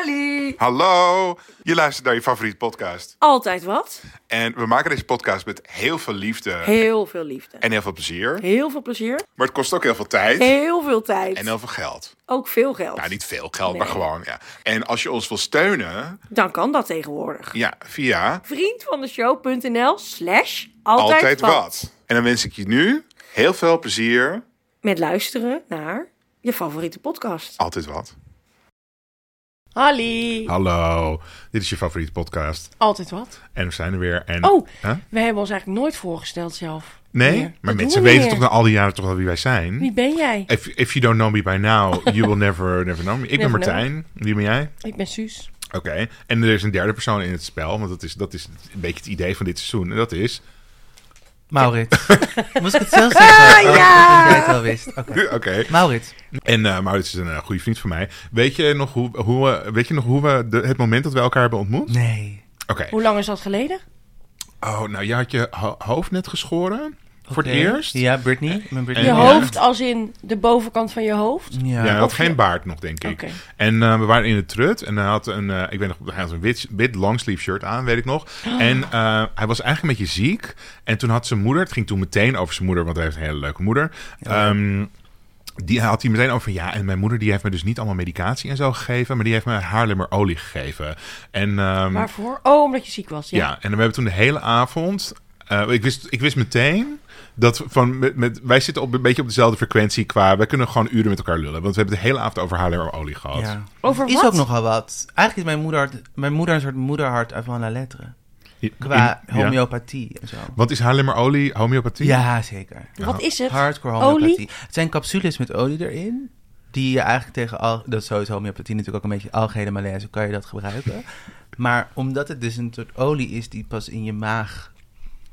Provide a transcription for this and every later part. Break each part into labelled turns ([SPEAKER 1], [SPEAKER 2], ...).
[SPEAKER 1] Halli!
[SPEAKER 2] Hallo, je luistert naar je favoriete podcast.
[SPEAKER 1] Altijd wat.
[SPEAKER 2] En we maken deze podcast met heel veel liefde
[SPEAKER 1] Heel veel liefde.
[SPEAKER 2] en heel veel plezier.
[SPEAKER 1] Heel veel plezier.
[SPEAKER 2] Maar het kost ook heel veel tijd
[SPEAKER 1] Heel veel tijd.
[SPEAKER 2] en heel veel geld.
[SPEAKER 1] Ook veel geld.
[SPEAKER 2] Nou, niet veel geld, maar
[SPEAKER 1] Nee.
[SPEAKER 2] gewoon. Ja. En als je ons wil steunen,
[SPEAKER 1] Dan kan dat tegenwoordig.
[SPEAKER 2] ja, via
[SPEAKER 1] Vriendvandeshow.nl slash altijd,
[SPEAKER 2] altijd, wat. En dan wens ik je nu heel veel plezier.
[SPEAKER 1] Met luisteren naar je favoriete podcast.
[SPEAKER 2] Altijd wat.
[SPEAKER 3] Halli,
[SPEAKER 2] Hallo, dit is je favoriete podcast.
[SPEAKER 3] altijd wat.
[SPEAKER 2] En we zijn er weer. En,
[SPEAKER 3] Oh,
[SPEAKER 2] Huh?
[SPEAKER 3] we hebben ons eigenlijk nooit voorgesteld zelf.
[SPEAKER 2] Nee,
[SPEAKER 3] Meer.
[SPEAKER 2] maar
[SPEAKER 3] Dat
[SPEAKER 2] mensen
[SPEAKER 3] doen we
[SPEAKER 2] weten
[SPEAKER 3] niet
[SPEAKER 2] toch
[SPEAKER 3] meer.
[SPEAKER 2] na al die jaren toch wel wie wij zijn?
[SPEAKER 3] Wie ben jij?
[SPEAKER 2] If, if you don't know me by now, you will never, never know me. Ik ben
[SPEAKER 3] Never know.
[SPEAKER 2] Martijn. Wie ben jij?
[SPEAKER 3] Ik ben Suus.
[SPEAKER 2] Oké. En er is een derde persoon in het spel, want dat is, dat is een beetje het idee van dit seizoen. En dat is...
[SPEAKER 4] Maurits. Moest ik het zelf zeggen?
[SPEAKER 3] Ah,
[SPEAKER 4] Oh, ja! Dat jij het wel wist. Oké.
[SPEAKER 2] Oké.
[SPEAKER 4] Maurits.
[SPEAKER 2] En eh Maurits is een eh, goede vriend van mij. Weet je nog hoe, hoe, eh, weet je nog hoe we de- het moment dat we elkaar hebben ontmoet?
[SPEAKER 4] Nee.
[SPEAKER 2] Oké.
[SPEAKER 3] Hoe lang is dat geleden?
[SPEAKER 2] Oh, nou, je had je ho- hoofd net geschoren voor het
[SPEAKER 4] Oké.
[SPEAKER 2] eerst.
[SPEAKER 4] Ja, Britney. Mijn
[SPEAKER 2] En-
[SPEAKER 4] Britney.
[SPEAKER 3] Je
[SPEAKER 2] Ja.
[SPEAKER 3] hoofd als in de bovenkant van je hoofd?
[SPEAKER 4] Ja.
[SPEAKER 2] Ja, hij
[SPEAKER 4] ja.
[SPEAKER 2] had
[SPEAKER 3] Of
[SPEAKER 2] geen
[SPEAKER 3] je-
[SPEAKER 2] baard nog, denk ik.
[SPEAKER 3] Oké.
[SPEAKER 2] En eh, we waren in de trut en hij had een, eh, ik weet nog, hij had een wit, wit longsleeve shirt aan, weet ik nog.
[SPEAKER 3] Oh.
[SPEAKER 2] En eh, hij was eigenlijk een beetje ziek. En toen had zijn moeder, het ging toen meteen over zijn moeder, want hij heeft een hele leuke moeder. Ehm, die had hij meteen over van ja, en mijn moeder die heeft me dus niet allemaal medicatie en zo gegeven, maar die heeft me haarlemmerolie gegeven. En, ehm,
[SPEAKER 3] Waarvoor? Oh, omdat je ziek was.
[SPEAKER 2] ja.
[SPEAKER 3] Ja.
[SPEAKER 2] en we hebben toen de hele avond. eh, ik, wist, ik wist meteen dat we van met, met- wij zitten op een beetje op dezelfde frequentie qua. Wij kunnen gewoon uren met elkaar lullen. Want we hebben de hele avond over haarlemmerolie gehad. Ja.
[SPEAKER 3] Over
[SPEAKER 4] is
[SPEAKER 3] wat?
[SPEAKER 4] ook nogal wat. Eigenlijk is mijn moeder, hart- mijn moeder een soort moederhart van la lettre. Qua
[SPEAKER 2] In- ja.
[SPEAKER 4] homeopathie en zo.
[SPEAKER 2] Want is haarlemmerolie homeopathie?
[SPEAKER 4] Ja, zeker.
[SPEAKER 3] Wat is het?
[SPEAKER 4] Hardcore
[SPEAKER 3] Olie?
[SPEAKER 4] homeopathie. Het zijn capsules met olie erin. Die je eigenlijk tegen al... Dat is sowieso homeopathie natuurlijk ook een beetje algehele malaise. Kan je dat gebruiken? maar omdat het dus een soort olie is die pas in je maag...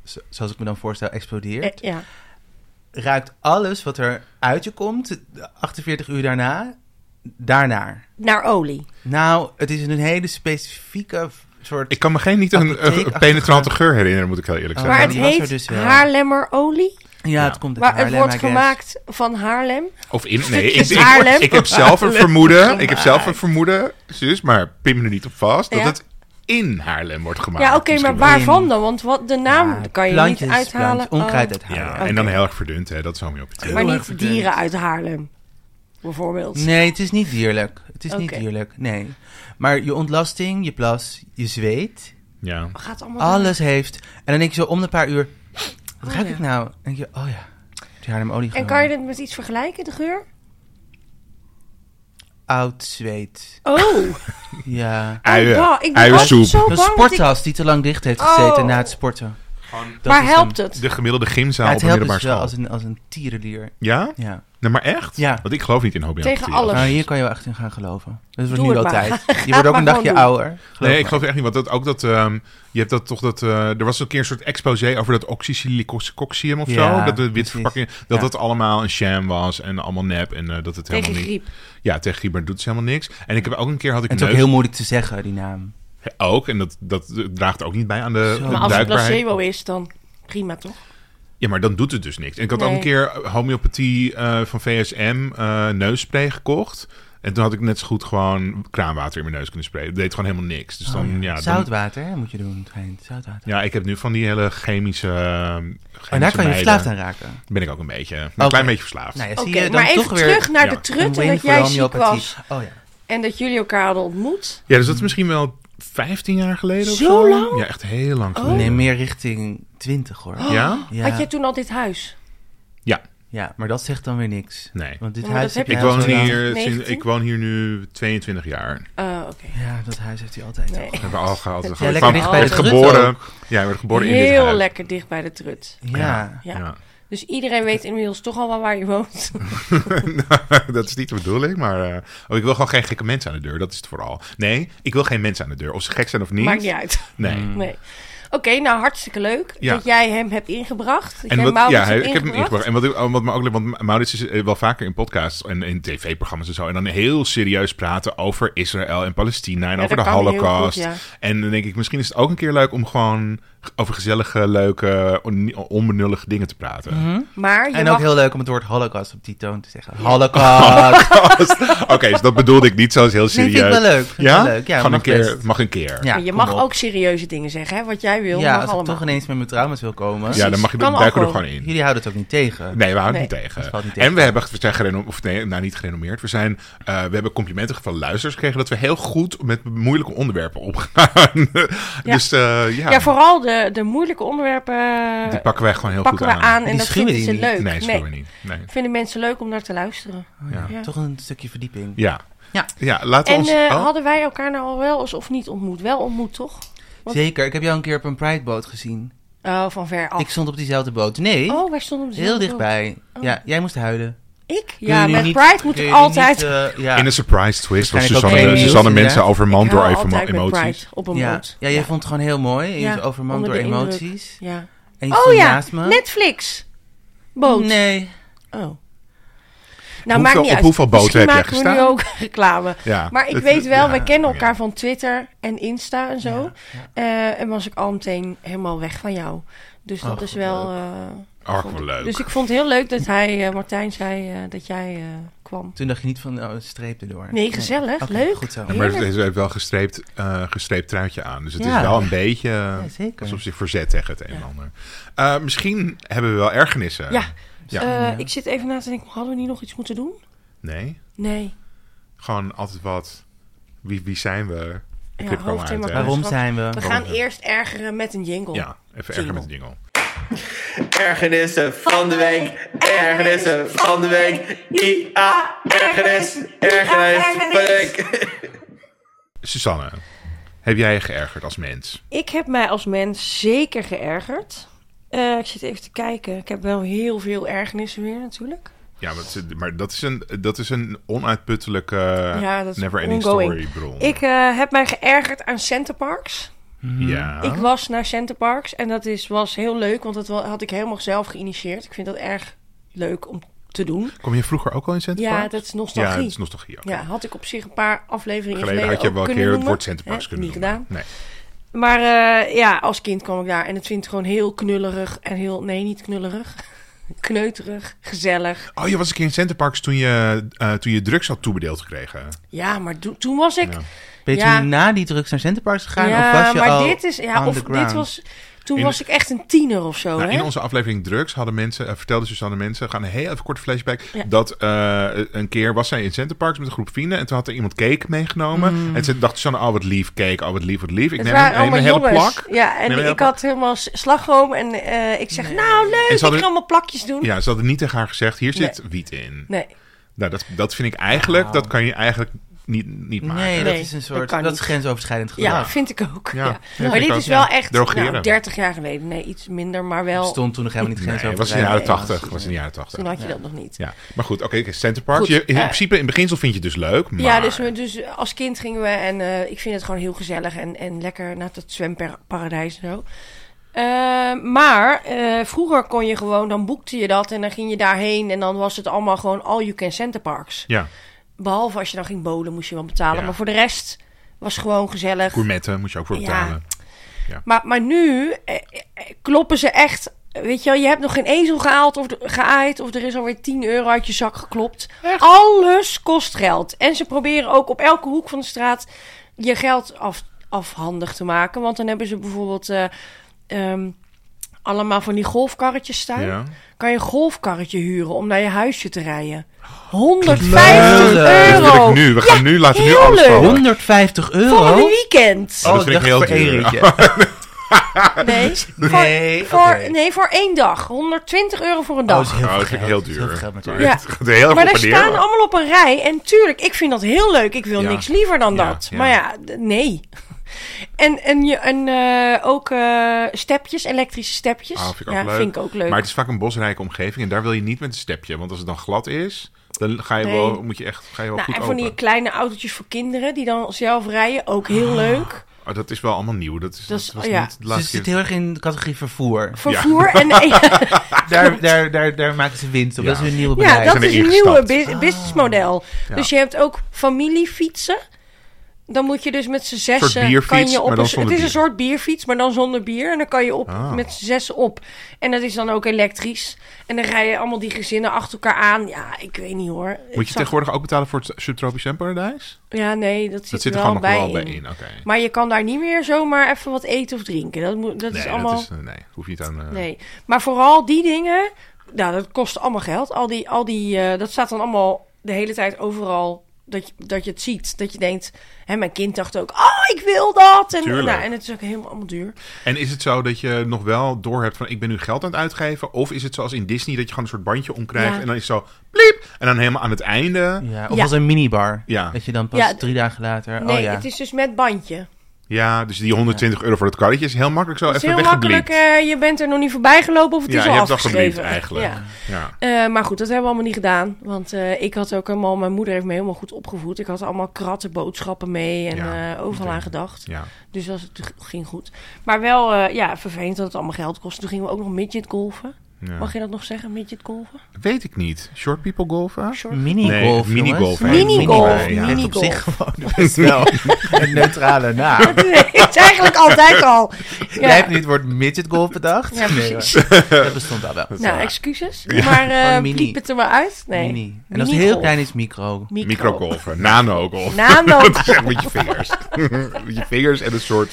[SPEAKER 4] zo- Zoals ik me dan voorstel, explodeert.
[SPEAKER 3] Eh, ja. Eh.
[SPEAKER 4] ruikt alles wat er uit je komt, 48 uur daarna, daarnaar.
[SPEAKER 3] Naar olie.
[SPEAKER 4] Nou, het is een hele specifieke v- soort...
[SPEAKER 2] Ik kan me geen niet een, een
[SPEAKER 4] Apotheekachtige-
[SPEAKER 2] penetrante geur herinneren, moet ik heel eerlijk
[SPEAKER 4] Oh.
[SPEAKER 2] zeggen.
[SPEAKER 3] maar het
[SPEAKER 4] die was er
[SPEAKER 3] heet
[SPEAKER 4] dus wel.
[SPEAKER 3] haarlemmerolie.
[SPEAKER 4] ja, het komt uit
[SPEAKER 3] Maar het
[SPEAKER 4] Haarlem,
[SPEAKER 3] wordt
[SPEAKER 4] I guess.
[SPEAKER 3] gemaakt van Haarlem.
[SPEAKER 2] Of in. Nee, ik,
[SPEAKER 3] Stukjes
[SPEAKER 2] ik,
[SPEAKER 3] Haarlem.
[SPEAKER 2] ik heb zelf een vermoeden. Ik heb zelf een vermoeden, zus, maar pim me er niet op vast.
[SPEAKER 3] Ja.
[SPEAKER 2] Dat het in Haarlem wordt gemaakt.
[SPEAKER 3] Ja, oké, maar
[SPEAKER 2] Misschien wel.
[SPEAKER 3] waarvan dan? Want wat, de naam
[SPEAKER 4] Ah, Ja,
[SPEAKER 3] kan je
[SPEAKER 4] plantjes,
[SPEAKER 3] niet uithalen.
[SPEAKER 4] plantjes, onkruid
[SPEAKER 3] Oh.
[SPEAKER 4] uit Haarlem.
[SPEAKER 2] Ja,
[SPEAKER 3] Oké.
[SPEAKER 2] en dan heel erg verdund, hè? Dat is homeopathie.
[SPEAKER 4] Heel
[SPEAKER 3] Maar
[SPEAKER 4] erg
[SPEAKER 3] niet
[SPEAKER 4] verdund.
[SPEAKER 3] dieren uit Haarlem, bijvoorbeeld.
[SPEAKER 4] Nee, het is niet dierlijk. Het is niet
[SPEAKER 3] Oké.
[SPEAKER 4] dierlijk, nee. Maar je ontlasting, je plas, je zweet,
[SPEAKER 2] Ja.
[SPEAKER 3] Gaat allemaal
[SPEAKER 4] alles heeft... En dan denk je zo om de paar uur, wat ruik
[SPEAKER 3] ja.
[SPEAKER 4] ik nou? Dan denk je, oh ja, die Haarlem-olie
[SPEAKER 3] En kan je dit met iets vergelijken, de geur?
[SPEAKER 4] Oud zweet,
[SPEAKER 3] Oh,
[SPEAKER 4] ja.
[SPEAKER 2] Uien.
[SPEAKER 3] bah, ik ben altijd
[SPEAKER 2] Uiensoep.
[SPEAKER 3] zo
[SPEAKER 4] Een
[SPEAKER 3] bang. dat ik-
[SPEAKER 4] sporttas die te lang dicht heeft gezeten
[SPEAKER 3] Oh.
[SPEAKER 4] na het sporten. Dat
[SPEAKER 3] Waar
[SPEAKER 4] is hem.
[SPEAKER 3] helpt het?
[SPEAKER 2] De gemiddelde gymzaal
[SPEAKER 4] Ja,
[SPEAKER 2] op een
[SPEAKER 4] het helpt
[SPEAKER 2] middelbare
[SPEAKER 4] dus wel
[SPEAKER 2] school.
[SPEAKER 4] als een, als een tierenlier.
[SPEAKER 2] Ja?
[SPEAKER 4] Ja.
[SPEAKER 2] Nee, maar echt?
[SPEAKER 4] Ja.
[SPEAKER 2] Want ik geloof niet in homeopathie.
[SPEAKER 3] Tegen alles.
[SPEAKER 4] Nou, hier kan je wel echt in gaan geloven. Dat wordt
[SPEAKER 3] Doe
[SPEAKER 4] nu
[SPEAKER 3] het
[SPEAKER 4] wel
[SPEAKER 3] maar.
[SPEAKER 4] tijd.
[SPEAKER 3] Ga
[SPEAKER 4] Je wordt ook
[SPEAKER 3] maar
[SPEAKER 4] een dagje
[SPEAKER 3] gewoon doen.
[SPEAKER 4] ouder.
[SPEAKER 2] Nee, ik geloof echt niet. Want dat, ook dat, ehm, je hebt dat toch dat, eh, er was ook een keer een soort exposé over dat oxysilicocium of
[SPEAKER 4] Ja,
[SPEAKER 2] zo. Dat de
[SPEAKER 4] precies.
[SPEAKER 2] witverpakking, dat
[SPEAKER 4] Ja.
[SPEAKER 2] dat allemaal een sham was en allemaal nep en eh, dat het helemaal
[SPEAKER 3] Tegen
[SPEAKER 2] niet...
[SPEAKER 3] griep.
[SPEAKER 2] Ja, tegen griep, maar het doet ze helemaal niks. En ik heb ook een keer, had ik
[SPEAKER 4] En het is ook
[SPEAKER 2] neus-
[SPEAKER 4] heel moeilijk te zeggen, die naam.
[SPEAKER 2] Ook, en dat, dat eh, draagt ook niet bij aan de,
[SPEAKER 4] Zo.
[SPEAKER 2] de
[SPEAKER 3] Maar als het
[SPEAKER 2] duikbaarheid.
[SPEAKER 3] placebo is, dan prima toch?
[SPEAKER 2] Ja, maar dan doet het dus niks. En ik had ook
[SPEAKER 3] Nee.
[SPEAKER 2] een keer homeopathie eh, van VSM eh neusspray gekocht. En toen had ik net zo goed gewoon kraanwater in mijn neus kunnen sprayen. Dat deed gewoon helemaal niks. Dus dan,
[SPEAKER 4] Oh,
[SPEAKER 2] ja. dan,
[SPEAKER 4] Zoutwater hè, moet je doen, schijnt. Zoutwater.
[SPEAKER 2] ja, ik heb nu van die hele chemische. eh, chemische
[SPEAKER 4] en Oh, daar kan je
[SPEAKER 2] meiden.
[SPEAKER 4] verslaafd aan raken.
[SPEAKER 2] Ben ik ook een beetje. maar Een
[SPEAKER 4] Oké.
[SPEAKER 2] klein beetje verslaafd.
[SPEAKER 4] Nou ja,
[SPEAKER 3] Oké,
[SPEAKER 4] zie je dan
[SPEAKER 3] maar even
[SPEAKER 4] toch weer...
[SPEAKER 3] terug naar
[SPEAKER 2] Ja.
[SPEAKER 3] de trut en
[SPEAKER 4] win
[SPEAKER 3] dat
[SPEAKER 4] voor
[SPEAKER 3] jij
[SPEAKER 4] de
[SPEAKER 3] ziek
[SPEAKER 4] homeopathie.
[SPEAKER 3] was.
[SPEAKER 4] Oh ja.
[SPEAKER 3] En dat jullie elkaar hadden ontmoet.
[SPEAKER 2] Ja, dus dat is misschien wel 15 jaar geleden of
[SPEAKER 3] Zo
[SPEAKER 2] zo.
[SPEAKER 3] lang? Oh.
[SPEAKER 2] Ja, echt heel lang geleden.
[SPEAKER 4] Nee, meer richting 20 hoor.
[SPEAKER 2] Ja?
[SPEAKER 4] Ja.
[SPEAKER 3] Had jij toen al dit huis?
[SPEAKER 2] Ja.
[SPEAKER 4] ja, maar dat zegt dan weer niks.
[SPEAKER 2] Nee.
[SPEAKER 4] Want dit
[SPEAKER 3] Maar
[SPEAKER 4] huis
[SPEAKER 3] Oh, dat heb
[SPEAKER 4] heb
[SPEAKER 2] Ik
[SPEAKER 4] jij al
[SPEAKER 2] woon,
[SPEAKER 4] zo lang.
[SPEAKER 2] hier, sinds,
[SPEAKER 3] 19?
[SPEAKER 2] ik woon hier nu 22 jaar.
[SPEAKER 3] Eh, Oké.
[SPEAKER 4] Ja, dat huis heeft hij altijd
[SPEAKER 3] Nee.
[SPEAKER 4] al.
[SPEAKER 2] We hebben al gehad.
[SPEAKER 3] Dat
[SPEAKER 2] Ik
[SPEAKER 3] jij lekker
[SPEAKER 2] kwam-
[SPEAKER 3] dicht bij
[SPEAKER 2] werd
[SPEAKER 4] de drukte
[SPEAKER 2] geboren. Ja, ik werd geboren in dit
[SPEAKER 3] Heel
[SPEAKER 2] huis.
[SPEAKER 3] lekker dicht bij de trut.
[SPEAKER 4] Ja.
[SPEAKER 3] Ja.
[SPEAKER 2] Ja.
[SPEAKER 3] Dus iedereen weet inmiddels toch al wel waar je woont.
[SPEAKER 2] Nou, dat is niet de bedoeling, maar eh, oh, ik wil gewoon geen gekke mensen aan de deur. Dat is het vooral. Nee, ik wil geen mensen aan de deur. Of ze gek zijn of niet.
[SPEAKER 4] Mm.
[SPEAKER 3] Maakt niet uit.
[SPEAKER 2] Nee.
[SPEAKER 3] Nee. Oké, Oké, nou hartstikke leuk
[SPEAKER 2] Hm. Ja.
[SPEAKER 3] dat jij hem hebt ingebracht. Dat jij
[SPEAKER 2] En wat,
[SPEAKER 3] Maurits
[SPEAKER 2] ja, hij-
[SPEAKER 3] hebt
[SPEAKER 2] ik heb hem ingebracht. En wat, ik- oh, wat me ook leuk- want Maurits is eh, wel vaker in podcasts en in tv-programma's en zo. En dan heel serieus praten over Israël en Palestina en
[SPEAKER 3] Ja,
[SPEAKER 2] over de
[SPEAKER 3] dat kan heel
[SPEAKER 2] Holocaust.
[SPEAKER 3] goed, ja.
[SPEAKER 2] En dan denk ik, misschien is het ook een keer leuk om gewoon over gezellige, leuke, on- onbenullige dingen te praten.
[SPEAKER 4] Mhm.
[SPEAKER 3] Maar je
[SPEAKER 4] En
[SPEAKER 3] mag...
[SPEAKER 4] ook heel leuk om het woord holocaust op die toon te zeggen. Holocaust.
[SPEAKER 2] Oké, dus dat bedoelde ik niet zo heel
[SPEAKER 4] Nee,
[SPEAKER 2] serieus.
[SPEAKER 4] vind ik wel leuk. Vind ik
[SPEAKER 2] Ja?
[SPEAKER 4] wel leuk. Ja,
[SPEAKER 2] gewoon een
[SPEAKER 4] mag
[SPEAKER 2] keer.
[SPEAKER 4] best.
[SPEAKER 2] Het mag een keer.
[SPEAKER 4] Ja,
[SPEAKER 3] Maar je
[SPEAKER 4] kom
[SPEAKER 3] mag
[SPEAKER 4] op.
[SPEAKER 3] ook serieuze dingen zeggen, hè? Wat jij wil,
[SPEAKER 4] Ja,
[SPEAKER 3] mag
[SPEAKER 4] als ik
[SPEAKER 3] allemaal.
[SPEAKER 4] toch ineens met mijn trauma's wil komen.
[SPEAKER 2] Ja, dan mag je
[SPEAKER 3] Kan
[SPEAKER 2] dan duiken we er
[SPEAKER 3] ook
[SPEAKER 2] gewoon in.
[SPEAKER 4] Jullie houden het ook niet tegen.
[SPEAKER 2] Nee, we houden
[SPEAKER 3] Nee.
[SPEAKER 2] niet tegen.
[SPEAKER 4] Dat valt niet
[SPEAKER 2] En
[SPEAKER 4] tegen.
[SPEAKER 2] we hebben, we zijn gereno- of nee, nou niet gerenommeerd. We, zijn, eh, we hebben complimenten van luisteraars gekregen dat we heel goed met moeilijke onderwerpen omgaan. Dus eh, ja,
[SPEAKER 3] Ja, vooral de, de moeilijke onderwerpen eh,
[SPEAKER 2] die pakken wij gewoon heel
[SPEAKER 3] pakken
[SPEAKER 2] goed
[SPEAKER 3] we
[SPEAKER 2] aan.
[SPEAKER 3] aan, en
[SPEAKER 4] Die
[SPEAKER 3] dat
[SPEAKER 4] schuwen
[SPEAKER 3] vinden ze
[SPEAKER 4] die niet.
[SPEAKER 3] leuk.
[SPEAKER 2] Nee, dat
[SPEAKER 3] nee,
[SPEAKER 2] doen we niet. Nee.
[SPEAKER 3] vinden mensen leuk om naar te luisteren.
[SPEAKER 2] Ja.
[SPEAKER 3] Ja.
[SPEAKER 4] Toch een stukje verdieping.
[SPEAKER 2] Ja.
[SPEAKER 4] Ja.
[SPEAKER 2] laten we
[SPEAKER 3] En
[SPEAKER 2] ons...
[SPEAKER 3] eh,
[SPEAKER 2] oh,
[SPEAKER 3] hadden wij elkaar nou al wel eens of niet ontmoet? Wel ontmoet, toch? Wat-
[SPEAKER 4] Zeker, ik heb jou een keer op een prideboot gezien.
[SPEAKER 3] Oh, van ver af.
[SPEAKER 4] Ik stond op diezelfde boot. Nee,
[SPEAKER 3] Oh, wij stonden op
[SPEAKER 4] heel
[SPEAKER 3] dezelfde
[SPEAKER 4] dichtbij. Ja, jij moest huilen.
[SPEAKER 3] boot. Ik?
[SPEAKER 4] Kun je
[SPEAKER 3] Oh. Ja,
[SPEAKER 4] nu
[SPEAKER 3] met
[SPEAKER 4] niet-
[SPEAKER 3] Pride moet
[SPEAKER 4] kun
[SPEAKER 3] ik
[SPEAKER 4] je nu
[SPEAKER 3] altijd...
[SPEAKER 4] niet, eh, ja.
[SPEAKER 2] in een surprise twist was
[SPEAKER 4] Waarschijnlijk ook
[SPEAKER 2] Suzanne,
[SPEAKER 4] geen nieuws,
[SPEAKER 2] Suzanne
[SPEAKER 4] inderdaad.
[SPEAKER 2] mensen overmand door
[SPEAKER 3] hou
[SPEAKER 2] even
[SPEAKER 3] altijd met
[SPEAKER 2] emoties.
[SPEAKER 3] Pride op een
[SPEAKER 4] ja.
[SPEAKER 3] boot.
[SPEAKER 4] ja, jij vond het gewoon heel mooi. En je
[SPEAKER 3] Ja,
[SPEAKER 4] was overmand
[SPEAKER 3] onder
[SPEAKER 4] door
[SPEAKER 3] de indruk.
[SPEAKER 4] emoties.
[SPEAKER 3] Ja.
[SPEAKER 4] En je
[SPEAKER 3] Oh
[SPEAKER 4] stond
[SPEAKER 3] ja,
[SPEAKER 4] naast me.
[SPEAKER 3] Netflix. Boot.
[SPEAKER 4] Nee.
[SPEAKER 3] Oh. Nou, maakt
[SPEAKER 2] Hoeveel-
[SPEAKER 3] niet
[SPEAKER 2] op
[SPEAKER 3] uit.
[SPEAKER 2] hoeveel boten
[SPEAKER 3] Misschien
[SPEAKER 2] heb jij
[SPEAKER 3] maken we nu
[SPEAKER 2] gestaan?
[SPEAKER 3] ook reclame.
[SPEAKER 2] Ja.
[SPEAKER 3] Maar ik
[SPEAKER 2] Het-
[SPEAKER 3] weet wel,
[SPEAKER 2] ja,
[SPEAKER 3] wij kennen
[SPEAKER 2] ja.
[SPEAKER 3] elkaar van Twitter en Insta en zo. Eh, en was ik al meteen helemaal weg van jou. Dus dat
[SPEAKER 4] Ach,
[SPEAKER 3] is
[SPEAKER 4] wat
[SPEAKER 3] wel...
[SPEAKER 4] Oh, leuk.
[SPEAKER 3] eh,
[SPEAKER 2] Ach,
[SPEAKER 3] goed.
[SPEAKER 2] wel Oh, leuk.
[SPEAKER 3] Dus ik vond het heel leuk dat hij, eh, Martijn zei eh, dat jij eh, kwam.
[SPEAKER 4] Toen dacht je niet van, oh, een streep erdoor.
[SPEAKER 3] Nee, gezellig,
[SPEAKER 4] Oké,
[SPEAKER 3] leuk.
[SPEAKER 4] Goed zo.
[SPEAKER 2] Ja, maar het is- hij heeft wel gestreept, eh, gestreept truitje aan. Dus het
[SPEAKER 4] Ja.
[SPEAKER 2] is wel een beetje eh,
[SPEAKER 4] zeker.
[SPEAKER 2] alsof ze zich verzet tegen het een en ander. Eh, misschien hebben we wel ergernissen.
[SPEAKER 3] Ja.
[SPEAKER 2] Ja.
[SPEAKER 3] Eh, Ik zit even na te denken, hadden we niet nog iets moeten doen?
[SPEAKER 2] Nee?
[SPEAKER 3] Nee.
[SPEAKER 2] Gewoon altijd wat. Wie, wie zijn we?
[SPEAKER 3] Ja,
[SPEAKER 2] Clip kwam
[SPEAKER 3] hoofdthema
[SPEAKER 2] uit, hè?
[SPEAKER 4] Waarom
[SPEAKER 3] Schat.
[SPEAKER 4] zijn we?
[SPEAKER 3] We gaan eerst ergeren met een jingle.
[SPEAKER 2] Ja, even erger met de jingle.
[SPEAKER 5] Ergernissen van de week, ergernissen van de week. IA, ergernis, ergernis van de week.
[SPEAKER 2] Susanne, heb jij je geërgerd als mens?
[SPEAKER 3] Ik heb mij als mens zeker geërgerd. Eh, ik zit even te kijken. Ik heb wel heel veel ergernissen weer natuurlijk.
[SPEAKER 2] Ja, maar, het is- maar dat, is een, dat is een onuitputtelijke
[SPEAKER 3] Ja, dat is
[SPEAKER 2] never-ending
[SPEAKER 3] ongoing.
[SPEAKER 2] story bron.
[SPEAKER 3] Ik eh, heb mij geërgerd aan Centerparks.
[SPEAKER 2] ja.
[SPEAKER 3] Ik was naar Centerparks en dat is, was heel leuk, want dat wa- had ik helemaal zelf geïnitieerd. Ik vind dat erg leuk om te doen.
[SPEAKER 2] Kom je vroeger ook al in Centerpark?
[SPEAKER 3] Ja, dat is nostalgie.
[SPEAKER 2] Ja, dat is nostalgie. oké.
[SPEAKER 3] Ja, had ik op zich een paar afleveringen
[SPEAKER 2] Geleden had je
[SPEAKER 3] ook
[SPEAKER 2] wel een
[SPEAKER 3] kunnen
[SPEAKER 2] keer het
[SPEAKER 3] noemen.
[SPEAKER 2] woord Centerparks
[SPEAKER 3] Hè,
[SPEAKER 2] kunnen
[SPEAKER 3] Niet gedaan.
[SPEAKER 2] noemen. Nee.
[SPEAKER 3] Maar eh, ja, als kind kwam ik daar en het vind ik gewoon heel knullerig en heel... Nee, niet knullerig. Kneuterig, gezellig.
[SPEAKER 2] Oh, je was een keer in Centerparks toen je, eh, toen je drugs had toebedeeld gekregen.
[SPEAKER 3] Ja, maar do- toen was ik...
[SPEAKER 2] Ja.
[SPEAKER 4] Ben je
[SPEAKER 3] Ja.
[SPEAKER 4] toen na die drugs naar Centerparks gegaan?
[SPEAKER 3] Ja,
[SPEAKER 4] of was je
[SPEAKER 3] maar
[SPEAKER 4] al
[SPEAKER 3] dit is... Ja,
[SPEAKER 4] on
[SPEAKER 3] of
[SPEAKER 4] the
[SPEAKER 3] dit
[SPEAKER 4] ground?
[SPEAKER 3] was... Toen
[SPEAKER 2] In-
[SPEAKER 3] was ik echt een tiener of zo,
[SPEAKER 2] Nou,
[SPEAKER 3] hè?
[SPEAKER 2] in onze aflevering drugs hadden mensen, eh, vertelde Suzanne mensen, gaan een heel even kort flashback,
[SPEAKER 3] Ja.
[SPEAKER 2] dat eh, een keer was zij in Centerparks met een groep vrienden en toen had er iemand cake meegenomen. En toen dacht Suzanne, oh wat lief cake, oh wat lief, wat lief. Ik
[SPEAKER 3] Mm. Het
[SPEAKER 2] neem,
[SPEAKER 3] waren
[SPEAKER 2] een- neem een hele
[SPEAKER 3] allemaal jongens.
[SPEAKER 2] plak.
[SPEAKER 3] Ja, en
[SPEAKER 2] Neem een hele
[SPEAKER 3] ik had helemaal s- slagroom en eh, ik zeg, nou leuk,
[SPEAKER 2] En
[SPEAKER 3] ik
[SPEAKER 2] ze hadden-
[SPEAKER 3] ga allemaal plakjes doen.
[SPEAKER 2] Ja, ze hadden niet tegen haar gezegd, hier
[SPEAKER 3] Nee.
[SPEAKER 2] zit wiet in.
[SPEAKER 3] Nee,
[SPEAKER 2] Nou, dat, dat vind ik eigenlijk, dat kan je eigenlijk niet, niet maken.
[SPEAKER 4] Nee, dat
[SPEAKER 3] Nee,
[SPEAKER 4] is een
[SPEAKER 3] dat
[SPEAKER 4] soort...
[SPEAKER 3] kan
[SPEAKER 4] Dat, is
[SPEAKER 3] niet.
[SPEAKER 4] grensoverschrijdend
[SPEAKER 3] ja,
[SPEAKER 4] gedrag.
[SPEAKER 3] vind ik ook.
[SPEAKER 2] Ja,
[SPEAKER 3] Ja.
[SPEAKER 2] ja, vind
[SPEAKER 3] maar
[SPEAKER 2] ik
[SPEAKER 3] dit
[SPEAKER 2] ook,
[SPEAKER 3] is wel
[SPEAKER 2] ja.
[SPEAKER 3] echt
[SPEAKER 2] Drogeren.
[SPEAKER 3] nou, 30 jaar geleden. Nee, iets minder, maar wel.
[SPEAKER 4] Stond toen nog helemaal niet
[SPEAKER 2] Nee, het was in de
[SPEAKER 4] grensoverschrijdend.
[SPEAKER 2] jaren tachtig. was in de jaren
[SPEAKER 3] Toen
[SPEAKER 2] tachtig.
[SPEAKER 3] had je dat nog niet.
[SPEAKER 2] Ja, maar goed, oké, Centerparks. Center Parks.
[SPEAKER 3] Goed,
[SPEAKER 2] je, in
[SPEAKER 3] eh,
[SPEAKER 2] principe, in beginsel vind je het dus leuk, maar...
[SPEAKER 3] Ja, dus, we, dus als kind gingen we en eh, ik vind het gewoon heel gezellig en, en lekker naar dat zwemparadijs en zo. Eh, maar eh, vroeger kon je gewoon, dan boekte je dat en dan ging je daarheen en dan was het allemaal gewoon all you can center parks.
[SPEAKER 2] Ja,
[SPEAKER 3] Behalve als je dan ging bowlen moest je wel betalen,
[SPEAKER 2] Ja.
[SPEAKER 3] maar voor de rest was gewoon gezellig.
[SPEAKER 2] gourmetten moet je ook voor
[SPEAKER 3] Ja.
[SPEAKER 2] betalen.
[SPEAKER 3] Maar, maar nu eh, eh, kloppen ze echt. Weet je wel, je hebt nog geen ezel gehaald of de- geaaid. Of er is alweer 10 euro uit je zak geklopt. Alles kost geld. En ze proberen ook op elke hoek van de straat je geld af, afhandig te maken. Want dan hebben ze bijvoorbeeld eh, ehm, allemaal van die golfkarretjes staan.
[SPEAKER 2] Ja.
[SPEAKER 3] Kan je een golfkarretje huren om naar je huisje te rijden? 150
[SPEAKER 2] Dit
[SPEAKER 4] leuk.
[SPEAKER 2] wil
[SPEAKER 3] euro!
[SPEAKER 2] Eh, ik nu. We gaan nu laten nu
[SPEAKER 3] heel
[SPEAKER 2] alles
[SPEAKER 3] leuk.
[SPEAKER 2] vallen.
[SPEAKER 4] 150 euro?
[SPEAKER 3] Voor een weekend!
[SPEAKER 2] Oh, dat vind ik
[SPEAKER 4] dacht
[SPEAKER 2] heel
[SPEAKER 4] voor één
[SPEAKER 2] duur. Oh,
[SPEAKER 4] ritje.
[SPEAKER 3] Nee, voor,
[SPEAKER 4] Nee,
[SPEAKER 3] voor,
[SPEAKER 4] oké.
[SPEAKER 3] nee, voor één dag. 120 euro voor een
[SPEAKER 4] Oh,
[SPEAKER 3] dag.
[SPEAKER 4] dat is heel
[SPEAKER 2] Oh,
[SPEAKER 4] veel
[SPEAKER 2] dat vind ik
[SPEAKER 4] geld.
[SPEAKER 2] heel
[SPEAKER 4] Dat is
[SPEAKER 2] duur.
[SPEAKER 4] veel geld natuurlijk.
[SPEAKER 3] Ja.
[SPEAKER 2] Het gaat heel erg
[SPEAKER 3] maar
[SPEAKER 2] op
[SPEAKER 3] daar
[SPEAKER 2] en neer.
[SPEAKER 3] staan allemaal op een rij. En tuurlijk, ik vind dat heel leuk. Ik wil
[SPEAKER 2] Ja.
[SPEAKER 3] niks liever dan
[SPEAKER 2] Ja,
[SPEAKER 3] dat.
[SPEAKER 2] ja.
[SPEAKER 3] Maar ja, d- nee. En, en, je, en eh, ook eh, stepjes, elektrische stepjes.
[SPEAKER 2] Ah, vind ik ook
[SPEAKER 3] ja,
[SPEAKER 2] leuk.
[SPEAKER 3] vind ik ook leuk.
[SPEAKER 2] Maar het is vaak een bosrijke omgeving en daar wil je niet met een stepje. Want als het dan glad is, dan ga je
[SPEAKER 3] Nee.
[SPEAKER 2] wel, moet je echt, ga je wel
[SPEAKER 3] nou,
[SPEAKER 2] goed
[SPEAKER 3] en van
[SPEAKER 2] open.
[SPEAKER 3] die kleine autootjes voor kinderen die dan zelf rijden, ook heel leuk.
[SPEAKER 2] Oh, dat is wel allemaal nieuw. Dat, is,
[SPEAKER 3] Dat is- oh
[SPEAKER 2] dat was
[SPEAKER 3] ja.
[SPEAKER 2] niet de
[SPEAKER 4] Ze
[SPEAKER 2] laatste
[SPEAKER 4] Dus zit
[SPEAKER 2] keer.
[SPEAKER 4] heel erg in de categorie vervoer.
[SPEAKER 3] Vervoer en... e-
[SPEAKER 4] Daar, daar, daar, daar maken ze winst op.
[SPEAKER 2] Ja.
[SPEAKER 4] Dat is hun nieuwe
[SPEAKER 3] Ja, dat
[SPEAKER 4] bedrijf.
[SPEAKER 2] zijn
[SPEAKER 3] is
[SPEAKER 2] er
[SPEAKER 3] een nieuwe
[SPEAKER 2] ingestapt.
[SPEAKER 3] bu- businessmodel.
[SPEAKER 2] Ja.
[SPEAKER 3] Dus je hebt ook familiefietsen. Dan moet je dus met z'n
[SPEAKER 2] soort
[SPEAKER 3] zessen...
[SPEAKER 2] bierfiets,
[SPEAKER 3] Kan je op
[SPEAKER 2] maar dan
[SPEAKER 3] een, het is
[SPEAKER 2] zonder
[SPEAKER 3] een
[SPEAKER 2] bier.
[SPEAKER 3] soort bierfiets, maar dan zonder bier. En dan kan je op,
[SPEAKER 2] Ah.
[SPEAKER 3] met z'n zessen op. En dat is dan ook elektrisch. En dan rijden allemaal die gezinnen achter elkaar aan. Ja, ik weet niet hoor. Ik
[SPEAKER 2] Moet je
[SPEAKER 3] zag-
[SPEAKER 2] tegenwoordig ook betalen voor het subtropisch en paradijs?
[SPEAKER 3] Ja, nee, dat zit,
[SPEAKER 2] Dat zit er
[SPEAKER 3] er
[SPEAKER 2] gewoon
[SPEAKER 3] wel
[SPEAKER 2] nog
[SPEAKER 3] bij,
[SPEAKER 2] wel bij
[SPEAKER 3] in.
[SPEAKER 2] in. Oké.
[SPEAKER 3] Maar je kan daar niet meer zomaar even wat eten of drinken. Dat, moet, dat
[SPEAKER 2] Nee,
[SPEAKER 3] is allemaal...
[SPEAKER 2] dat is, nee, hoef je niet aan. eh,
[SPEAKER 3] Nee, maar vooral die dingen, nou, dat kost allemaal geld. Al die, al die, eh, dat staat dan allemaal de hele tijd overal dat je, dat je het ziet. Dat je denkt, hè, mijn kind dacht ook, oh, ik wil dat. En,
[SPEAKER 2] Tuurlijk.
[SPEAKER 3] nou, en het is ook helemaal allemaal duur.
[SPEAKER 2] En is het zo dat je nog wel door hebt van ik ben nu geld aan het uitgeven? Of is het zoals in Disney dat je gewoon een soort bandje omkrijgt
[SPEAKER 3] Ja.
[SPEAKER 2] en dan is het zo bliep en dan helemaal aan het einde?
[SPEAKER 4] Ja, of
[SPEAKER 3] Ja.
[SPEAKER 4] als een minibar.
[SPEAKER 2] Ja.
[SPEAKER 4] Dat je dan pas
[SPEAKER 3] Ja, d-
[SPEAKER 4] drie dagen later...
[SPEAKER 3] Nee,
[SPEAKER 4] oh ja.
[SPEAKER 3] het is dus met bandje.
[SPEAKER 2] Ja, dus die 120 euro voor dat karretje is heel makkelijk zo
[SPEAKER 3] Het is
[SPEAKER 2] even
[SPEAKER 3] heel
[SPEAKER 2] weggebliept.
[SPEAKER 3] makkelijk, eh, je bent er nog niet voorbij gelopen of het
[SPEAKER 2] Ja,
[SPEAKER 3] is
[SPEAKER 2] je
[SPEAKER 3] al
[SPEAKER 2] hebt het al gebliept
[SPEAKER 3] afgeschreven.
[SPEAKER 2] eigenlijk.
[SPEAKER 3] Ja.
[SPEAKER 2] Ja.
[SPEAKER 3] Eh, maar goed, dat hebben we allemaal niet gedaan. Want eh, ik had ook helemaal, mijn moeder heeft me helemaal goed opgevoed. Ik had allemaal kratten boodschappen mee en
[SPEAKER 2] Ja,
[SPEAKER 3] eh, overal aan gedacht.
[SPEAKER 2] Ja.
[SPEAKER 3] Dus dat het ging goed. Maar wel, eh, ja, vervelend dat het allemaal geld kostte. Toen gingen we ook nog midget golven.
[SPEAKER 2] Ja.
[SPEAKER 3] Mag je dat nog zeggen, midget golven?
[SPEAKER 2] Weet ik niet. Short people golfen?
[SPEAKER 3] Short.
[SPEAKER 4] Minigolf,
[SPEAKER 2] Nee, minigolf,
[SPEAKER 4] jongens.
[SPEAKER 2] hè.
[SPEAKER 3] Minigolf,
[SPEAKER 4] Ja, het is op
[SPEAKER 3] minigolf.
[SPEAKER 4] zich gewoon best wel een neutrale naam.
[SPEAKER 3] Nee, het is eigenlijk altijd al. Ja.
[SPEAKER 4] Jij hebt nu het woord midgetgolf bedacht.
[SPEAKER 3] Ja,
[SPEAKER 4] Nee,
[SPEAKER 3] precies.
[SPEAKER 4] hoor. dat bestond al wel.
[SPEAKER 3] nou, excuses. Maar
[SPEAKER 4] Gewoon
[SPEAKER 3] eh
[SPEAKER 4] mini.
[SPEAKER 3] piep het er maar uit. Nee.
[SPEAKER 4] Mini. En dat is
[SPEAKER 3] Minigolf.
[SPEAKER 4] heel klein is micro.
[SPEAKER 3] Micro.
[SPEAKER 2] Microgolfen, nanogolf.
[SPEAKER 3] Nano.
[SPEAKER 2] Dat is echt met je vingers. met je vingers en een soort,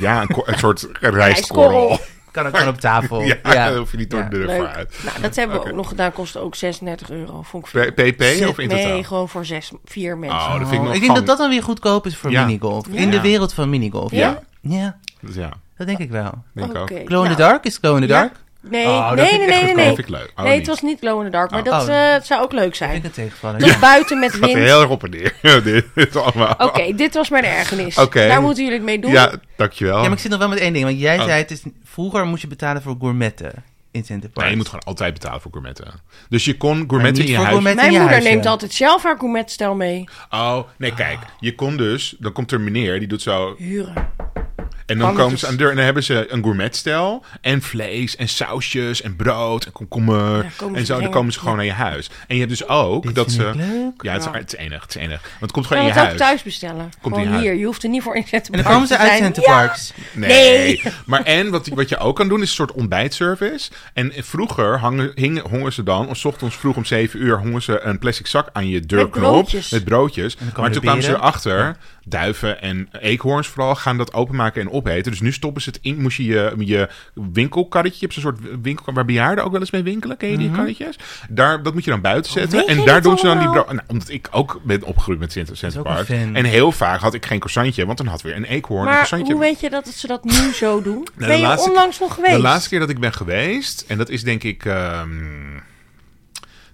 [SPEAKER 2] ja, een, ko- een soort rijstkorrel.
[SPEAKER 3] Rijstkorrel.
[SPEAKER 4] Kan ook gewoon op tafel.
[SPEAKER 2] Ja,
[SPEAKER 4] Ja.
[SPEAKER 2] daar hoef je niet door
[SPEAKER 4] Ja,
[SPEAKER 2] de deur
[SPEAKER 3] leuk.
[SPEAKER 2] voor uit.
[SPEAKER 3] Nou, dat hebben we ook nog gedaan. Kostte ook 36 euro. Vond ik
[SPEAKER 2] P-
[SPEAKER 3] veel.
[SPEAKER 2] PP of in totaal?
[SPEAKER 3] Nee, gewoon voor zes, vier mensen.
[SPEAKER 2] Oh, dat vind ik nog
[SPEAKER 4] ik denk
[SPEAKER 2] gewoon-
[SPEAKER 4] dat dat dan weer goedkoop is voor
[SPEAKER 2] Ja.
[SPEAKER 4] minigolf. In de
[SPEAKER 2] Ja.
[SPEAKER 4] wereld van minigolf.
[SPEAKER 2] Ja.
[SPEAKER 4] Ja,
[SPEAKER 2] Dus Ja,
[SPEAKER 4] dat denk ik wel.
[SPEAKER 2] denk ik ook.
[SPEAKER 3] Oké,
[SPEAKER 4] Glow in
[SPEAKER 3] nou,
[SPEAKER 4] the dark is glow in the
[SPEAKER 3] Ja.
[SPEAKER 4] dark.
[SPEAKER 3] Nee,
[SPEAKER 4] Oh, dat
[SPEAKER 3] nee,
[SPEAKER 4] vind
[SPEAKER 3] nee,
[SPEAKER 4] ik
[SPEAKER 3] nee,
[SPEAKER 4] echt
[SPEAKER 3] nee,
[SPEAKER 2] Dat
[SPEAKER 3] nee.
[SPEAKER 2] vind ik leuk. Oh,
[SPEAKER 3] Nee,
[SPEAKER 2] niet.
[SPEAKER 3] het was niet glow in the dark. Maar
[SPEAKER 2] Oh.
[SPEAKER 3] dat
[SPEAKER 4] Oh.
[SPEAKER 3] eh, het zou ook leuk
[SPEAKER 4] Ik
[SPEAKER 3] zijn.
[SPEAKER 4] vind het tegenvallen.
[SPEAKER 3] Dat buiten met
[SPEAKER 2] gaat er
[SPEAKER 3] wind.
[SPEAKER 2] heel erg op en neer. dit, dit allemaal.
[SPEAKER 3] Oké, dit was mijn ergernis.
[SPEAKER 2] Oké.
[SPEAKER 3] Daar moeten jullie het mee doen.
[SPEAKER 2] Ja, dankjewel.
[SPEAKER 4] Ja, maar ik zit nog wel met één ding. Want jij
[SPEAKER 2] Oh.
[SPEAKER 4] zei, het is, vroeger moest je betalen voor gourmetten in Center Park.
[SPEAKER 2] Nee, je moet gewoon altijd betalen voor gourmetten. Dus je kon gourmetten in
[SPEAKER 4] niet
[SPEAKER 2] je
[SPEAKER 4] voor
[SPEAKER 2] huis...
[SPEAKER 4] gourmetten.
[SPEAKER 3] Mijn
[SPEAKER 4] in je
[SPEAKER 3] moeder
[SPEAKER 4] huisje.
[SPEAKER 3] neemt altijd zelf haar gourmetstel mee.
[SPEAKER 2] Oh, nee, kijk. Je kon dus... Dan komt er een meneer, die doet zo...
[SPEAKER 3] Huren.
[SPEAKER 2] En dan
[SPEAKER 3] Kan
[SPEAKER 2] komen
[SPEAKER 3] dus.
[SPEAKER 2] ze aan de deur en dan hebben ze een gourmetstel. En vlees en sausjes en brood en komkommer.
[SPEAKER 3] Ja, komen
[SPEAKER 2] en
[SPEAKER 3] ze
[SPEAKER 2] zo, dan
[SPEAKER 3] brengen.
[SPEAKER 2] komen ze gewoon naar je huis. En je hebt dus ook
[SPEAKER 4] Dit
[SPEAKER 2] dat
[SPEAKER 4] vind
[SPEAKER 2] ze...
[SPEAKER 4] ik leuk.
[SPEAKER 2] Ja, het is, het is enig, het is enig. Want het komt
[SPEAKER 3] Kan
[SPEAKER 2] gewoon
[SPEAKER 3] je
[SPEAKER 2] in je
[SPEAKER 3] het ook
[SPEAKER 2] huis.
[SPEAKER 3] thuis bestellen?
[SPEAKER 2] in je
[SPEAKER 3] Gewoon
[SPEAKER 2] huis.
[SPEAKER 3] hier. Je hoeft er niet voor in Center
[SPEAKER 4] En dan
[SPEAKER 3] Park
[SPEAKER 4] komen ze
[SPEAKER 3] te
[SPEAKER 4] uit
[SPEAKER 3] zijn.
[SPEAKER 4] Center
[SPEAKER 3] Ja.
[SPEAKER 4] Parks.
[SPEAKER 2] Nee.
[SPEAKER 3] Nee.
[SPEAKER 2] Maar en wat, wat je ook kan doen is een soort ontbijtservice. En vroeger hangen, hingen, hongen ze dan, of 's ochtends vroeg om 7 uur, hongen ze een plastic zak aan je deurknop.
[SPEAKER 3] broodjes.
[SPEAKER 2] Met broodjes.
[SPEAKER 4] dan
[SPEAKER 2] Maar
[SPEAKER 4] komen
[SPEAKER 2] toen
[SPEAKER 4] de
[SPEAKER 2] kwamen ze
[SPEAKER 4] beren.
[SPEAKER 2] erachter, duiven en eekhoorns vooral, gaan dat openmaken en opeten. Dus nu stoppen ze het in, moest je je, je winkelkarretje, je hebt zo'n soort winkel waar bejaarden ook wel eens mee winkelen, ken je
[SPEAKER 4] Mhm.
[SPEAKER 2] die karretjes? Daar, dat moet je dan buiten zetten.
[SPEAKER 3] Oh, weet
[SPEAKER 2] en
[SPEAKER 3] jij
[SPEAKER 2] daar
[SPEAKER 3] dit
[SPEAKER 2] doen ze dan die
[SPEAKER 3] allemaal?
[SPEAKER 2] brood. Nou, omdat ik ook ben opgegroeid met Center, Center
[SPEAKER 4] ook een
[SPEAKER 2] Park.
[SPEAKER 4] fan.
[SPEAKER 2] En heel vaak had ik geen croissantje, want dan had weer een eekhoorn een
[SPEAKER 3] Maar
[SPEAKER 2] croissantje.
[SPEAKER 3] hoe weet je dat ze dat nu zo doen?
[SPEAKER 2] de
[SPEAKER 3] ben je
[SPEAKER 2] laatste-
[SPEAKER 3] onlangs nog geweest?
[SPEAKER 2] De laatste keer dat ik ben geweest, en dat is denk ik ehm,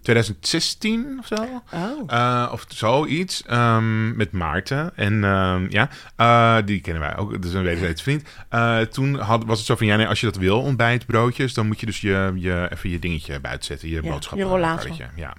[SPEAKER 2] 2016 of zo.
[SPEAKER 3] Oh.
[SPEAKER 2] Eh, of zoiets. ehm, met Maarten. En ehm, ja, eh, die kennen wij ook. Dat is een wederzijds vriend. Eh, toen had, was het zo van, ja nee, als je dat wil, ontbijtbroodjes, dan moet je dus je, je, even je dingetje buiten zetten. Je
[SPEAKER 3] Ja,
[SPEAKER 2] boodschappen.
[SPEAKER 3] je rollator.
[SPEAKER 2] karretje. Ja.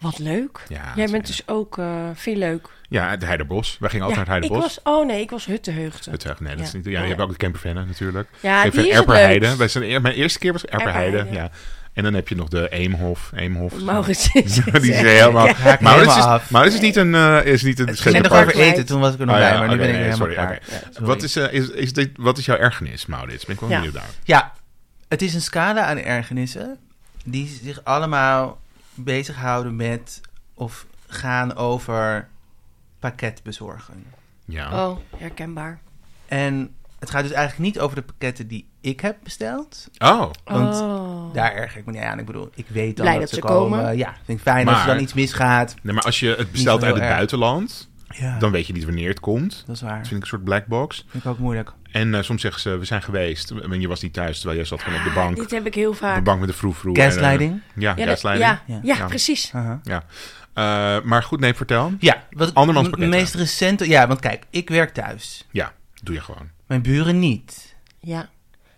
[SPEAKER 3] Wat leuk.
[SPEAKER 2] Ja,
[SPEAKER 3] Jij
[SPEAKER 2] zeker.
[SPEAKER 3] bent dus ook eh, veel leuk.
[SPEAKER 2] ja, het Heiderbos. Wij gingen
[SPEAKER 3] Ja,
[SPEAKER 2] altijd naar het
[SPEAKER 3] ik
[SPEAKER 2] Heiderbos.
[SPEAKER 3] was, oh nee, ik was Hutteheugde.
[SPEAKER 2] Het Heugen- nee, dat is
[SPEAKER 3] Ja.
[SPEAKER 2] niet. Ja, je
[SPEAKER 3] Oh,
[SPEAKER 2] hebt
[SPEAKER 3] ja.
[SPEAKER 2] ook de campervannen natuurlijk.
[SPEAKER 3] Ja,
[SPEAKER 2] Even
[SPEAKER 3] Ah, die is het
[SPEAKER 2] Erperheide.
[SPEAKER 3] leukst.
[SPEAKER 2] Wij zijn, mijn eerste keer was Erperheide.
[SPEAKER 3] Erperheide.
[SPEAKER 2] Ja. En dan heb je nog de Eemhof. Eemhof.
[SPEAKER 3] Maurits is het,
[SPEAKER 2] Die is
[SPEAKER 3] hè?
[SPEAKER 2] helemaal.
[SPEAKER 4] Haak me
[SPEAKER 2] Maurits is,
[SPEAKER 4] helemaal af.
[SPEAKER 2] Maurits is niet een. eh, is niet een
[SPEAKER 4] Ik ging nog
[SPEAKER 2] Schepenpark.
[SPEAKER 4] over eten, toen was ik er nog
[SPEAKER 2] Oh,
[SPEAKER 4] bij,
[SPEAKER 2] ja,
[SPEAKER 4] maar nu
[SPEAKER 2] oké,
[SPEAKER 4] ben ik
[SPEAKER 2] nee,
[SPEAKER 4] weer helemaal
[SPEAKER 2] sorry,
[SPEAKER 4] klaar.
[SPEAKER 2] oké.
[SPEAKER 4] Ja, sorry.
[SPEAKER 2] Wat, is, eh, is, is dit, wat is jouw ergernis, Maurits? Ben ik wel
[SPEAKER 3] Ja.
[SPEAKER 2] benieuwd daar.
[SPEAKER 4] Ja, het is een scala aan ergernissen die zich allemaal bezighouden met of gaan over pakket bezorgen.
[SPEAKER 2] Ja.
[SPEAKER 3] Oh, herkenbaar.
[SPEAKER 4] En het gaat dus eigenlijk niet over de pakketten die ik heb besteld.
[SPEAKER 2] Oh,
[SPEAKER 4] Want
[SPEAKER 3] Oh.
[SPEAKER 4] daar erger ik me niet aan. Ik bedoel, ik weet dan
[SPEAKER 3] Blij
[SPEAKER 4] dat,
[SPEAKER 3] dat
[SPEAKER 4] ze
[SPEAKER 3] ze
[SPEAKER 4] komen.
[SPEAKER 3] komen.
[SPEAKER 4] Ja, vind ik fijn als er
[SPEAKER 2] Maar-
[SPEAKER 4] dan iets misgaat.
[SPEAKER 2] nee, maar als je het bestelt
[SPEAKER 4] zo
[SPEAKER 2] uit
[SPEAKER 4] heel
[SPEAKER 2] het
[SPEAKER 4] erg.
[SPEAKER 2] buitenland,
[SPEAKER 4] Ja,
[SPEAKER 2] dan weet je niet wanneer het komt.
[SPEAKER 4] dat is waar.
[SPEAKER 2] Dat vind ik een soort black box.
[SPEAKER 4] vind ik ook moeilijk.
[SPEAKER 2] En eh, soms zeggen ze: we zijn geweest. En je was niet thuis, terwijl jij zat gewoon op de bank.
[SPEAKER 3] Dit heb ik heel
[SPEAKER 2] Op
[SPEAKER 3] vaak.
[SPEAKER 2] de bank met de vroeg-vroeg.
[SPEAKER 4] Gaslighting.
[SPEAKER 2] Ja,
[SPEAKER 3] Ah, Ja, dat-
[SPEAKER 2] gaslighting.
[SPEAKER 3] ja,
[SPEAKER 4] Ja.
[SPEAKER 3] ja,
[SPEAKER 2] Ja.
[SPEAKER 3] precies.
[SPEAKER 4] Aha.
[SPEAKER 2] Ja. Eh, maar goed, nee, vertel.
[SPEAKER 4] Ja, Uh-huh. wat ik-
[SPEAKER 2] Andermans
[SPEAKER 4] m-
[SPEAKER 2] pakketten.
[SPEAKER 4] meest recente... Ja, want kijk, ik werk thuis.
[SPEAKER 2] Ja, doe je gewoon.
[SPEAKER 4] Mijn buren niet.
[SPEAKER 3] Ja. En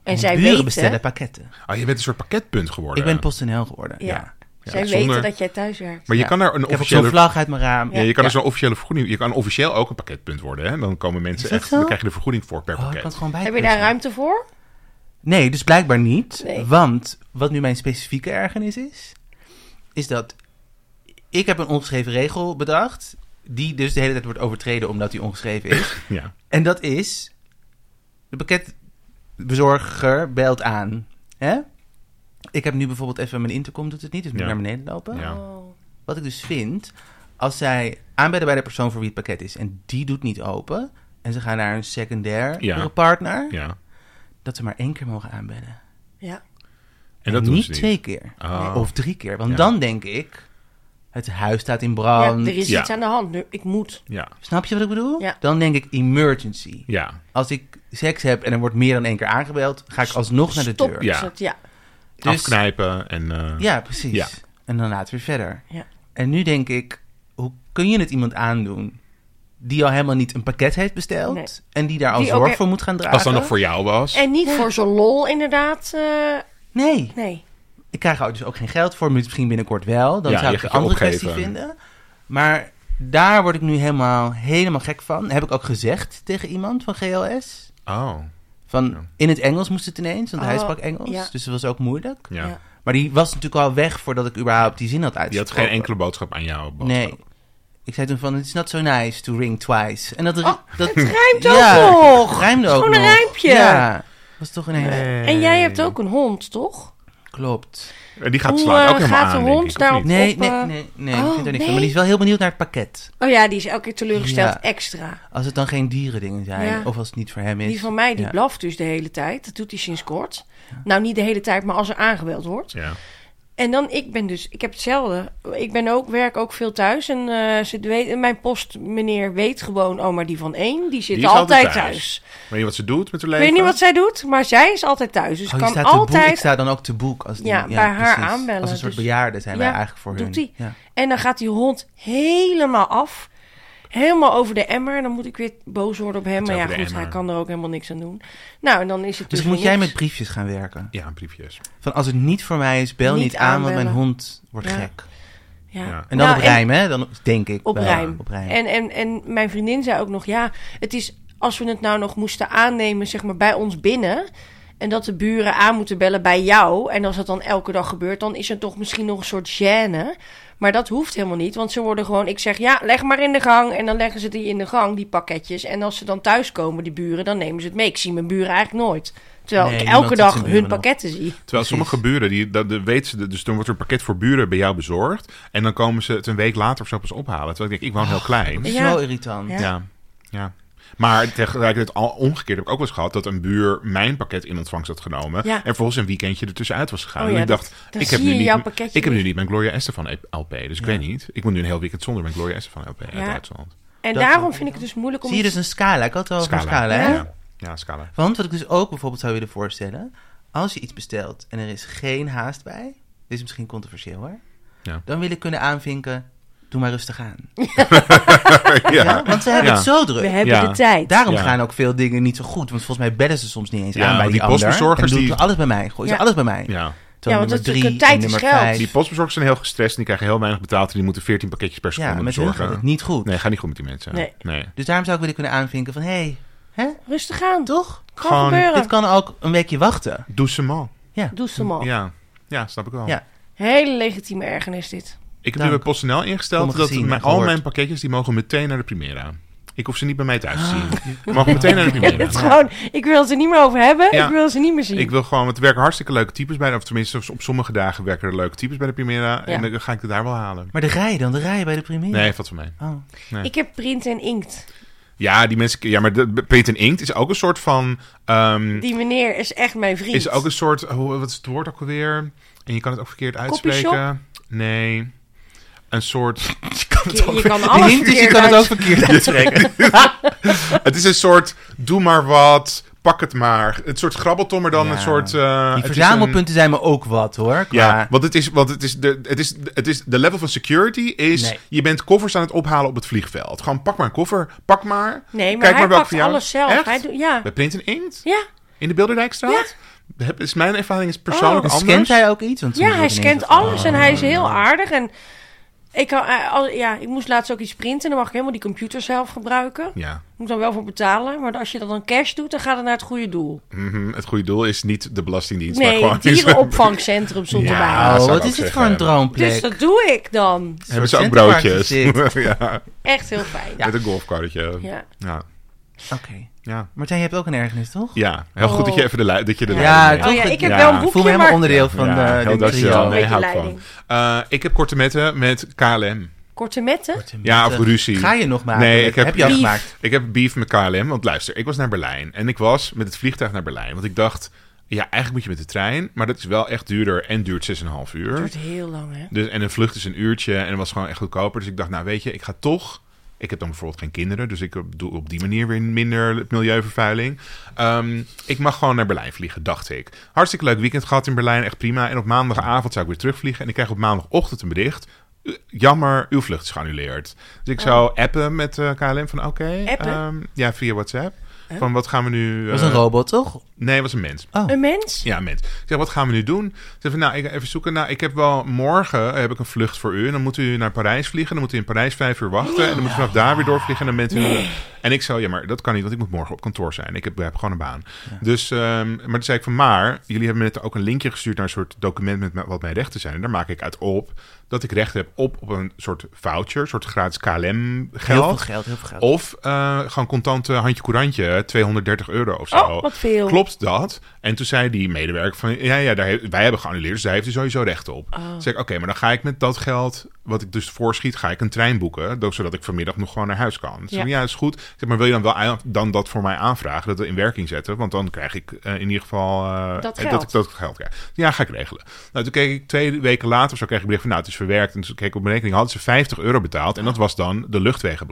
[SPEAKER 4] Mijn
[SPEAKER 3] zij
[SPEAKER 4] buren
[SPEAKER 3] weten...
[SPEAKER 4] bestellen pakketten.
[SPEAKER 2] Ah, je bent een soort pakketpunt geworden.
[SPEAKER 4] Ik ben PostNL geworden.
[SPEAKER 3] Ja.
[SPEAKER 4] Ja.
[SPEAKER 3] Zij
[SPEAKER 2] zonder-
[SPEAKER 3] weten dat jij thuis werkt.
[SPEAKER 2] Maar je
[SPEAKER 4] Ja.
[SPEAKER 2] kan daar een
[SPEAKER 4] Ik heb ook zo'n
[SPEAKER 2] officiële...
[SPEAKER 4] vlag uit mijn raam. Oh,
[SPEAKER 2] Ja, je kan
[SPEAKER 4] Ja.
[SPEAKER 2] er zo'n officiële vergoeding... Je kan officieel ook een pakketpunt worden. Hè? Dan komen mensen
[SPEAKER 4] Is dat
[SPEAKER 2] echt...
[SPEAKER 4] zo?
[SPEAKER 2] Dan krijg je de vergoeding voor per
[SPEAKER 4] Oh, ik
[SPEAKER 2] pakket.
[SPEAKER 4] kan het gewoon bij.
[SPEAKER 3] Heb je daar ruimte voor?
[SPEAKER 4] Nee, dus blijkbaar niet.
[SPEAKER 3] Nee.
[SPEAKER 4] Want wat nu mijn specifieke ergernis is, is dat ik heb een ongeschreven regel bedacht, die dus de hele tijd wordt overtreden omdat die ongeschreven is.
[SPEAKER 2] Ja.
[SPEAKER 4] en dat is, de pakketbezorger belt aan. Hè? Ik heb nu bijvoorbeeld even mijn intercom, doet het niet, dus moet ik
[SPEAKER 2] Ja.
[SPEAKER 4] naar beneden lopen.
[SPEAKER 2] Ja.
[SPEAKER 3] Oh.
[SPEAKER 4] Wat ik dus vind, als zij aanbellen bij de persoon voor wie het pakket is en die doet niet open, en ze gaan naar een secundair
[SPEAKER 2] Ja.
[SPEAKER 4] partner,
[SPEAKER 2] ja.
[SPEAKER 4] dat ze maar één keer mogen aanbellen.
[SPEAKER 3] Ja.
[SPEAKER 2] En dat
[SPEAKER 4] En
[SPEAKER 2] doen
[SPEAKER 4] niet
[SPEAKER 2] ze niet.
[SPEAKER 4] twee keer.
[SPEAKER 2] Oh.
[SPEAKER 4] Nee, Of drie keer. Want
[SPEAKER 2] Ja.
[SPEAKER 4] dan denk ik, het huis staat in
[SPEAKER 3] Ja,
[SPEAKER 4] brand.
[SPEAKER 3] er is
[SPEAKER 2] Ja.
[SPEAKER 3] iets aan de hand nu. Ik moet.
[SPEAKER 2] Ja.
[SPEAKER 4] Snap je wat ik bedoel?
[SPEAKER 3] Ja.
[SPEAKER 4] Dan denk ik emergency.
[SPEAKER 2] Ja.
[SPEAKER 4] Als ik seks heb en er wordt meer dan één keer aangebeld, ga ik alsnog naar de
[SPEAKER 3] Stop
[SPEAKER 4] deur.
[SPEAKER 3] is
[SPEAKER 2] Ja.
[SPEAKER 3] het, ja.
[SPEAKER 4] Dus-
[SPEAKER 2] Afknijpen en... eh,
[SPEAKER 4] Ja, precies.
[SPEAKER 2] Ja.
[SPEAKER 4] En dan later weer verder.
[SPEAKER 3] Ja.
[SPEAKER 4] En nu denk ik, hoe kun je het iemand aandoen die al helemaal niet een pakket heeft besteld
[SPEAKER 3] Nee.
[SPEAKER 4] en die daar al
[SPEAKER 3] Die ook
[SPEAKER 4] zorg
[SPEAKER 3] e-
[SPEAKER 4] voor moet gaan dragen?
[SPEAKER 2] Als dat nog voor jou was.
[SPEAKER 3] En niet voor zo'n lol, inderdaad. eh,
[SPEAKER 4] Nee,
[SPEAKER 3] nee.
[SPEAKER 4] ik krijg er dus ook geen geld voor, misschien binnenkort wel. Dan
[SPEAKER 2] Ja,
[SPEAKER 4] zou
[SPEAKER 2] je
[SPEAKER 4] ik een
[SPEAKER 2] gaat je
[SPEAKER 4] andere
[SPEAKER 2] opgeven.
[SPEAKER 4] kwestie vinden. Maar daar word ik nu helemaal, helemaal gek van. Heb ik ook gezegd tegen iemand van GLS.
[SPEAKER 2] Oh.
[SPEAKER 4] Van,
[SPEAKER 2] Ja.
[SPEAKER 4] In het Engels moest het ineens, want hij
[SPEAKER 3] Oh,
[SPEAKER 4] sprak Engels.
[SPEAKER 3] ja.
[SPEAKER 4] Dus dat was ook moeilijk.
[SPEAKER 2] Ja.
[SPEAKER 3] Ja.
[SPEAKER 4] Maar die was natuurlijk al weg voordat ik überhaupt die zin had
[SPEAKER 2] Die had
[SPEAKER 4] uitgesproken.
[SPEAKER 2] geen enkele boodschap aan jou. boodschap.
[SPEAKER 4] Nee. Ik zei toen van, it's not so nice to ring twice. En dat, dat het
[SPEAKER 3] Oh, rijmt ook nog.
[SPEAKER 4] rijmde ook
[SPEAKER 3] Gewoon een
[SPEAKER 4] nog.
[SPEAKER 3] rijmpje.
[SPEAKER 4] Ja, was toch ineens...
[SPEAKER 3] En jij hebt ook een hond, toch?
[SPEAKER 4] Klopt.
[SPEAKER 2] En die gaat
[SPEAKER 3] Hoe,
[SPEAKER 2] slaat
[SPEAKER 3] eh,
[SPEAKER 2] ook helemaal
[SPEAKER 3] gaat de
[SPEAKER 2] aan, denk
[SPEAKER 3] hond
[SPEAKER 2] ik, of
[SPEAKER 3] daar
[SPEAKER 2] niet?
[SPEAKER 4] Nee,
[SPEAKER 3] Op,
[SPEAKER 4] nee,
[SPEAKER 3] eh,
[SPEAKER 4] nee, nee. ik
[SPEAKER 3] oh,
[SPEAKER 4] vind er niks
[SPEAKER 3] nee.
[SPEAKER 4] van. Maar die is wel heel benieuwd naar het pakket.
[SPEAKER 3] Oh ja, die is elke keer teleurgesteld
[SPEAKER 4] Ja.
[SPEAKER 3] extra.
[SPEAKER 4] Als het dan geen dierendingen zijn,
[SPEAKER 3] Ja.
[SPEAKER 4] of als het niet voor hem is.
[SPEAKER 3] Die van mij, die
[SPEAKER 4] Ja.
[SPEAKER 3] blaft dus de hele tijd. Dat doet hij sinds kort. Nou, niet de hele tijd, maar als er aangebeld wordt.
[SPEAKER 2] Ja.
[SPEAKER 3] En dan, ik ben dus, ik heb hetzelfde. Ik ben ook, werk ook veel thuis. En eh, ze weet, mijn postmeneer weet gewoon, oh, maar die van één, die zit
[SPEAKER 2] Die is
[SPEAKER 3] altijd,
[SPEAKER 2] altijd thuis.
[SPEAKER 3] thuis.
[SPEAKER 2] Weet je wat ze doet met haar
[SPEAKER 3] Ik
[SPEAKER 2] leven?
[SPEAKER 3] weet niet wat zij doet, maar zij is altijd thuis. Dus
[SPEAKER 4] Oh, je
[SPEAKER 3] kan
[SPEAKER 4] staat te boek. Ik
[SPEAKER 3] altijd...
[SPEAKER 4] sta dan ook te boek. Als die,
[SPEAKER 3] Ja, bij haar
[SPEAKER 4] precies.
[SPEAKER 3] aanbellen,
[SPEAKER 4] Als een soort
[SPEAKER 3] dus-
[SPEAKER 4] bejaarden zijn wij
[SPEAKER 3] Ja,
[SPEAKER 4] eigenlijk voor
[SPEAKER 3] doet
[SPEAKER 4] hun.
[SPEAKER 3] die. Dus
[SPEAKER 4] Ja.
[SPEAKER 3] En dan gaat die hond helemaal af. Helemaal over de emmer. En dan moet ik weer boos worden op hem.
[SPEAKER 2] is
[SPEAKER 3] Maar ja,
[SPEAKER 2] over de
[SPEAKER 3] goed, hij
[SPEAKER 2] emmer.
[SPEAKER 3] kan er ook helemaal niks aan doen. Nou, en dan is het dus
[SPEAKER 4] Dus moet
[SPEAKER 3] weer
[SPEAKER 4] jij
[SPEAKER 3] niks.
[SPEAKER 4] met briefjes gaan werken?
[SPEAKER 2] Ja, briefjes.
[SPEAKER 4] Van als het niet voor mij is, bel niet,
[SPEAKER 3] Niet
[SPEAKER 4] aan, want mijn
[SPEAKER 3] aanbellen.
[SPEAKER 4] hond wordt
[SPEAKER 3] Ja.
[SPEAKER 4] gek.
[SPEAKER 3] Ja.
[SPEAKER 2] Ja.
[SPEAKER 4] En dan
[SPEAKER 3] Nou,
[SPEAKER 4] op rijm, hè? Dan denk ik.
[SPEAKER 3] Op
[SPEAKER 4] wel.
[SPEAKER 3] rijm.
[SPEAKER 4] Op rijm.
[SPEAKER 3] En, en, en mijn vriendin zei ook nog, ja, het is als we het nou nog moesten aannemen, zeg maar bij ons binnen. En dat de buren aan moeten bellen bij jou. En als dat dan elke dag gebeurt, dan is er toch misschien nog een soort gêne. Maar dat hoeft helemaal niet, want ze worden gewoon, ik zeg ja, leg maar in de gang. En dan leggen ze die in de gang, die pakketjes. En als ze dan thuiskomen, die buren, dan nemen ze het mee. Ik zie mijn buren eigenlijk nooit. Terwijl
[SPEAKER 4] Nee,
[SPEAKER 3] ik
[SPEAKER 4] niemand
[SPEAKER 3] elke
[SPEAKER 4] ziet
[SPEAKER 3] dag
[SPEAKER 4] zijn
[SPEAKER 3] hun
[SPEAKER 4] buren nog.
[SPEAKER 3] pakketten zie.
[SPEAKER 2] Terwijl sommige buren, die, dat, de, weet ze, de- dus dan wordt er een pakket voor buren bij jou bezorgd. En dan komen ze het een week later of zo pas ophalen. Terwijl ik denk, ik woon
[SPEAKER 3] Oh,
[SPEAKER 2] heel klein.
[SPEAKER 4] Dat is
[SPEAKER 3] Ja.
[SPEAKER 4] zo irritant.
[SPEAKER 3] Ja.
[SPEAKER 2] Ja. ja. Maar tegelijkertijd al omgekeerd heb ik ook wel eens gehad dat een buur mijn pakket in ontvangst had genomen.
[SPEAKER 3] Ja.
[SPEAKER 2] En vervolgens een weekendje ertussenuit was gegaan.
[SPEAKER 3] Oh
[SPEAKER 2] en
[SPEAKER 3] ja,
[SPEAKER 2] ik dacht,
[SPEAKER 3] dat- dan
[SPEAKER 2] ik, heb
[SPEAKER 3] zie
[SPEAKER 2] nu
[SPEAKER 3] je
[SPEAKER 2] niet,
[SPEAKER 3] jouw pakketje
[SPEAKER 2] ik heb nu
[SPEAKER 3] niet.
[SPEAKER 2] niet mijn Gloria Estefan LP. Dus ik weet niet. Ik moet nu een heel weekend zonder mijn Gloria Estefan LP uit
[SPEAKER 3] Ja. Oh,
[SPEAKER 2] Duitsland.
[SPEAKER 3] En
[SPEAKER 4] Dat
[SPEAKER 3] daarom vind ik het dus moeilijk om...
[SPEAKER 4] Zie je dus
[SPEAKER 3] iets-
[SPEAKER 4] een scala? Ik had het al over een scala, hè?
[SPEAKER 2] Ja. Ja. Scala.
[SPEAKER 4] Want wat ik dus ook bijvoorbeeld zou willen voorstellen, als je iets bestelt en er is geen haast bij, dit is misschien controversieel hoor,
[SPEAKER 2] Ja.
[SPEAKER 4] dan wil ik kunnen aanvinken, doe maar rustig aan.
[SPEAKER 2] ja.
[SPEAKER 4] Ja, want ze hebben
[SPEAKER 2] Ja.
[SPEAKER 4] het zo
[SPEAKER 3] We
[SPEAKER 4] druk.
[SPEAKER 3] hebben
[SPEAKER 2] Ja.
[SPEAKER 3] de tijd.
[SPEAKER 4] Daarom
[SPEAKER 2] Ja.
[SPEAKER 4] gaan ook veel dingen niet zo goed, want volgens mij bellen ze soms niet eens
[SPEAKER 2] Ja,
[SPEAKER 4] aan bij
[SPEAKER 2] want
[SPEAKER 4] die,
[SPEAKER 2] die
[SPEAKER 4] ander.
[SPEAKER 2] postbezorgers
[SPEAKER 4] en doen
[SPEAKER 2] die-
[SPEAKER 4] ze alles bij mij, gooien
[SPEAKER 3] Ja.
[SPEAKER 4] ze alles bij mij.
[SPEAKER 2] Ja.
[SPEAKER 4] Terwijl
[SPEAKER 3] Ja, want
[SPEAKER 4] nummer
[SPEAKER 3] dat is
[SPEAKER 4] drie,
[SPEAKER 3] natuurlijk tijd
[SPEAKER 4] en
[SPEAKER 3] is
[SPEAKER 4] nummer
[SPEAKER 3] geld.
[SPEAKER 4] vijf.
[SPEAKER 2] Die postbezorgers zijn heel gestrest en die krijgen heel weinig betaald. En die moeten 14 pakketjes per seconde
[SPEAKER 4] Ja, met hun
[SPEAKER 2] bezorgen.
[SPEAKER 4] gaat het niet goed.
[SPEAKER 2] Nee, gaat niet goed met die mensen.
[SPEAKER 3] Nee.
[SPEAKER 4] Dus daarom zou ik willen kunnen aanvinken van, hé, hey, hè,
[SPEAKER 3] Rustig aan.
[SPEAKER 4] toch?
[SPEAKER 3] Kan
[SPEAKER 2] Gewoon-
[SPEAKER 3] gebeuren.
[SPEAKER 4] Dit kan ook een weekje wachten.
[SPEAKER 2] Doucement.
[SPEAKER 3] Doe ze maar.
[SPEAKER 2] Ja. ja, snap ik wel.
[SPEAKER 4] Oh. Ja.
[SPEAKER 3] Hele legitieme ergernis dit.
[SPEAKER 2] Ik heb
[SPEAKER 4] Dank.
[SPEAKER 2] nu bij PostNL ingesteld
[SPEAKER 4] Sommige
[SPEAKER 2] dat
[SPEAKER 4] gezien en
[SPEAKER 2] mijn, al
[SPEAKER 4] gehoord.
[SPEAKER 2] mijn pakketjes die mogen meteen naar de Primera. Ik hoef ze niet bij mij thuis te zien.
[SPEAKER 4] Ah.
[SPEAKER 2] Ze mogen meteen naar de Primera.
[SPEAKER 3] Het is gewoon, ik wil het er niet meer over hebben.
[SPEAKER 2] Ja.
[SPEAKER 3] Ik wil ze niet meer zien.
[SPEAKER 2] Ik wil gewoon, want er werken hartstikke leuke types bij. Of tenminste, op sommige dagen werken er leuke types bij de Primera. En
[SPEAKER 3] Ja.
[SPEAKER 2] dan ga ik het daar wel halen.
[SPEAKER 4] Maar de rij dan, de rij bij de premier.
[SPEAKER 2] Nee, valt van mij.
[SPEAKER 4] Oh.
[SPEAKER 3] Ik heb print en inkt.
[SPEAKER 2] Ja, die mensen. Ja, maar de, Peter en Inkt is ook een soort van. ehm,
[SPEAKER 3] Die meneer is echt mijn vriend.
[SPEAKER 2] is ook een soort. hoe wat is het woord ook alweer? En je kan het ook verkeerd uitspreken. Nee. Een soort.
[SPEAKER 3] je, je kan
[SPEAKER 4] Die
[SPEAKER 3] alles
[SPEAKER 4] hint is, je
[SPEAKER 3] verkeerd
[SPEAKER 4] kan het ook
[SPEAKER 3] uit-
[SPEAKER 4] verkeerd uitspreken.
[SPEAKER 2] Het is een soort. Doe maar wat. Pak het maar. Het soort grabbelton, maar dan
[SPEAKER 4] Ja.
[SPEAKER 2] een soort. eh,
[SPEAKER 4] Die
[SPEAKER 2] het is een-
[SPEAKER 4] verzamelpunten zijn me ook wat hoor. Qua...
[SPEAKER 2] Ja, want het is, want het is, de, het is, het is de level van security is,
[SPEAKER 4] Nee.
[SPEAKER 2] je bent koffers aan het ophalen op het vliegveld. Gewoon pak maar een koffer, pak maar.
[SPEAKER 3] Nee, maar
[SPEAKER 2] Kijk
[SPEAKER 3] hij
[SPEAKER 2] maar welke
[SPEAKER 3] pakt
[SPEAKER 2] voor jou-
[SPEAKER 3] alles zelf.
[SPEAKER 2] Echt?
[SPEAKER 3] Hij doet, ja.
[SPEAKER 2] Bij Print en Inkt?
[SPEAKER 3] ja.
[SPEAKER 2] In de Bilderdijkstraat? heb, is mijn ervaring is persoonlijk
[SPEAKER 4] En
[SPEAKER 2] anders.
[SPEAKER 4] Oh. Dus scant hij ook iets? Want soms
[SPEAKER 3] Ja, hij
[SPEAKER 4] wordt ineens
[SPEAKER 3] scant
[SPEAKER 4] dat-
[SPEAKER 3] alles en
[SPEAKER 2] Oh.
[SPEAKER 3] hij is
[SPEAKER 2] Ah.
[SPEAKER 3] heel aardig. En ik, kan, eh, al- ja, ik moest laatst ook iets printen. en Dan mag ik helemaal die computer zelf gebruiken.
[SPEAKER 2] Ja.
[SPEAKER 3] Moet dan wel voor betalen. Maar als je dat dan cash doet, dan gaat het naar het goede doel.
[SPEAKER 2] Mhm. Het goede doel is niet de Belastingdienst, maar
[SPEAKER 3] Nee,
[SPEAKER 2] gewoon...
[SPEAKER 3] dierenopvangcentrum stond
[SPEAKER 2] Ja.
[SPEAKER 3] erbij.
[SPEAKER 2] Ah,
[SPEAKER 4] Oh,
[SPEAKER 2] zou ik
[SPEAKER 4] wat
[SPEAKER 2] ook
[SPEAKER 4] is het voor
[SPEAKER 2] zeggen,
[SPEAKER 4] een
[SPEAKER 2] ja.
[SPEAKER 4] droomplek?
[SPEAKER 3] Dus dat doe ik dan.
[SPEAKER 2] Hebben ze
[SPEAKER 4] soort
[SPEAKER 2] ook
[SPEAKER 4] centerpark
[SPEAKER 2] broodjes?
[SPEAKER 4] is dit.
[SPEAKER 2] ja,
[SPEAKER 3] Echt heel fijn.
[SPEAKER 2] Met een golfkarretje. Ja.
[SPEAKER 3] Ja.
[SPEAKER 2] Ja.
[SPEAKER 4] Oké.
[SPEAKER 2] ja.
[SPEAKER 4] Martijn, je hebt ook een ergernis, toch?
[SPEAKER 2] Heel goed
[SPEAKER 3] Oh.
[SPEAKER 2] dat je even de, lei- dat je de
[SPEAKER 3] Ja.
[SPEAKER 2] leiding neemt.
[SPEAKER 3] Oh ja,
[SPEAKER 4] toch?
[SPEAKER 3] ik heb
[SPEAKER 2] Ja,
[SPEAKER 3] wel een
[SPEAKER 2] ik
[SPEAKER 4] Ik
[SPEAKER 3] boekje,
[SPEAKER 4] voel me helemaal
[SPEAKER 3] maar...
[SPEAKER 4] onderdeel van
[SPEAKER 2] Ja,
[SPEAKER 4] eh,
[SPEAKER 2] heel
[SPEAKER 4] dit
[SPEAKER 2] dat je wel.
[SPEAKER 4] trio.
[SPEAKER 2] Nee,
[SPEAKER 3] Beetje
[SPEAKER 2] hou ik van.
[SPEAKER 3] leiding.
[SPEAKER 2] Eh, ik heb korte metten met KLM.
[SPEAKER 3] Korte metten?
[SPEAKER 2] Ja, of ruzie.
[SPEAKER 4] eh, Ga je nog maken?
[SPEAKER 2] Nee, ik heb,
[SPEAKER 4] je al
[SPEAKER 2] beef.
[SPEAKER 4] gemaakt.
[SPEAKER 2] Ik heb beef met KLM. Want luister, ik was naar Berlijn. En ik was met het vliegtuig naar Berlijn. Want ik dacht, ja, eigenlijk moet je met de trein. Maar dat is wel echt duurder en duurt 6,5
[SPEAKER 3] Het
[SPEAKER 2] uur.
[SPEAKER 3] duurt heel lang, hè?
[SPEAKER 2] Dus, en een vlucht is een uurtje en het was gewoon echt goedkoper. Dus ik dacht, nou weet je, ik ga toch... Ik heb dan bijvoorbeeld geen kinderen, dus ik doe op die manier weer minder milieuvervuiling. Ehm, ik mag gewoon naar Berlijn vliegen, dacht ik. Hartstikke leuk weekend gehad in Berlijn, echt prima. En op maandagavond zou ik weer terugvliegen en ik krijg op maandagochtend een bericht. "U- Jammer, uw vlucht is geannuleerd. Dus ik zou appen met eh, KLM van oké.
[SPEAKER 3] Appen?
[SPEAKER 2] ehm, ja, via WhatsApp. Van wat gaan we nu...
[SPEAKER 4] Dat was een
[SPEAKER 2] eh,
[SPEAKER 4] robot, toch?
[SPEAKER 2] Nee, het was een mens.
[SPEAKER 4] Oh.
[SPEAKER 3] Een mens?
[SPEAKER 2] Ja, mens. Ik zeg, wat gaan we nu doen? Ze zeggen, nou, ik ga even zoeken. Nou, ik heb wel morgen eh, heb ik een vlucht voor u. En dan moet u naar Parijs vliegen. Dan moet u in Parijs vijf uur wachten. En dan moet u vanaf daar weer doorvliegen. En dan bent u... En ik zei, ja, maar dat kan niet, want ik moet morgen op kantoor zijn. Ik heb, ik heb gewoon een baan. Dus, ehm, maar toen zei ik van, maar... Jullie hebben me net ook een linkje gestuurd naar een soort document met mijn- wat mijn rechten zijn. En daar maak ik uit op dat ik recht heb op, op een soort voucher. Een soort gratis KLM
[SPEAKER 4] Heel veel
[SPEAKER 2] geld.
[SPEAKER 4] geld, heel veel geld.
[SPEAKER 2] Of eh, gewoon contant eh, handje courantje, 230 euro of zo.
[SPEAKER 3] Oh, wat veel.
[SPEAKER 2] Klopt dat? En toen zei die medewerker van, ja, ja daar he- wij hebben geannuleerd, dus daar heeft u sowieso recht op.
[SPEAKER 3] Oh.
[SPEAKER 2] Toen zei ik, oké, maar dan ga ik met dat geld, wat ik dus voorschiet, ga ik een trein boeken, do- zodat ik vanmiddag nog gewoon naar huis kan. Ze zei, ja, is goed. Ik zeg, maar wil je dan wel aan- dan dat voor mij aanvragen, dat we in werking zetten? Want dan krijg ik eh, in ieder geval eh,
[SPEAKER 3] Dat
[SPEAKER 2] eh,
[SPEAKER 3] geld.
[SPEAKER 2] ik dat geld krijg. Ja, ga ik regelen. Nou, toen keek ik twee weken later of zo, kreeg ik bericht van, nou, het is verwerkt. En toen keek ik op mijn rekening, hadden ze 50 euro betaald en dat was dan de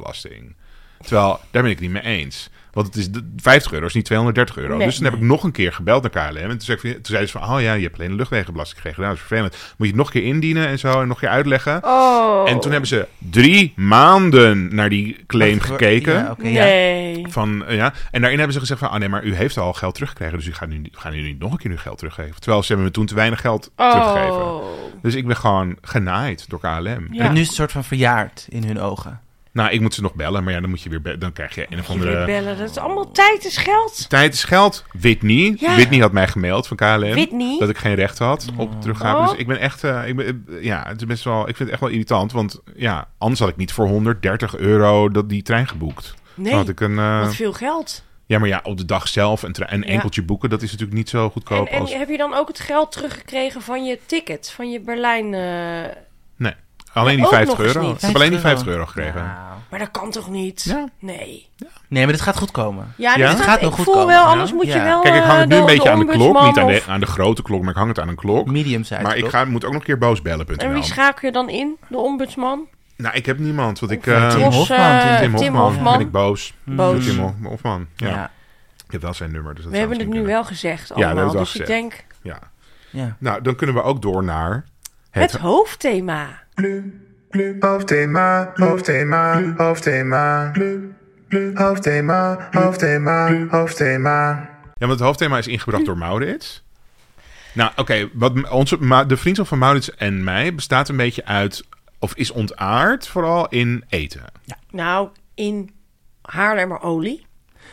[SPEAKER 2] luchtwegenbelasting. Terwijl, daar ben ik het niet mee eens. Want het is de- 50 euro, is niet 230 euro.
[SPEAKER 3] Nee.
[SPEAKER 2] dus toen heb ik nog een keer gebeld naar KLM. En toen, zei ik van- toen zeiden ze van, oh ja, je hebt alleen de luchtwegenbelasting gekregen. Nou, dat is vervelend. Moet je het nog een keer indienen en zo en nog een keer uitleggen.
[SPEAKER 3] Oh.
[SPEAKER 2] En toen hebben ze drie maanden naar die claim
[SPEAKER 4] Wacht,
[SPEAKER 2] gekeken.
[SPEAKER 4] Ja, oké, ja.
[SPEAKER 3] Nee.
[SPEAKER 2] Van, eh, ja. En daarin hebben ze gezegd van, ah nee, maar u heeft al geld teruggekregen. Dus u gaat nu, niet- gaan nu niet nog een keer uw geld teruggeven. Terwijl ze hebben me toen te weinig geld teruggegeven.
[SPEAKER 3] Oh.
[SPEAKER 2] Dus ik ben gewoon genaaid door KLM.
[SPEAKER 3] Ja.
[SPEAKER 4] En nu is het soort van verjaard in hun ogen.
[SPEAKER 2] Nou, ik moet ze nog bellen, maar ja, dan moet je weer be- dan krijg je een of
[SPEAKER 3] Je weer
[SPEAKER 2] andere
[SPEAKER 3] bellen. Dat is allemaal tijd is geld.
[SPEAKER 2] Tijd is geld. Whitney.
[SPEAKER 3] Ja.
[SPEAKER 2] Whitney had mij gemaild van KLM.
[SPEAKER 3] Whitney?
[SPEAKER 2] Dat ik geen recht had op teruggaan.
[SPEAKER 3] Oh.
[SPEAKER 2] Dus ik ben echt... eh, ik ben, eh, ja, het is best wel... Ik vind het echt wel irritant. Want ja, anders had ik niet voor 130 euro dat die trein geboekt.
[SPEAKER 3] Nee,
[SPEAKER 2] Dan had ik een... eh,
[SPEAKER 3] wat veel geld.
[SPEAKER 2] ja, maar ja, op de dag zelf een, tre- een
[SPEAKER 3] Ja.
[SPEAKER 2] enkeltje boeken... dat is natuurlijk niet zo
[SPEAKER 3] En,
[SPEAKER 2] goedkoop
[SPEAKER 3] en
[SPEAKER 2] als...
[SPEAKER 3] heb je dan ook het geld teruggekregen van je ticket? Van je Berlijn... eh,
[SPEAKER 2] Nee. Alleen die
[SPEAKER 3] ook
[SPEAKER 2] 50
[SPEAKER 3] nog eens
[SPEAKER 2] euro.
[SPEAKER 3] niet.
[SPEAKER 2] Ik heb alleen die 50 euro gekregen.
[SPEAKER 4] Nou.
[SPEAKER 3] Maar dat kan toch niet?
[SPEAKER 2] Ja.
[SPEAKER 3] Nee.
[SPEAKER 4] Nee, maar dit gaat goed komen.
[SPEAKER 3] Ja,
[SPEAKER 2] Ja?
[SPEAKER 3] dit
[SPEAKER 4] Het
[SPEAKER 3] gaat,
[SPEAKER 4] gaat
[SPEAKER 3] ik
[SPEAKER 4] nog goed
[SPEAKER 3] voel
[SPEAKER 4] komen,
[SPEAKER 3] wel,
[SPEAKER 4] ja?
[SPEAKER 3] anders moet je
[SPEAKER 4] Ja.
[SPEAKER 3] wel...
[SPEAKER 2] Kijk, ik hang het nu
[SPEAKER 3] eh,
[SPEAKER 2] een
[SPEAKER 3] door
[SPEAKER 2] beetje aan de klok.
[SPEAKER 3] ombudsman
[SPEAKER 2] Niet aan de,
[SPEAKER 3] of-
[SPEAKER 2] aan de grote klok, maar ik hang het aan een klok.
[SPEAKER 4] Medium size.
[SPEAKER 2] Maar ik
[SPEAKER 4] toch?
[SPEAKER 2] ga, moet ook nog een keer boosbellen.nl.
[SPEAKER 3] En wie schakel je dan in? De ombudsman?
[SPEAKER 2] Nou, ik heb niemand, want ik...
[SPEAKER 4] Tim
[SPEAKER 2] eh,
[SPEAKER 3] Tros,
[SPEAKER 4] Hofman,
[SPEAKER 3] eh,
[SPEAKER 2] Tim Hofman.
[SPEAKER 3] Hofman.
[SPEAKER 2] Ben ik boos.
[SPEAKER 3] Boos.
[SPEAKER 2] Tim Hof- Hofman. Ja.
[SPEAKER 4] Ja. Ja.
[SPEAKER 2] Ik heb wel zijn nummer. Dus dat
[SPEAKER 3] We
[SPEAKER 2] zou
[SPEAKER 3] hebben het nu
[SPEAKER 2] misschien
[SPEAKER 3] wel gezegd
[SPEAKER 2] we hebben
[SPEAKER 3] allemaal.
[SPEAKER 2] het wel
[SPEAKER 3] dus ik
[SPEAKER 2] gezegd.
[SPEAKER 3] denk, het,
[SPEAKER 2] kunnen. Ja. Nou, dan kunnen we ook door naar...
[SPEAKER 3] hoofdthema.
[SPEAKER 6] Hoofdthema, hoofdthema, hoofdthema. Hoofdthema, hoofdthema, hoofdthema.
[SPEAKER 2] Ja, want het hoofdthema is ingebracht door Maurits. Nou, oké. wat m- onze ma- de vriendschap van Maurits en mij bestaat een beetje uit... Of is ontaard vooral in eten.
[SPEAKER 3] Nou, in Haarlemmerolie.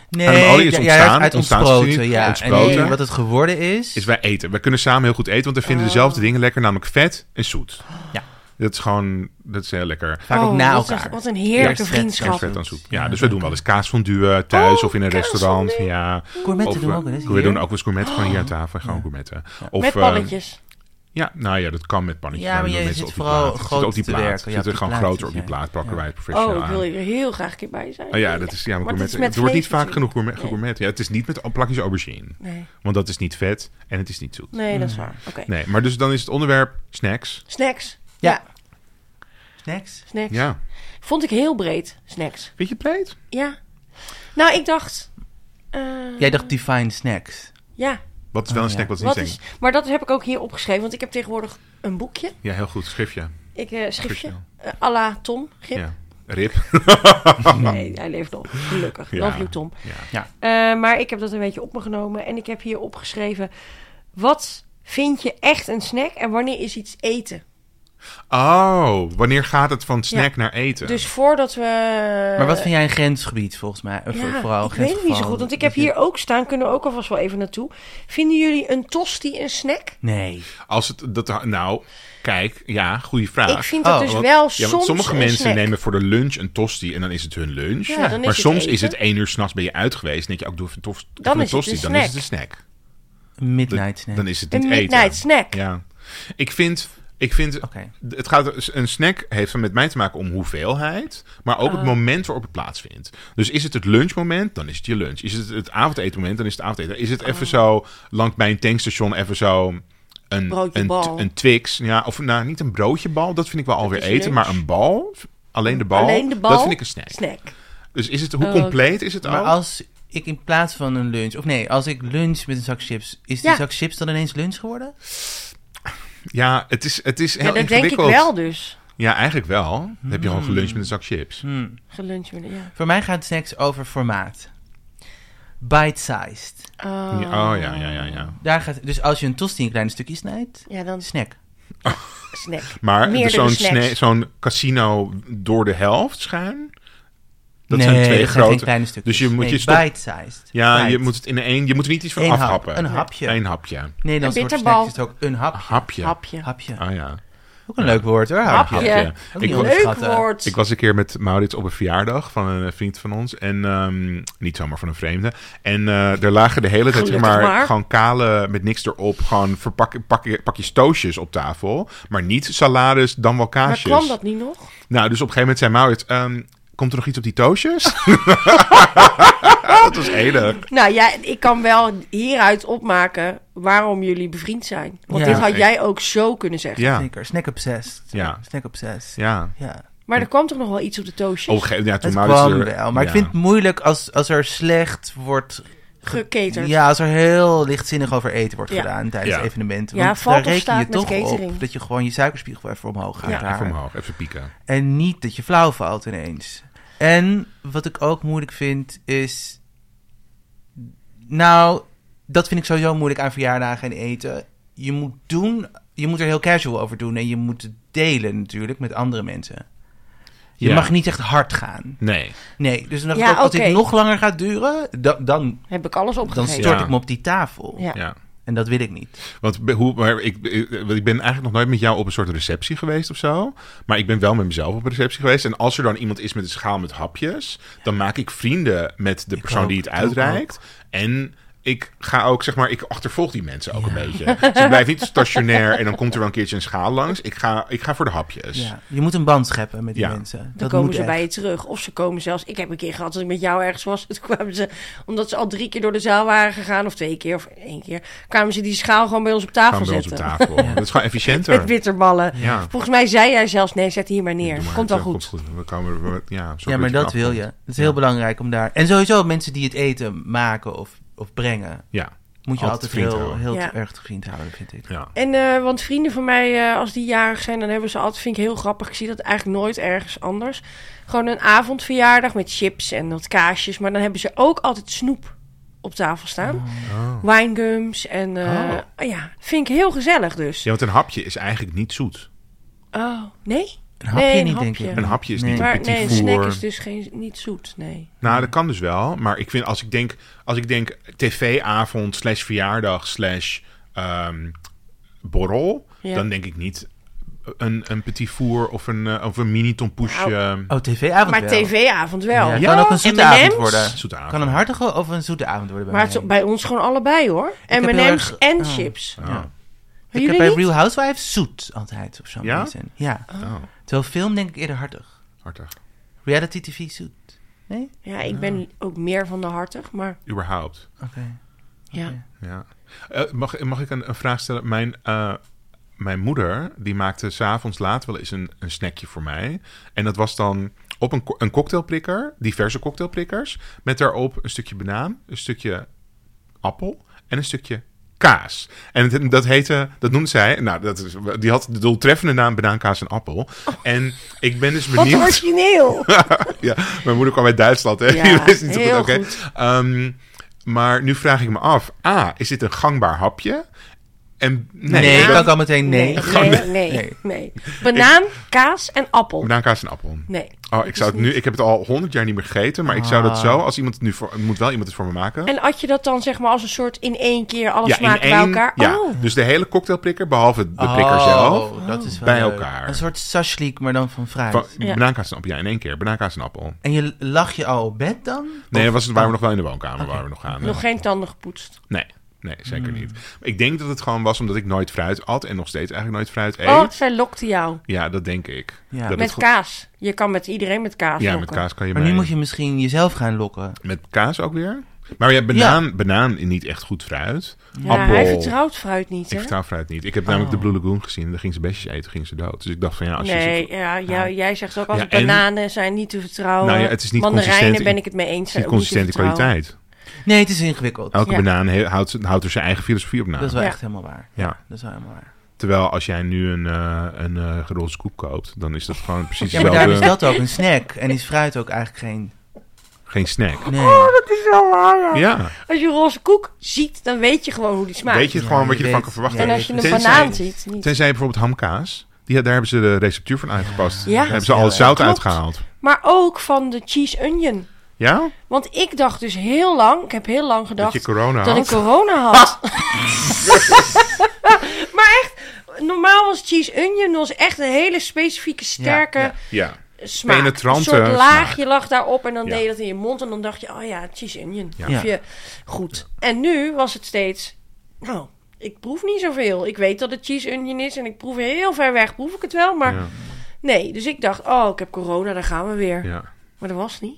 [SPEAKER 4] Nee,
[SPEAKER 2] Adem-olie is
[SPEAKER 4] ja,
[SPEAKER 2] ontstaan,
[SPEAKER 4] ja, uit
[SPEAKER 2] ontstaan
[SPEAKER 4] ontsproten.
[SPEAKER 2] gezien,
[SPEAKER 4] Ja.
[SPEAKER 2] ontsproten.
[SPEAKER 4] En nu wat het geworden is...
[SPEAKER 2] Is wij eten. Wij kunnen samen heel goed eten, want we vinden
[SPEAKER 3] Oh.
[SPEAKER 2] dezelfde dingen lekker. Namelijk vet en zoet.
[SPEAKER 4] Ja.
[SPEAKER 2] Dat is gewoon... Dat is heel lekker.
[SPEAKER 4] vaak ook
[SPEAKER 3] Oh,
[SPEAKER 4] na
[SPEAKER 3] wat
[SPEAKER 4] elkaar.
[SPEAKER 3] een- wat een heerlijke
[SPEAKER 4] Eerst vet, dan
[SPEAKER 3] vriendschap.
[SPEAKER 2] Vet aan soep. Ja, dus we doen wel eens kaas fondue thuis
[SPEAKER 3] Oh,
[SPEAKER 2] of in een
[SPEAKER 3] kaas
[SPEAKER 2] restaurant.
[SPEAKER 3] fondue.
[SPEAKER 2] Ja.
[SPEAKER 4] Gourmetten
[SPEAKER 2] Of
[SPEAKER 4] doen we
[SPEAKER 2] we,
[SPEAKER 4] ook wel eens
[SPEAKER 2] we
[SPEAKER 4] hier. Oh.
[SPEAKER 2] doen ook wel eens gourmetten gewoon hier aan tafel. Gewoon gourmetten. Of,
[SPEAKER 3] met
[SPEAKER 2] eh,
[SPEAKER 3] palletjes.
[SPEAKER 2] ja, nou ja, dat kan met pannetjes.
[SPEAKER 4] Ja, maar
[SPEAKER 2] we doen
[SPEAKER 4] je
[SPEAKER 2] mensen
[SPEAKER 4] zit
[SPEAKER 2] op die plaat.
[SPEAKER 4] vooral
[SPEAKER 2] Het zit
[SPEAKER 4] groot
[SPEAKER 2] op die
[SPEAKER 4] te
[SPEAKER 2] plaat.
[SPEAKER 4] werken.
[SPEAKER 2] Het
[SPEAKER 4] Ja,
[SPEAKER 2] zit er
[SPEAKER 4] op die
[SPEAKER 2] gewoon
[SPEAKER 4] plaat
[SPEAKER 2] groter op
[SPEAKER 4] zit
[SPEAKER 2] die
[SPEAKER 4] jij.
[SPEAKER 2] plaat. Pakken wij het
[SPEAKER 3] oh,
[SPEAKER 2] professioneel
[SPEAKER 3] ik
[SPEAKER 2] aan.
[SPEAKER 3] wil hier heel graag een keer bij zijn.
[SPEAKER 2] Oh ja, dat is, ja, maar
[SPEAKER 3] Maar dat is
[SPEAKER 2] gourmetten.
[SPEAKER 3] met
[SPEAKER 2] het wordt niet
[SPEAKER 3] vlees
[SPEAKER 2] vaak genoeg gourmet,
[SPEAKER 3] natuurlijk.
[SPEAKER 2] gourmet. Ja, het is niet met plakjes aubergine.
[SPEAKER 3] Nee,
[SPEAKER 2] Want dat is niet vet en het is niet zoet.
[SPEAKER 3] nee dat is waar. Oké.
[SPEAKER 2] Mm. Nee, maar dus dan is het onderwerp snacks.
[SPEAKER 3] Snacks.
[SPEAKER 4] Ja.
[SPEAKER 3] Ja,
[SPEAKER 4] Snacks?
[SPEAKER 3] snacks.
[SPEAKER 2] Ja.
[SPEAKER 3] Vond ik heel breed, snacks.
[SPEAKER 2] Vind je breed?
[SPEAKER 3] Ja. Nou, ik dacht... eh,
[SPEAKER 4] Jij dacht define snacks.
[SPEAKER 3] ja,
[SPEAKER 2] Wat is wel
[SPEAKER 4] Oh,
[SPEAKER 2] een snack,
[SPEAKER 4] ja.
[SPEAKER 2] wat is niet
[SPEAKER 3] wat
[SPEAKER 2] snack?
[SPEAKER 3] is... Maar dat heb ik ook hier opgeschreven, want ik heb tegenwoordig een boekje.
[SPEAKER 2] Ja, heel goed. Schriftje.
[SPEAKER 3] Ik eh schriftje.
[SPEAKER 2] Schriftje.
[SPEAKER 3] eh, à la Tom Grip.
[SPEAKER 2] Ja. Rip.
[SPEAKER 3] Nee, hij leeft nog. Gelukkig.
[SPEAKER 2] Nou. Ja.
[SPEAKER 3] Love you, Tom.
[SPEAKER 2] Ja.
[SPEAKER 3] Eh, maar ik heb dat een beetje op me genomen. En ik heb hier opgeschreven... Wat vind je echt een snack en wanneer is iets eten?
[SPEAKER 2] Oh, wanneer gaat het van snack naar eten?
[SPEAKER 3] Dus voordat we...
[SPEAKER 4] Maar wat vind jij een grensgebied volgens mij? Of
[SPEAKER 3] Ja,
[SPEAKER 4] vooral
[SPEAKER 3] ik weet het niet zo
[SPEAKER 4] grensgeval?
[SPEAKER 3] goed, want ik
[SPEAKER 4] Dat
[SPEAKER 3] heb
[SPEAKER 4] je-
[SPEAKER 3] hier ook staan, kunnen we ook alvast wel even naartoe. Vinden jullie een tosti een snack?
[SPEAKER 4] Nee.
[SPEAKER 2] Als het, dat, nou, kijk, ja, goede vraag.
[SPEAKER 3] ik vind dat
[SPEAKER 4] oh,
[SPEAKER 3] dus
[SPEAKER 2] Want-
[SPEAKER 3] wel
[SPEAKER 2] ja,
[SPEAKER 3] soms
[SPEAKER 2] want sommige
[SPEAKER 3] een
[SPEAKER 2] mensen
[SPEAKER 3] snack.
[SPEAKER 2] nemen voor de lunch een tosti en dan is het hun lunch.
[SPEAKER 3] Ja, dan is
[SPEAKER 2] maar
[SPEAKER 3] het
[SPEAKER 2] soms
[SPEAKER 3] eten.
[SPEAKER 2] is het één uur s'nachts ben je uit geweest. En denk je, ook doe even een tof-
[SPEAKER 3] Dan
[SPEAKER 2] even een
[SPEAKER 3] is het
[SPEAKER 2] tosti.
[SPEAKER 3] een
[SPEAKER 2] dan is het een
[SPEAKER 3] snack.
[SPEAKER 2] snack.
[SPEAKER 4] Een
[SPEAKER 2] Dan-
[SPEAKER 4] midnight snack.
[SPEAKER 2] Dan is het niet
[SPEAKER 3] Een
[SPEAKER 2] eten.
[SPEAKER 3] midnight snack.
[SPEAKER 2] Ja. Ik vind, ik vind
[SPEAKER 4] Oké.
[SPEAKER 2] het gaat, een snack heeft met mij te maken om hoeveelheid, maar ook
[SPEAKER 3] Ah.
[SPEAKER 2] het moment waarop het plaatsvindt. Dus is het het lunchmoment, dan is het je lunch. Is het het avondetenmoment, dan is het avondeten. Is het
[SPEAKER 3] Ah.
[SPEAKER 2] even zo, langs bij een tankstation, even zo een,
[SPEAKER 1] Broodje
[SPEAKER 2] een,
[SPEAKER 1] bal.
[SPEAKER 2] een Twix. Ja, of nou, niet een broodjebal, dat vind ik wel alweer
[SPEAKER 3] is
[SPEAKER 2] eten,
[SPEAKER 3] lunch.
[SPEAKER 2] maar een bal... Alleen de, bal,
[SPEAKER 3] Alleen de bal.
[SPEAKER 2] dat vind ik een snack.
[SPEAKER 3] Snack.
[SPEAKER 2] Dus is het, hoe
[SPEAKER 3] Oh,
[SPEAKER 2] compleet is het
[SPEAKER 4] Maar
[SPEAKER 2] al?
[SPEAKER 4] als ik in plaats van een lunch... Of nee, als ik lunch met een zak chips... Is die
[SPEAKER 3] Ja.
[SPEAKER 4] zak chips dan ineens lunch geworden?
[SPEAKER 2] Ja, het is, het is heel
[SPEAKER 3] Ja, dat denk ik
[SPEAKER 2] ingewikkeld.
[SPEAKER 3] wel dus.
[SPEAKER 2] Ja, eigenlijk wel. Dan heb je al
[SPEAKER 4] Hmm.
[SPEAKER 2] geluncht met een zak chips.
[SPEAKER 3] Geluncht met ja.
[SPEAKER 4] Voor mij gaat snacks over formaat. Bite-sized.
[SPEAKER 3] Oh.
[SPEAKER 2] Ja, Oh ja, ja, ja, ja.
[SPEAKER 4] Daar gaat, dus als je een tosti in kleine stukjes snijdt...
[SPEAKER 3] Ja, dan
[SPEAKER 4] Snack.
[SPEAKER 3] snack.
[SPEAKER 2] Maar
[SPEAKER 3] Meerdere
[SPEAKER 2] zo'n
[SPEAKER 3] snacks.
[SPEAKER 2] sne- zo'n casino door de helft schuin? Dat
[SPEAKER 4] nee,
[SPEAKER 2] zijn twee
[SPEAKER 4] dat
[SPEAKER 2] grote.
[SPEAKER 4] geen kleine stukjes.
[SPEAKER 2] Dus je moet
[SPEAKER 4] Nee,
[SPEAKER 2] je stop-
[SPEAKER 4] Bite-sized.
[SPEAKER 2] Ja, je
[SPEAKER 4] Bite.
[SPEAKER 2] moet het in één. Je moet er niet iets van
[SPEAKER 4] Eén hap,
[SPEAKER 2] afhappen.
[SPEAKER 4] een hapje.
[SPEAKER 2] Eén hapje.
[SPEAKER 4] Nederlands
[SPEAKER 3] Een
[SPEAKER 4] woord
[SPEAKER 3] bitterbal.
[SPEAKER 4] snack is ook een hap.
[SPEAKER 2] Hapje.
[SPEAKER 3] Hapje.
[SPEAKER 4] Hapje.
[SPEAKER 2] Ah ja.
[SPEAKER 4] Ook een leuk woord hoor.
[SPEAKER 3] Hapje.
[SPEAKER 4] Hapje.
[SPEAKER 2] Hapje. Ik, was-
[SPEAKER 4] Ook niet
[SPEAKER 3] Leuk
[SPEAKER 4] onderschatten.
[SPEAKER 3] woord.
[SPEAKER 2] ik was een keer met Maurits op een verjaardag van een vriend van ons. En ehm, niet zomaar van een vreemde. En eh er lagen de hele tijd zeg
[SPEAKER 3] Gelukkig
[SPEAKER 2] maar,
[SPEAKER 3] maar.
[SPEAKER 2] gewoon kale met niks erop. Gewoon verpak, pak, pakjes toosjes op tafel. Maar niet salades, dan wel
[SPEAKER 3] Maar
[SPEAKER 2] kaasjes.
[SPEAKER 3] kwam dat niet nog?
[SPEAKER 2] Nou, dus op een gegeven moment zei Maurits... ehm, Komt er nog iets op die toosjes? dat was enig.
[SPEAKER 3] Nou ja, ik kan wel hieruit opmaken waarom jullie bevriend zijn. Want
[SPEAKER 4] Ja.
[SPEAKER 3] dit had
[SPEAKER 2] Ik-
[SPEAKER 3] jij ook zo kunnen zeggen.
[SPEAKER 2] Ja,
[SPEAKER 4] Zeker. Snack obsessed.
[SPEAKER 2] Ja.
[SPEAKER 4] Snack obsessed.
[SPEAKER 2] ja.
[SPEAKER 4] Ja.
[SPEAKER 3] Maar er kwam toch nog wel iets op de toosjes?
[SPEAKER 2] Op een gegeven moment, ja, toen
[SPEAKER 4] Het
[SPEAKER 2] Maurits
[SPEAKER 4] kwam
[SPEAKER 2] er-
[SPEAKER 4] wel. Maar ik
[SPEAKER 2] ja.
[SPEAKER 4] vind het moeilijk als, als er slecht wordt...
[SPEAKER 3] Geketerd.
[SPEAKER 4] Ja, als er heel lichtzinnig over eten wordt
[SPEAKER 3] Ja.
[SPEAKER 4] gedaan tijdens
[SPEAKER 2] Ja.
[SPEAKER 4] evenementen.
[SPEAKER 3] Ja,
[SPEAKER 4] want
[SPEAKER 3] valt
[SPEAKER 4] daar
[SPEAKER 3] of
[SPEAKER 4] reken
[SPEAKER 3] staat
[SPEAKER 4] je
[SPEAKER 3] met
[SPEAKER 4] toch
[SPEAKER 3] catering.
[SPEAKER 4] op dat je gewoon je suikerspiegel even omhoog gaat.
[SPEAKER 2] Ja,
[SPEAKER 4] daar.
[SPEAKER 2] even omhoog, even pieken.
[SPEAKER 4] En niet dat je flauw valt ineens. En wat ik ook moeilijk vind is. Nou, dat vind ik sowieso moeilijk aan verjaardagen en eten. Je moet doen, je moet er heel casual over doen en je moet het delen natuurlijk met andere mensen. Je
[SPEAKER 2] Ja.
[SPEAKER 4] mag niet echt hard gaan.
[SPEAKER 2] Nee.
[SPEAKER 4] Nee, dus dan dacht
[SPEAKER 3] Ja,
[SPEAKER 4] ik ook, als
[SPEAKER 3] oké.
[SPEAKER 4] dit nog langer gaat duren, da- dan,
[SPEAKER 3] Heb ik alles
[SPEAKER 4] dan
[SPEAKER 3] opgegeven.
[SPEAKER 4] stort
[SPEAKER 2] Ja.
[SPEAKER 4] ik me op die tafel.
[SPEAKER 3] Ja.
[SPEAKER 2] Ja.
[SPEAKER 4] En dat wil ik niet.
[SPEAKER 2] Want be- hoe, maar ik, ik want ik ben eigenlijk nog nooit met jou op een soort receptie geweest of zo. Maar ik ben wel met mezelf op een receptie geweest. En als er dan iemand is met een schaal met hapjes, dan maak ik vrienden met de persoon
[SPEAKER 4] ook,
[SPEAKER 2] die het
[SPEAKER 4] doe ik
[SPEAKER 2] uitreikt. En ik ga ook, zeg maar, ik achtervolg die mensen ook een beetje. Ze ik blijf niet stationair en dan komt er wel een keertje een schaal langs. Ik ga, ik ga voor de hapjes.
[SPEAKER 4] Ja. Je moet een band scheppen met die
[SPEAKER 2] Ja.
[SPEAKER 4] mensen.
[SPEAKER 3] Dan
[SPEAKER 4] dat
[SPEAKER 3] komen
[SPEAKER 4] moet
[SPEAKER 3] ze
[SPEAKER 4] echt.
[SPEAKER 3] bij je terug. Of ze komen zelfs. Ik heb een keer gehad dat ik met jou ergens was. Toen kwamen ze, omdat ze al drie keer door de zaal waren gegaan, of twee keer of één keer, kwamen ze die schaal gewoon bij ons op tafel
[SPEAKER 2] Gaan bij ons
[SPEAKER 3] zetten.
[SPEAKER 2] op tafel. Dat is gewoon efficiënter.
[SPEAKER 3] Met bitterballen.
[SPEAKER 2] Ja.
[SPEAKER 3] Volgens mij zei jij zelfs: nee, zet hier maar neer.
[SPEAKER 2] Doe maar,
[SPEAKER 3] Komt wel
[SPEAKER 2] ja,
[SPEAKER 3] goed.
[SPEAKER 2] We komen, we- ja, zorg
[SPEAKER 4] Ja, maar
[SPEAKER 2] je
[SPEAKER 4] dat
[SPEAKER 2] eraf
[SPEAKER 4] wil
[SPEAKER 2] komt.
[SPEAKER 4] je. Het is heel belangrijk om daar. En sowieso mensen die het eten maken of, of brengen,
[SPEAKER 2] Ja.
[SPEAKER 4] moet je altijd,
[SPEAKER 2] vriend
[SPEAKER 4] heel,
[SPEAKER 2] houden.
[SPEAKER 4] heel
[SPEAKER 3] Ja.
[SPEAKER 4] erg vriend houden, vind ik.
[SPEAKER 2] Ja.
[SPEAKER 3] En eh, want vrienden van mij, eh, als die jarig zijn, dan hebben ze altijd, vind ik heel grappig, ik zie dat eigenlijk nooit ergens anders. Gewoon een avondverjaardag met chips en wat kaasjes, maar dan hebben ze ook altijd snoep op tafel
[SPEAKER 4] Oh.
[SPEAKER 3] staan. Wijngums en eh, ja, vind ik heel gezellig dus.
[SPEAKER 2] ja, want een hapje is eigenlijk niet zoet.
[SPEAKER 3] Oh, nee?
[SPEAKER 4] Een hapje
[SPEAKER 3] Nee, een
[SPEAKER 4] niet,
[SPEAKER 3] hapje.
[SPEAKER 4] denk ik.
[SPEAKER 2] Een hapje is
[SPEAKER 4] Nee.
[SPEAKER 2] niet
[SPEAKER 3] Maar
[SPEAKER 2] een petit
[SPEAKER 3] nee, een snack
[SPEAKER 2] four.
[SPEAKER 3] is dus geen, niet zoet, nee.
[SPEAKER 2] Nou, dat kan dus wel. Maar ik vind als ik denk, als ik denk tv-avond slash verjaardag slash ehm, borrel,
[SPEAKER 3] Ja.
[SPEAKER 2] dan denk ik niet een, een petit four of een, eh, of een mini tompoesje.
[SPEAKER 3] Nou,
[SPEAKER 4] Oh, tv-avond
[SPEAKER 3] Maar
[SPEAKER 4] wel.
[SPEAKER 3] tv-avond wel.
[SPEAKER 4] Ja,
[SPEAKER 3] Ja,
[SPEAKER 4] kan ook een zoete avond
[SPEAKER 3] M&M's?
[SPEAKER 4] worden.
[SPEAKER 2] Zoete avond.
[SPEAKER 4] Kan een hartige of een zoete avond worden bij
[SPEAKER 3] Maar
[SPEAKER 4] mij.
[SPEAKER 3] het is bij ons gewoon allebei hoor.
[SPEAKER 4] heb heel
[SPEAKER 3] M&M's
[SPEAKER 4] erg-
[SPEAKER 3] en
[SPEAKER 4] oh.
[SPEAKER 3] chips.
[SPEAKER 2] Oh.
[SPEAKER 4] Ja.
[SPEAKER 3] Maar
[SPEAKER 4] Ik heb
[SPEAKER 3] jullie
[SPEAKER 4] bij
[SPEAKER 3] niet?
[SPEAKER 4] Real Housewives zoet altijd, of zo'n
[SPEAKER 2] Ja?
[SPEAKER 4] reason. Ja.
[SPEAKER 2] Oh,
[SPEAKER 4] Terwijl film denk ik eerder hartig.
[SPEAKER 2] hartig.
[SPEAKER 4] Reality tv zoet. Nee?
[SPEAKER 3] Ja, ik
[SPEAKER 4] Oh.
[SPEAKER 3] ben ook meer van de hartig, maar
[SPEAKER 2] Überhaupt.
[SPEAKER 4] Oké.
[SPEAKER 3] ja.
[SPEAKER 2] Ja. Eh, mag, mag ik een, een vraag stellen? Mijn, eh, mijn moeder, die maakte s'avonds laat wel eens een, een snackje voor mij. En dat was dan op een, co- een cocktailprikker, diverse cocktailprikkers, met daarop een stukje banaan, een stukje appel en een stukje kaas. En het- dat heette, dat noemde zij, nou, dat is, die had de doeltreffende naam banaan, kaas en appel. En ik ben dus
[SPEAKER 3] Wat
[SPEAKER 2] benieuwd
[SPEAKER 3] origineel!
[SPEAKER 2] ja, mijn moeder kwam uit Duitsland, hè?
[SPEAKER 3] Ja,
[SPEAKER 2] Die wist niet zo
[SPEAKER 3] heel
[SPEAKER 2] goed. oké.
[SPEAKER 3] goed.
[SPEAKER 2] Ehm, maar nu vraag ik me af: A, is dit een gangbaar hapje? En
[SPEAKER 4] Nee,
[SPEAKER 2] nee,
[SPEAKER 4] ik
[SPEAKER 2] dat-
[SPEAKER 4] kan al meteen nee.
[SPEAKER 3] Nee, nee, nee. nee. Banaan, kaas en appel.
[SPEAKER 2] Banaan, kaas en appel.
[SPEAKER 3] Nee.
[SPEAKER 2] Oh, ik, zou het nu, ik heb het al honderd jaar niet meer gegeten, maar ik zou dat zo, als iemand het nu voor, moet wel iemand het voor me maken.
[SPEAKER 3] En at je dat dan zeg maar als een soort in één keer alle
[SPEAKER 2] ja, in
[SPEAKER 3] smaken
[SPEAKER 2] één,
[SPEAKER 3] bij elkaar?
[SPEAKER 2] Ja,
[SPEAKER 3] Oh,
[SPEAKER 2] dus de hele cocktailprikker, behalve de prikker
[SPEAKER 4] Oh,
[SPEAKER 2] zelf,
[SPEAKER 4] dat is wel
[SPEAKER 2] bij
[SPEAKER 4] leuk.
[SPEAKER 2] elkaar.
[SPEAKER 4] Een soort sashlik, maar dan van fruit.
[SPEAKER 2] van,
[SPEAKER 3] Ja.
[SPEAKER 2] banaan, kaas en appel. Ja, in één keer, banaan, kaas en appel.
[SPEAKER 4] En je lag je al op bed dan?
[SPEAKER 2] Nee, dat was, waren we nog wel in de woonkamer, waar we nog aan.
[SPEAKER 3] nog geen tanden gepoetst.
[SPEAKER 2] Nee, nee, zeker
[SPEAKER 4] Hmm.
[SPEAKER 2] niet. Ik denk dat het gewoon was omdat ik nooit fruit at en nog steeds eigenlijk nooit fruit eet.
[SPEAKER 3] Oh, zij lokte jou.
[SPEAKER 2] Ja, dat denk ik.
[SPEAKER 4] Ja.
[SPEAKER 2] Dat het
[SPEAKER 3] Met
[SPEAKER 2] goed-
[SPEAKER 3] kaas. Je kan met iedereen met kaas
[SPEAKER 2] Ja,
[SPEAKER 3] lokken.
[SPEAKER 2] met kaas kan je
[SPEAKER 4] Maar nu
[SPEAKER 2] mee.
[SPEAKER 4] moet je misschien jezelf gaan lokken.
[SPEAKER 2] Met kaas ook weer? Maar ja, banaan, banaan is niet echt goed fruit.
[SPEAKER 3] Ja,
[SPEAKER 2] Appel.
[SPEAKER 3] hij vertrouwt fruit niet,
[SPEAKER 2] Ik
[SPEAKER 3] hè?
[SPEAKER 2] vertrouw fruit niet. Ik heb namelijk de
[SPEAKER 4] Oh.
[SPEAKER 2] Blue Lagoon gezien. Daar ging ze bestjes eten, ging ze dood. Dus ik dacht van ja, als je...
[SPEAKER 3] Nee,
[SPEAKER 2] ze-
[SPEAKER 3] ja, jou- jij zegt ook altijd
[SPEAKER 2] Ja, en-
[SPEAKER 3] bananen zijn niet te vertrouwen.
[SPEAKER 2] Nou ja, het is niet consistent
[SPEAKER 3] Mandarijnen
[SPEAKER 2] in-
[SPEAKER 3] ben ik het mee eens.
[SPEAKER 2] het is niet
[SPEAKER 3] ook niet te
[SPEAKER 2] consistente
[SPEAKER 3] vertrouwen.
[SPEAKER 2] kwaliteit.
[SPEAKER 4] Nee, het is ingewikkeld.
[SPEAKER 2] Elke
[SPEAKER 3] Ja.
[SPEAKER 2] banaan he- houdt, houdt er zijn eigen filosofie op na.
[SPEAKER 4] Dat is wel
[SPEAKER 3] Ja.
[SPEAKER 4] echt helemaal waar.
[SPEAKER 2] Ja.
[SPEAKER 4] Dat is wel helemaal waar.
[SPEAKER 2] Terwijl als jij nu een, eh een eh, gerold scoop koopt, dan is dat gewoon precies
[SPEAKER 4] Ja, maar daarom
[SPEAKER 2] hetzelfde.
[SPEAKER 4] is dat ook een snack. En is fruit ook eigenlijk geen...
[SPEAKER 2] Geen snack.
[SPEAKER 4] Nee.
[SPEAKER 3] Oh, Dat is wel waar, ja.
[SPEAKER 2] Ja,
[SPEAKER 3] Als je roze koek ziet, dan weet je gewoon hoe die smaakt.
[SPEAKER 2] weet je
[SPEAKER 4] Ja,
[SPEAKER 2] gewoon wat je
[SPEAKER 4] je
[SPEAKER 2] ervan
[SPEAKER 4] weet-
[SPEAKER 2] kan verwachten.
[SPEAKER 4] ja,
[SPEAKER 3] En als je een
[SPEAKER 2] Tenzij-
[SPEAKER 3] banaan ziet, niet.
[SPEAKER 2] Tenzij bijvoorbeeld hamkaas. Die, daar hebben ze de receptuur van aangepast.
[SPEAKER 3] Ja.
[SPEAKER 2] daar hebben ze al
[SPEAKER 4] Ja,
[SPEAKER 2] het zout
[SPEAKER 3] klopt.
[SPEAKER 2] uitgehaald.
[SPEAKER 3] Maar ook van de cheese onion.
[SPEAKER 2] Ja?
[SPEAKER 3] Want ik dacht dus heel lang, ik heb heel lang
[SPEAKER 2] Dat
[SPEAKER 3] gedacht...
[SPEAKER 2] je corona
[SPEAKER 3] dat
[SPEAKER 2] had.
[SPEAKER 3] ik corona had. maar echt, normaal was cheese onion was echt een hele specifieke sterke
[SPEAKER 4] Ja,
[SPEAKER 2] Ja.
[SPEAKER 3] smaak.
[SPEAKER 2] Penetrante
[SPEAKER 3] een soort laagje
[SPEAKER 2] smaak.
[SPEAKER 3] lag daarop en dan
[SPEAKER 2] Ja.
[SPEAKER 3] deed je dat in je mond en dan dacht je, oh ja, cheese onion.
[SPEAKER 2] Ja.
[SPEAKER 3] Of je, goed. En nu was het steeds, nou, ik proef niet zoveel. Ik weet dat het cheese onion is en ik proef heel ver weg, proef ik het wel, maar
[SPEAKER 2] Ja.
[SPEAKER 3] nee. Dus ik dacht, oh, ik heb corona, daar gaan we weer.
[SPEAKER 2] ja.
[SPEAKER 3] Maar dat was niet.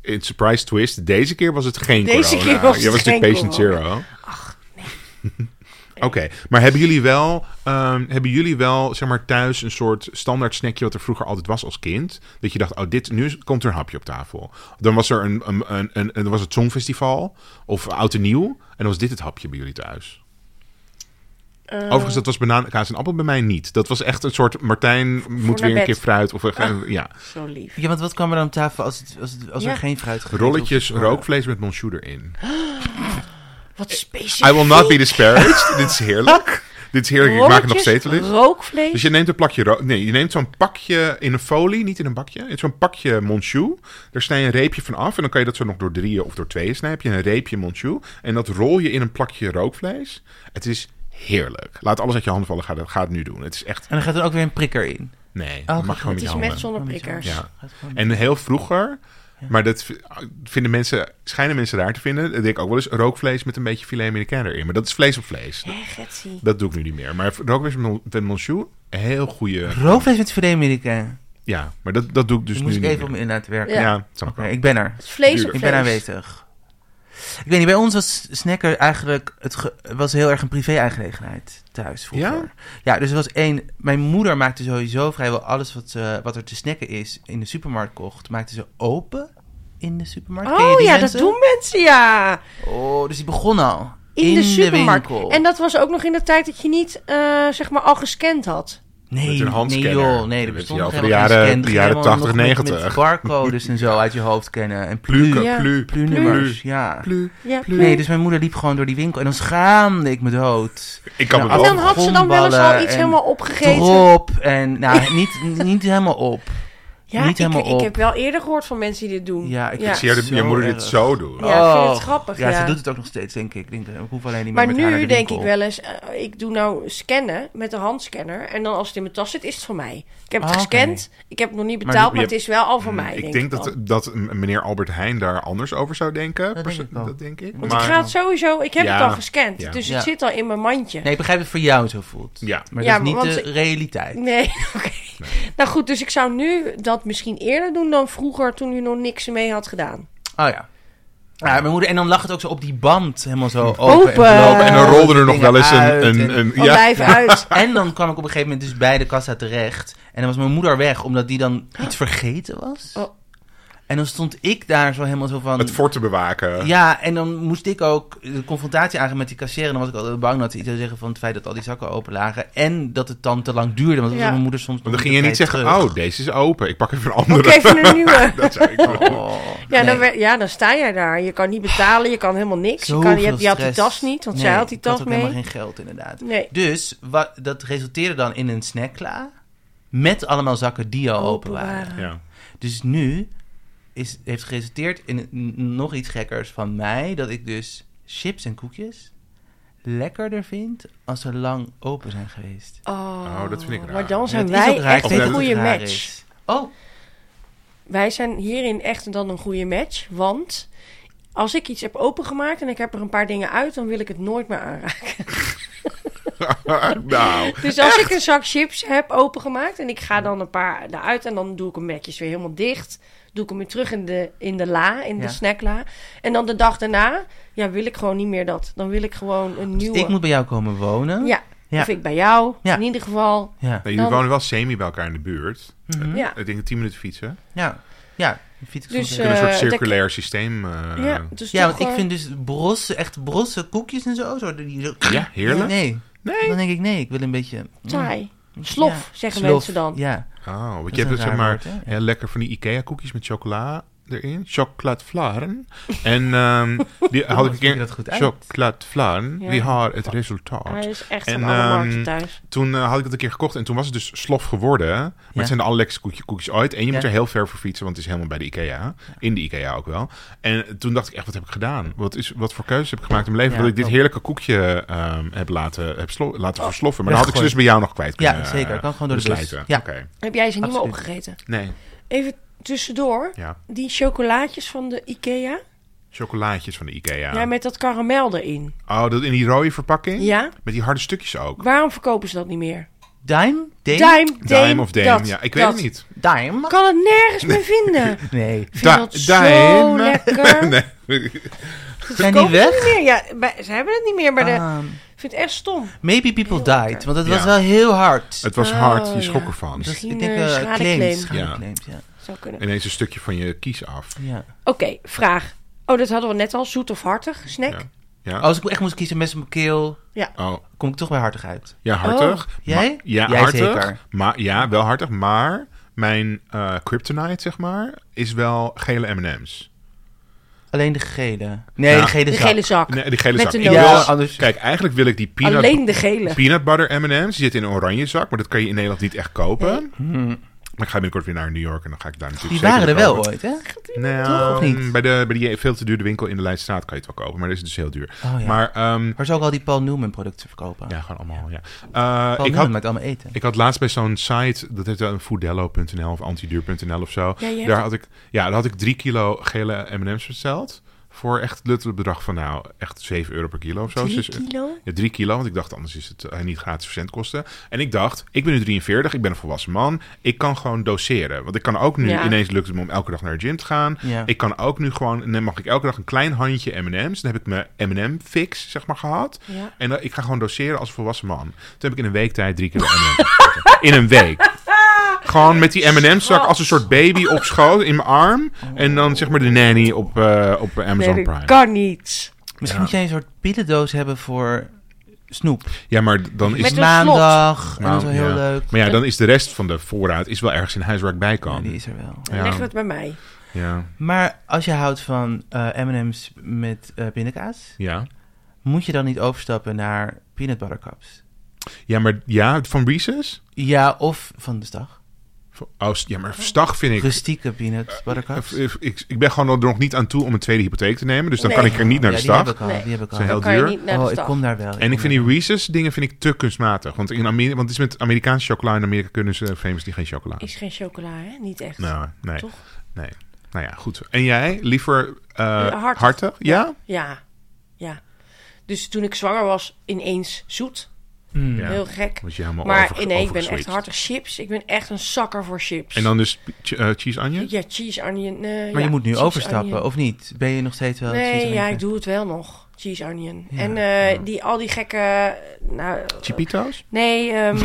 [SPEAKER 2] In surprise twist, deze keer was het geen
[SPEAKER 3] Deze
[SPEAKER 2] corona.
[SPEAKER 3] keer was het
[SPEAKER 2] Jij was
[SPEAKER 3] geen
[SPEAKER 2] natuurlijk patient
[SPEAKER 3] corona.
[SPEAKER 2] zero. Ach, nee. Oké, maar hebben jullie wel, ehm, hebben jullie wel zeg maar, thuis een soort standaard snackje wat er vroeger altijd was als kind? Dat je dacht, oh, dit, nu komt er een hapje op tafel. Dan was er een, een, een, een, dan was het Songfestival of Oud en Nieuw. En dan was dit het hapje bij jullie thuis.
[SPEAKER 3] Ehm.
[SPEAKER 2] Overigens, dat was banaan, kaas en appel bij mij niet. Dat was echt een soort Martijn moet
[SPEAKER 3] naar
[SPEAKER 2] weer een
[SPEAKER 3] bed. Ah.
[SPEAKER 2] keer fruit. Of, eh, ja.
[SPEAKER 3] Zo lief.
[SPEAKER 4] Ja, want wat kwam er dan op tafel als, het, als, het, als
[SPEAKER 3] Ja.
[SPEAKER 4] er geen fruit gegeten
[SPEAKER 2] Rolletjes
[SPEAKER 4] hoefde te worden?
[SPEAKER 2] rookvlees met monsieur erin.
[SPEAKER 3] Wat specifiek.
[SPEAKER 2] I will not be disparaged. Dit is heerlijk. Dit is heerlijk. Ik maak het nog
[SPEAKER 3] Rolletjes,
[SPEAKER 2] steeds wel eens.
[SPEAKER 3] Rookvlees.
[SPEAKER 2] Dus je neemt een plakje ro- Nee, je neemt zo'n pakje in een folie, niet in een bakje. In zo'n pakje monchou. Daar snij je een reepje van af. En dan kan je dat zo nog door drieën of door tweeën snijden. Heb je een reepje monchou. En dat rol je in een plakje rookvlees. Het is heerlijk. Laat alles uit je handen vallen. Ga, dat- ga het nu doen. Het is echt...
[SPEAKER 4] En dan gaat er ook weer een prikker in.
[SPEAKER 2] Nee, dat mag
[SPEAKER 4] Oh,
[SPEAKER 2] gewoon
[SPEAKER 4] het
[SPEAKER 2] met
[SPEAKER 3] het
[SPEAKER 2] je
[SPEAKER 3] is
[SPEAKER 2] handen.
[SPEAKER 3] met zonneprikkers.
[SPEAKER 2] Ja.
[SPEAKER 4] Gaat gewoon-
[SPEAKER 2] En heel vroeger... Maar dat v- vinden mensen, schijnen mensen raar te vinden. Dat denk ik ook wel eens. Rookvlees met een beetje filet americain erin. Maar dat is vlees op vlees.
[SPEAKER 3] Hé, Getsie.
[SPEAKER 2] Dat doe ik nu niet meer. Maar rookvlees met Van Monsieur, een heel goede.
[SPEAKER 4] Roofvlees met filet Amerika.
[SPEAKER 2] Ja, maar dat, dat doe ik dus
[SPEAKER 4] Dus
[SPEAKER 2] nu
[SPEAKER 4] moest ik
[SPEAKER 2] niet
[SPEAKER 4] even om
[SPEAKER 2] meer.
[SPEAKER 4] in laten werken.
[SPEAKER 2] Ja,
[SPEAKER 3] Ja.
[SPEAKER 2] dat snap ik
[SPEAKER 4] Oké,
[SPEAKER 2] wel.
[SPEAKER 4] ik ben er.
[SPEAKER 3] Het is Vlees op
[SPEAKER 2] Duurder.
[SPEAKER 4] Ik
[SPEAKER 3] vlees.
[SPEAKER 4] ben aanwezig. Ik weet niet, bij ons was snacker eigenlijk... Het ge- was heel erg een privé-aangelegenheid thuis vroeger.
[SPEAKER 2] Ja?
[SPEAKER 4] Ja, dus er was één... Mijn moeder maakte sowieso vrijwel alles wat, ze- wat er te snacken is in de supermarkt kocht. Maakte ze open in de supermarkt. Ken je
[SPEAKER 3] Oh
[SPEAKER 4] die
[SPEAKER 3] ja,
[SPEAKER 4] mensen?
[SPEAKER 3] dat doen mensen, ja.
[SPEAKER 4] Oh, dus die begon al.
[SPEAKER 3] In, de supermarkt.
[SPEAKER 4] winkel.
[SPEAKER 3] en dat was ook nog in de tijd dat je niet, eh, zeg maar, al gescand had.
[SPEAKER 2] Met
[SPEAKER 4] Nee,
[SPEAKER 2] een
[SPEAKER 4] nee
[SPEAKER 2] handscanner.
[SPEAKER 4] joh, nee,
[SPEAKER 2] Dat
[SPEAKER 4] dat
[SPEAKER 2] weet je
[SPEAKER 4] bestond
[SPEAKER 2] al
[SPEAKER 4] nog
[SPEAKER 2] van de
[SPEAKER 4] helemaal geen
[SPEAKER 2] jaren-
[SPEAKER 4] scan.
[SPEAKER 2] de jaren
[SPEAKER 4] Helemaal nog
[SPEAKER 2] 80,
[SPEAKER 4] met-
[SPEAKER 2] 90.
[SPEAKER 4] Met barcodes en zo uit je hoofd kennen. En
[SPEAKER 2] Pluken,
[SPEAKER 3] Ja.
[SPEAKER 2] plu, plu,
[SPEAKER 4] plunummers, ja.
[SPEAKER 2] plu.
[SPEAKER 3] Ja.
[SPEAKER 4] Nee, dus mijn moeder liep gewoon door die winkel en dan schaamde ik me dood.
[SPEAKER 2] Ik kan
[SPEAKER 4] Nou,
[SPEAKER 2] me
[SPEAKER 3] en
[SPEAKER 2] wel.
[SPEAKER 3] dan had ze dan wel eens al
[SPEAKER 4] gomballen
[SPEAKER 3] iets
[SPEAKER 4] en
[SPEAKER 3] helemaal opgegeten.
[SPEAKER 4] Trop en, nou, niet, niet helemaal op.
[SPEAKER 3] ja,
[SPEAKER 4] niet
[SPEAKER 3] ik,
[SPEAKER 4] helemaal
[SPEAKER 3] ik
[SPEAKER 4] op.
[SPEAKER 3] heb wel eerder gehoord van mensen die dit doen.
[SPEAKER 4] Ja, ik
[SPEAKER 2] Ik zie je,
[SPEAKER 4] Zo
[SPEAKER 2] je moeder dit
[SPEAKER 4] erg.
[SPEAKER 2] zo doen.
[SPEAKER 3] Ja, ik vind het grappig,
[SPEAKER 4] Ja,
[SPEAKER 3] ja.
[SPEAKER 4] ze doet het ook nog steeds, denk ik. Ik denk, ik hoef alleen niet meer
[SPEAKER 3] Maar
[SPEAKER 4] met haar naar
[SPEAKER 3] nu
[SPEAKER 4] de
[SPEAKER 3] denk ik
[SPEAKER 4] winkel.
[SPEAKER 3] wel eens, eh, ik doe nou scannen met de handscanner. En dan als het in mijn tas zit, is het van mij. Ik heb het
[SPEAKER 4] Ah, oké.
[SPEAKER 3] gescand, ik heb het nog niet betaald,
[SPEAKER 2] je-
[SPEAKER 3] maar, het
[SPEAKER 2] je-
[SPEAKER 3] is wel al van mij.
[SPEAKER 2] Ik
[SPEAKER 3] denk
[SPEAKER 2] denk
[SPEAKER 3] ik
[SPEAKER 2] dat,
[SPEAKER 3] dan.
[SPEAKER 2] dat m- meneer Albert Heijn daar anders over zou denken.
[SPEAKER 4] denk
[SPEAKER 2] Perso-
[SPEAKER 4] ik wel.
[SPEAKER 2] dat denk ik.
[SPEAKER 4] Want
[SPEAKER 3] Ik ga het sowieso, ik heb
[SPEAKER 2] Ja,
[SPEAKER 3] het al gescand,
[SPEAKER 2] ja.
[SPEAKER 3] dus
[SPEAKER 4] Ja.
[SPEAKER 3] het zit al in mijn mandje.
[SPEAKER 4] Nee, ik begrijp dat het voor jou zo voelt.
[SPEAKER 2] Ja.
[SPEAKER 4] Maar
[SPEAKER 3] Ja,
[SPEAKER 4] dat is niet
[SPEAKER 3] want
[SPEAKER 4] de
[SPEAKER 3] ik-
[SPEAKER 4] realiteit.
[SPEAKER 3] Nee, oké. Nou goed, dus ik zou nu dat misschien eerder doen dan vroeger toen u nog niks mee had gedaan.
[SPEAKER 4] Oh ja. Ja, mijn moeder, en dan lag het ook zo op die band, helemaal zo open.
[SPEAKER 3] Open.
[SPEAKER 4] bloot.
[SPEAKER 2] Nou, en dan
[SPEAKER 4] al
[SPEAKER 2] rolde
[SPEAKER 4] die
[SPEAKER 2] er nog
[SPEAKER 4] dingen
[SPEAKER 2] wel eens een...
[SPEAKER 4] uit
[SPEAKER 2] een,
[SPEAKER 4] en-
[SPEAKER 2] een,
[SPEAKER 3] Al
[SPEAKER 2] ja,
[SPEAKER 3] lijf uit.
[SPEAKER 4] En dan kwam ik op een gegeven moment dus bij de kassa terecht. En dan was mijn moeder weg, omdat die dan iets vergeten was.
[SPEAKER 3] Oh.
[SPEAKER 4] En dan stond ik daar zo helemaal zo van...
[SPEAKER 2] Het fort te bewaken.
[SPEAKER 4] Ja, en dan moest ik ook de confrontatie aangaan met die kassier. En dan was ik altijd bang dat ze iets zou zeggen van het feit dat al die zakken open lagen. En dat het dan te lang duurde, want dat
[SPEAKER 3] Ja.
[SPEAKER 4] was mijn moeder soms...
[SPEAKER 2] Want dan ging je niet zeggen, oh, deze is open. Ik pak even een andere.
[SPEAKER 3] Oké, even een nieuwe.
[SPEAKER 2] Dat zou ik doen.
[SPEAKER 4] Oh.
[SPEAKER 3] Ja, dan, werd- ja, dan sta jij daar. Je kan niet betalen, je kan helemaal niks. Je, kan, je, hebt- je had die tas niet, want zij had die tas
[SPEAKER 4] had ook
[SPEAKER 3] mee.
[SPEAKER 4] helemaal geen geld inderdaad.
[SPEAKER 3] Nee.
[SPEAKER 4] Dus wa- dat resulteerde dan in een snackla met allemaal zakken die al open
[SPEAKER 3] Open
[SPEAKER 4] waren.
[SPEAKER 3] waren.
[SPEAKER 2] Ja.
[SPEAKER 4] Dus nu is, heeft geresulteerd in n- nog iets gekkers van mij. Dat ik dus chips en koekjes lekkerder vind als ze lang open zijn geweest.
[SPEAKER 3] Oh,
[SPEAKER 2] Oh, dat vind ik raar.
[SPEAKER 3] Maar dan zijn
[SPEAKER 4] Dat is
[SPEAKER 3] wij
[SPEAKER 4] ook raar. Ik
[SPEAKER 3] echt
[SPEAKER 4] weet
[SPEAKER 3] een
[SPEAKER 4] dat het
[SPEAKER 3] goede
[SPEAKER 4] raar
[SPEAKER 3] match.
[SPEAKER 4] is. Oh,
[SPEAKER 3] Wij zijn hierin echt dan een goede match, want als ik iets heb opengemaakt en ik heb er een paar dingen uit, dan wil ik het nooit meer aanraken.
[SPEAKER 2] nou,
[SPEAKER 3] Dus als ik een zak chips heb opengemaakt en ik ga dan een paar eruit en dan doe ik hem netjes weer helemaal dicht. Doe ik hem weer terug in de, in de la, in
[SPEAKER 4] Ja.
[SPEAKER 3] de snackla. En dan de dag daarna, ja, wil ik gewoon niet meer dat. Dan wil ik gewoon een nieuwe.
[SPEAKER 4] Dus ik moet bij jou komen wonen.
[SPEAKER 3] Ja,
[SPEAKER 4] Ja.
[SPEAKER 3] of ik bij jou,
[SPEAKER 4] Ja.
[SPEAKER 3] in ieder geval.
[SPEAKER 4] Ja,
[SPEAKER 2] nou, jullie
[SPEAKER 3] Dan-
[SPEAKER 2] wonen wel semi bij elkaar in de buurt.
[SPEAKER 4] Mhm. Hm?
[SPEAKER 3] Ja.
[SPEAKER 2] Ik denk 10 minuten fietsen.
[SPEAKER 4] ja, ja. dan Fiets ik
[SPEAKER 3] Dus,
[SPEAKER 4] soms
[SPEAKER 2] Kunnen
[SPEAKER 4] even.
[SPEAKER 2] een soort
[SPEAKER 3] Eh, dat-
[SPEAKER 2] circulair systeem. eh,
[SPEAKER 3] ja, dus
[SPEAKER 4] ja,
[SPEAKER 3] toch
[SPEAKER 4] want
[SPEAKER 3] gewoon-
[SPEAKER 4] ik vind dus brosse, echt brosse koekjes en zo. zo, die zo
[SPEAKER 2] Ja, heerlijk.
[SPEAKER 4] Nee,
[SPEAKER 2] Nee.
[SPEAKER 4] dan denk ik nee, ik wil een beetje... mm,
[SPEAKER 3] Saai. Slof,
[SPEAKER 4] ja,
[SPEAKER 3] zeggen
[SPEAKER 4] slof,
[SPEAKER 3] mensen dan.
[SPEAKER 4] Ja,
[SPEAKER 2] Oh, want
[SPEAKER 4] is
[SPEAKER 2] je hebt
[SPEAKER 4] een
[SPEAKER 2] dus
[SPEAKER 4] raar
[SPEAKER 2] zeg maar
[SPEAKER 4] woord, hè? Ja.
[SPEAKER 2] heel lekker van die IKEA-koekjes met chocola erin. Chocoladevlaren. En ehm, die had ik een
[SPEAKER 4] spreek je
[SPEAKER 2] keer...
[SPEAKER 4] dat goed uit.
[SPEAKER 2] Chocoladevlaren.
[SPEAKER 3] Ja.
[SPEAKER 2] Die haar het resultaat.
[SPEAKER 3] Hij is echt
[SPEAKER 2] En,
[SPEAKER 3] van alle
[SPEAKER 2] ehm,
[SPEAKER 3] markten thuis.
[SPEAKER 2] Toen eh, had ik dat een keer gekocht en toen was het dus slof geworden. Maar
[SPEAKER 4] Ja.
[SPEAKER 2] het zijn de allerlekkerste koekje- koekjes ooit. En je moet
[SPEAKER 4] Ja.
[SPEAKER 2] er heel ver voor fietsen, want het is helemaal bij de IKEA. In de IKEA ook wel. En toen dacht ik echt, wat heb ik gedaan? Wat, is, wat voor keuzes heb ik gemaakt in mijn leven?
[SPEAKER 4] Ja,
[SPEAKER 2] dat ik dit
[SPEAKER 4] klopt. Oh,
[SPEAKER 2] heerlijke koekje ehm, heb laten, heb slo- laten versloffen. Maar
[SPEAKER 4] Ja,
[SPEAKER 2] dan had ik ze dus
[SPEAKER 4] gooi.
[SPEAKER 2] bij jou nog kwijt
[SPEAKER 4] Ja,
[SPEAKER 2] kunnen eh,
[SPEAKER 4] zeker. Kan gewoon door de bus.
[SPEAKER 2] beslijten.
[SPEAKER 4] Ja.
[SPEAKER 2] Oké.
[SPEAKER 3] Heb jij ze niet meer
[SPEAKER 4] absoluut.
[SPEAKER 3] opgegeten?
[SPEAKER 2] Nee,
[SPEAKER 3] Even tussendoor,
[SPEAKER 2] ja.
[SPEAKER 3] die chocolaatjes van de Ikea.
[SPEAKER 2] Chocolaatjes van de IKEA.
[SPEAKER 3] Ja, met dat karamel erin.
[SPEAKER 2] Oh, dat in die rode
[SPEAKER 4] Hm?
[SPEAKER 2] verpakking?
[SPEAKER 3] Ja?
[SPEAKER 2] Met die harde stukjes ook.
[SPEAKER 3] Waarom verkopen ze dat niet meer?
[SPEAKER 4] Dime?
[SPEAKER 3] Dime,
[SPEAKER 4] Dame?
[SPEAKER 3] Dame,
[SPEAKER 2] Dime of Dame,
[SPEAKER 3] dat,
[SPEAKER 2] ja. Ik weet
[SPEAKER 3] dat.
[SPEAKER 2] het niet.
[SPEAKER 4] Dime?
[SPEAKER 3] Ik kan het nergens meer vinden. Ik
[SPEAKER 4] Nee.
[SPEAKER 3] vind
[SPEAKER 2] Da-
[SPEAKER 3] dat zo
[SPEAKER 2] Dime.
[SPEAKER 3] lekker.
[SPEAKER 2] Nee.
[SPEAKER 4] Zijn die
[SPEAKER 3] Kopen ze
[SPEAKER 4] weg?
[SPEAKER 3] niet meer. Ja, bij- ze hebben het niet meer bij de...
[SPEAKER 4] Ah,
[SPEAKER 3] Ik vind het echt stom.
[SPEAKER 4] maybe people
[SPEAKER 3] Heel
[SPEAKER 4] died.
[SPEAKER 3] lekker.
[SPEAKER 4] Want het
[SPEAKER 2] Ja.
[SPEAKER 4] was wel heel hard.
[SPEAKER 2] Het was
[SPEAKER 3] Oh,
[SPEAKER 2] hard, je
[SPEAKER 3] ja.
[SPEAKER 2] schrok ervan.
[SPEAKER 4] Dus
[SPEAKER 3] Misschien
[SPEAKER 4] ik denk
[SPEAKER 3] een
[SPEAKER 4] eh,
[SPEAKER 3] schadeclaim.
[SPEAKER 4] claims.
[SPEAKER 3] Ja.
[SPEAKER 4] Schadeclaims, ja.
[SPEAKER 3] Zou kunnen.
[SPEAKER 2] Ineens een stukje van je kies af.
[SPEAKER 4] ja.
[SPEAKER 3] Oké, vraag. Oh, dat hadden we net al. Zoet of hartig? Snack?
[SPEAKER 2] Ja. Ja.
[SPEAKER 4] Als ik echt moest kiezen met mijn keel,
[SPEAKER 2] Oh,
[SPEAKER 4] kom ik toch bij hartig uit.
[SPEAKER 2] ja,
[SPEAKER 3] Oh.
[SPEAKER 2] hartig.
[SPEAKER 4] Jij?
[SPEAKER 2] Ma- ja,
[SPEAKER 4] Jij
[SPEAKER 2] hartig.
[SPEAKER 4] zeker.
[SPEAKER 2] Maar, ja, wel hartig. Maar mijn eh, kryptonite, zeg maar, is wel gele M&M's.
[SPEAKER 4] Alleen de gele. Nee,
[SPEAKER 2] Ja.
[SPEAKER 4] de gele
[SPEAKER 3] De
[SPEAKER 4] zak.
[SPEAKER 3] gele zak.
[SPEAKER 2] Nee, die gele
[SPEAKER 3] Met
[SPEAKER 2] zak.
[SPEAKER 3] de
[SPEAKER 2] Ik
[SPEAKER 3] nootjes.
[SPEAKER 2] wil-
[SPEAKER 4] Ja, anders-
[SPEAKER 2] Kijk, eigenlijk wil ik die peanut,
[SPEAKER 3] Alleen de gele.
[SPEAKER 2] peanut butter M&M's. Die zitten in een oranje zak, maar dat kan je in Nederland niet echt kopen. Maar ik ga binnenkort weer naar New York en dan ga ik daar natuurlijk
[SPEAKER 4] Hmm. Die
[SPEAKER 2] zeker
[SPEAKER 4] waren er
[SPEAKER 2] weer
[SPEAKER 4] wel
[SPEAKER 2] kopen.
[SPEAKER 4] ooit, hè?
[SPEAKER 2] Nou,
[SPEAKER 4] Toch of niet?
[SPEAKER 2] Bij, de, bij die veel te dure winkel in de Leidstraat kan je het wel kopen, maar dat is dus heel duur.
[SPEAKER 4] Oh, ja.
[SPEAKER 2] Maar ehm,
[SPEAKER 4] Waar zou ik al die Paul Newman producten verkopen?
[SPEAKER 2] ja, gewoon allemaal. Ja. Eh,
[SPEAKER 4] Paul
[SPEAKER 2] ik,
[SPEAKER 4] Newman
[SPEAKER 2] had,
[SPEAKER 4] maakt allemaal eten.
[SPEAKER 2] ik had laatst bij zo'n site, dat heet eh, dan Foodello.nl of antiduur.nl of zo.
[SPEAKER 3] Ja, je hebt
[SPEAKER 2] daar,
[SPEAKER 3] het.
[SPEAKER 2] had ik, ja, daar had ik drie kilo gele M&M's besteld. Voor echt het bedrag van nou, echt 7 euro per kilo of zo.
[SPEAKER 3] Drie
[SPEAKER 2] Dus, eh,
[SPEAKER 3] kilo?
[SPEAKER 2] ja, drie kilo, want ik dacht anders is het eh, niet gratis verzendkosten. En ik dacht, ik ben nu 43, ik ben een volwassen man. Ik kan gewoon doseren. Want ik kan ook nu,
[SPEAKER 3] Ja.
[SPEAKER 2] ineens lukt het me om elke dag naar de gym te gaan.
[SPEAKER 4] Ja.
[SPEAKER 2] Ik kan ook nu gewoon, en dan mag ik elke dag een klein handje M&M's. Dan heb ik mijn M&M fix, zeg maar, gehad.
[SPEAKER 3] Ja.
[SPEAKER 2] En dan, ik ga gewoon doseren als een volwassen man. Toen heb ik in een week tijd drie kilo M&M's gegeten. In een week. Gewoon met die M&M's zak als een soort baby op schoot, in mijn arm. En dan zeg maar de nanny op, eh, op Amazon
[SPEAKER 3] Nee, dat
[SPEAKER 2] Prime.
[SPEAKER 3] kan niet.
[SPEAKER 4] Misschien
[SPEAKER 2] Ja.
[SPEAKER 4] moet jij een soort pillendoos hebben voor snoep.
[SPEAKER 2] Ja, maar dan is
[SPEAKER 3] Met een
[SPEAKER 4] Maandag. En dat is wel
[SPEAKER 2] Nou,
[SPEAKER 4] heel
[SPEAKER 2] ja.
[SPEAKER 4] leuk.
[SPEAKER 2] Maar ja, dan is de rest van de voorraad is wel ergens in huis waar ik bij
[SPEAKER 4] Ja,
[SPEAKER 2] kan.
[SPEAKER 4] die is er wel.
[SPEAKER 3] Dan
[SPEAKER 2] Ja.
[SPEAKER 3] leggen we het bij mij.
[SPEAKER 2] Ja,
[SPEAKER 4] Maar als je houdt van eh, M&M's met eh pindakaas,
[SPEAKER 2] ja.
[SPEAKER 4] moet je dan niet overstappen naar peanut butter cups?
[SPEAKER 2] Ja, maar ja, van Reese's?
[SPEAKER 4] Ja, of van de stag.
[SPEAKER 2] Oh, s- ja, maar stag vind ik...
[SPEAKER 4] Rustieke peanut butter cups.
[SPEAKER 2] Ik- Ik, ik ben gewoon er nog niet aan toe om een tweede hypotheek te nemen. Dus dan
[SPEAKER 3] Nee.
[SPEAKER 2] kan ik er niet naar de
[SPEAKER 4] ja,
[SPEAKER 2] stad.
[SPEAKER 4] Die heb ik al.
[SPEAKER 3] Nee.
[SPEAKER 4] Die heb ik al.
[SPEAKER 2] Zijn heel
[SPEAKER 3] Dan kan je
[SPEAKER 2] duur.
[SPEAKER 3] niet naar de
[SPEAKER 4] oh, ik
[SPEAKER 3] stad.
[SPEAKER 4] kom daar wel.
[SPEAKER 2] En ik
[SPEAKER 4] kom
[SPEAKER 2] vind die
[SPEAKER 4] daar
[SPEAKER 2] Reese's dingen vind ik te kunstmatig. Want, in Amerika, want het is met Amerikaanse chocola. In Amerika kunnen ze famous die geen chocola.
[SPEAKER 3] Is geen chocola, hè? Niet echt.
[SPEAKER 2] Nou, nee.
[SPEAKER 3] Toch?
[SPEAKER 2] Nee. Nou ja, goed. En jij? Liever eh
[SPEAKER 3] hartig.
[SPEAKER 2] hartig? Ja?
[SPEAKER 3] Ja, ja. Dus toen ik zwanger was, ineens zoet.
[SPEAKER 4] wel. Mm.
[SPEAKER 2] Ja.
[SPEAKER 3] Heel gek.
[SPEAKER 2] Was je helemaal
[SPEAKER 3] Maar nee,
[SPEAKER 2] over-
[SPEAKER 3] ik ben echt
[SPEAKER 2] overgeswitcht.
[SPEAKER 3] hartig chips. Ik ben echt een zakker voor chips.
[SPEAKER 2] En dan dus ch- eh, cheese onion?
[SPEAKER 3] Ja, cheese onion. eh,
[SPEAKER 4] Maar
[SPEAKER 3] ja,
[SPEAKER 4] je moet nu
[SPEAKER 3] cheese
[SPEAKER 4] overstappen,
[SPEAKER 3] onion.
[SPEAKER 4] of niet? Ben je nog steeds wel... zoiets
[SPEAKER 3] Nee,
[SPEAKER 4] van-
[SPEAKER 3] ja, ik doe het wel nog. Cheese onion. En eh, die, al die gekke... Nou,
[SPEAKER 2] Chipito's?
[SPEAKER 3] nee, ehm,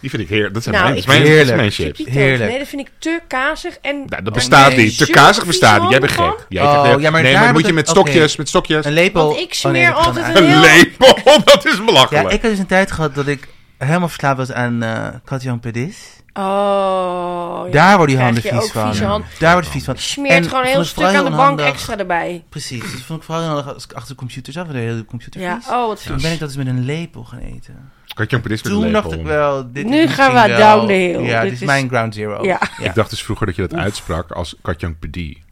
[SPEAKER 2] Die vind ik heerlijk. Dat zijn
[SPEAKER 3] Nou,
[SPEAKER 2] mijn,
[SPEAKER 3] ik
[SPEAKER 2] dat is mijn- dat is
[SPEAKER 4] vind-
[SPEAKER 2] mijn shit.
[SPEAKER 3] Chiquito's.
[SPEAKER 4] Heerlijk. Oh,
[SPEAKER 3] Nee, dat vind ik te kazig. En
[SPEAKER 2] Nou, dat bestaat
[SPEAKER 4] nee.
[SPEAKER 2] niet. Te kazig bestaat niet. Jij bent
[SPEAKER 3] Supergoed
[SPEAKER 2] gek. Jij krijgt-
[SPEAKER 4] Oh,
[SPEAKER 2] nee,
[SPEAKER 4] ja, maar daar
[SPEAKER 2] maar dan
[SPEAKER 4] heb
[SPEAKER 2] moet
[SPEAKER 4] ik
[SPEAKER 2] je
[SPEAKER 4] het-
[SPEAKER 2] met stokjes,
[SPEAKER 4] oké.
[SPEAKER 2] met stokjes.
[SPEAKER 4] Een lepel.
[SPEAKER 3] Want ik
[SPEAKER 4] Oh, nee,
[SPEAKER 3] smeer
[SPEAKER 4] dat kan
[SPEAKER 3] altijd
[SPEAKER 4] uit.
[SPEAKER 3] een
[SPEAKER 2] Een
[SPEAKER 3] heel-
[SPEAKER 2] lepel, dat is
[SPEAKER 4] Ja,
[SPEAKER 2] belachelijk.
[SPEAKER 4] ik had dus een tijd gehad dat ik helemaal verslaafd was aan eh Katjan Pedis.
[SPEAKER 3] Oh, ja.
[SPEAKER 4] Daar worden die
[SPEAKER 3] Krijg
[SPEAKER 4] handen
[SPEAKER 3] je
[SPEAKER 4] vies
[SPEAKER 3] ook
[SPEAKER 4] van.
[SPEAKER 3] vieze handen.
[SPEAKER 4] Daar wordt het vies van.
[SPEAKER 3] Je smeert
[SPEAKER 4] En
[SPEAKER 3] gewoon een heel
[SPEAKER 4] vond ik
[SPEAKER 3] stuk
[SPEAKER 4] vooral
[SPEAKER 3] aan de
[SPEAKER 4] heel
[SPEAKER 3] bank
[SPEAKER 4] onhandig.
[SPEAKER 3] extra erbij.
[SPEAKER 4] Precies, dus vond ik vooral heel handig als ik achter de computer zat, want de hele computer
[SPEAKER 3] Ja,
[SPEAKER 4] vies.
[SPEAKER 3] oh, wat
[SPEAKER 4] Toen
[SPEAKER 3] vies.
[SPEAKER 4] ben ik dat eens met een lepel gaan eten.
[SPEAKER 2] Had je een pedis met een
[SPEAKER 4] Toen
[SPEAKER 2] lepel?
[SPEAKER 4] dacht ik wel, dit
[SPEAKER 3] Nu
[SPEAKER 4] is
[SPEAKER 3] gaan we
[SPEAKER 4] misschien
[SPEAKER 3] down
[SPEAKER 4] wel-
[SPEAKER 3] the hill.
[SPEAKER 4] Ja, dit,
[SPEAKER 3] Dit
[SPEAKER 4] is
[SPEAKER 3] is-
[SPEAKER 4] mijn ground zero.
[SPEAKER 3] Ja.
[SPEAKER 2] Ik dacht dus vroeger dat je dat uitsprak als Katjan Pedi.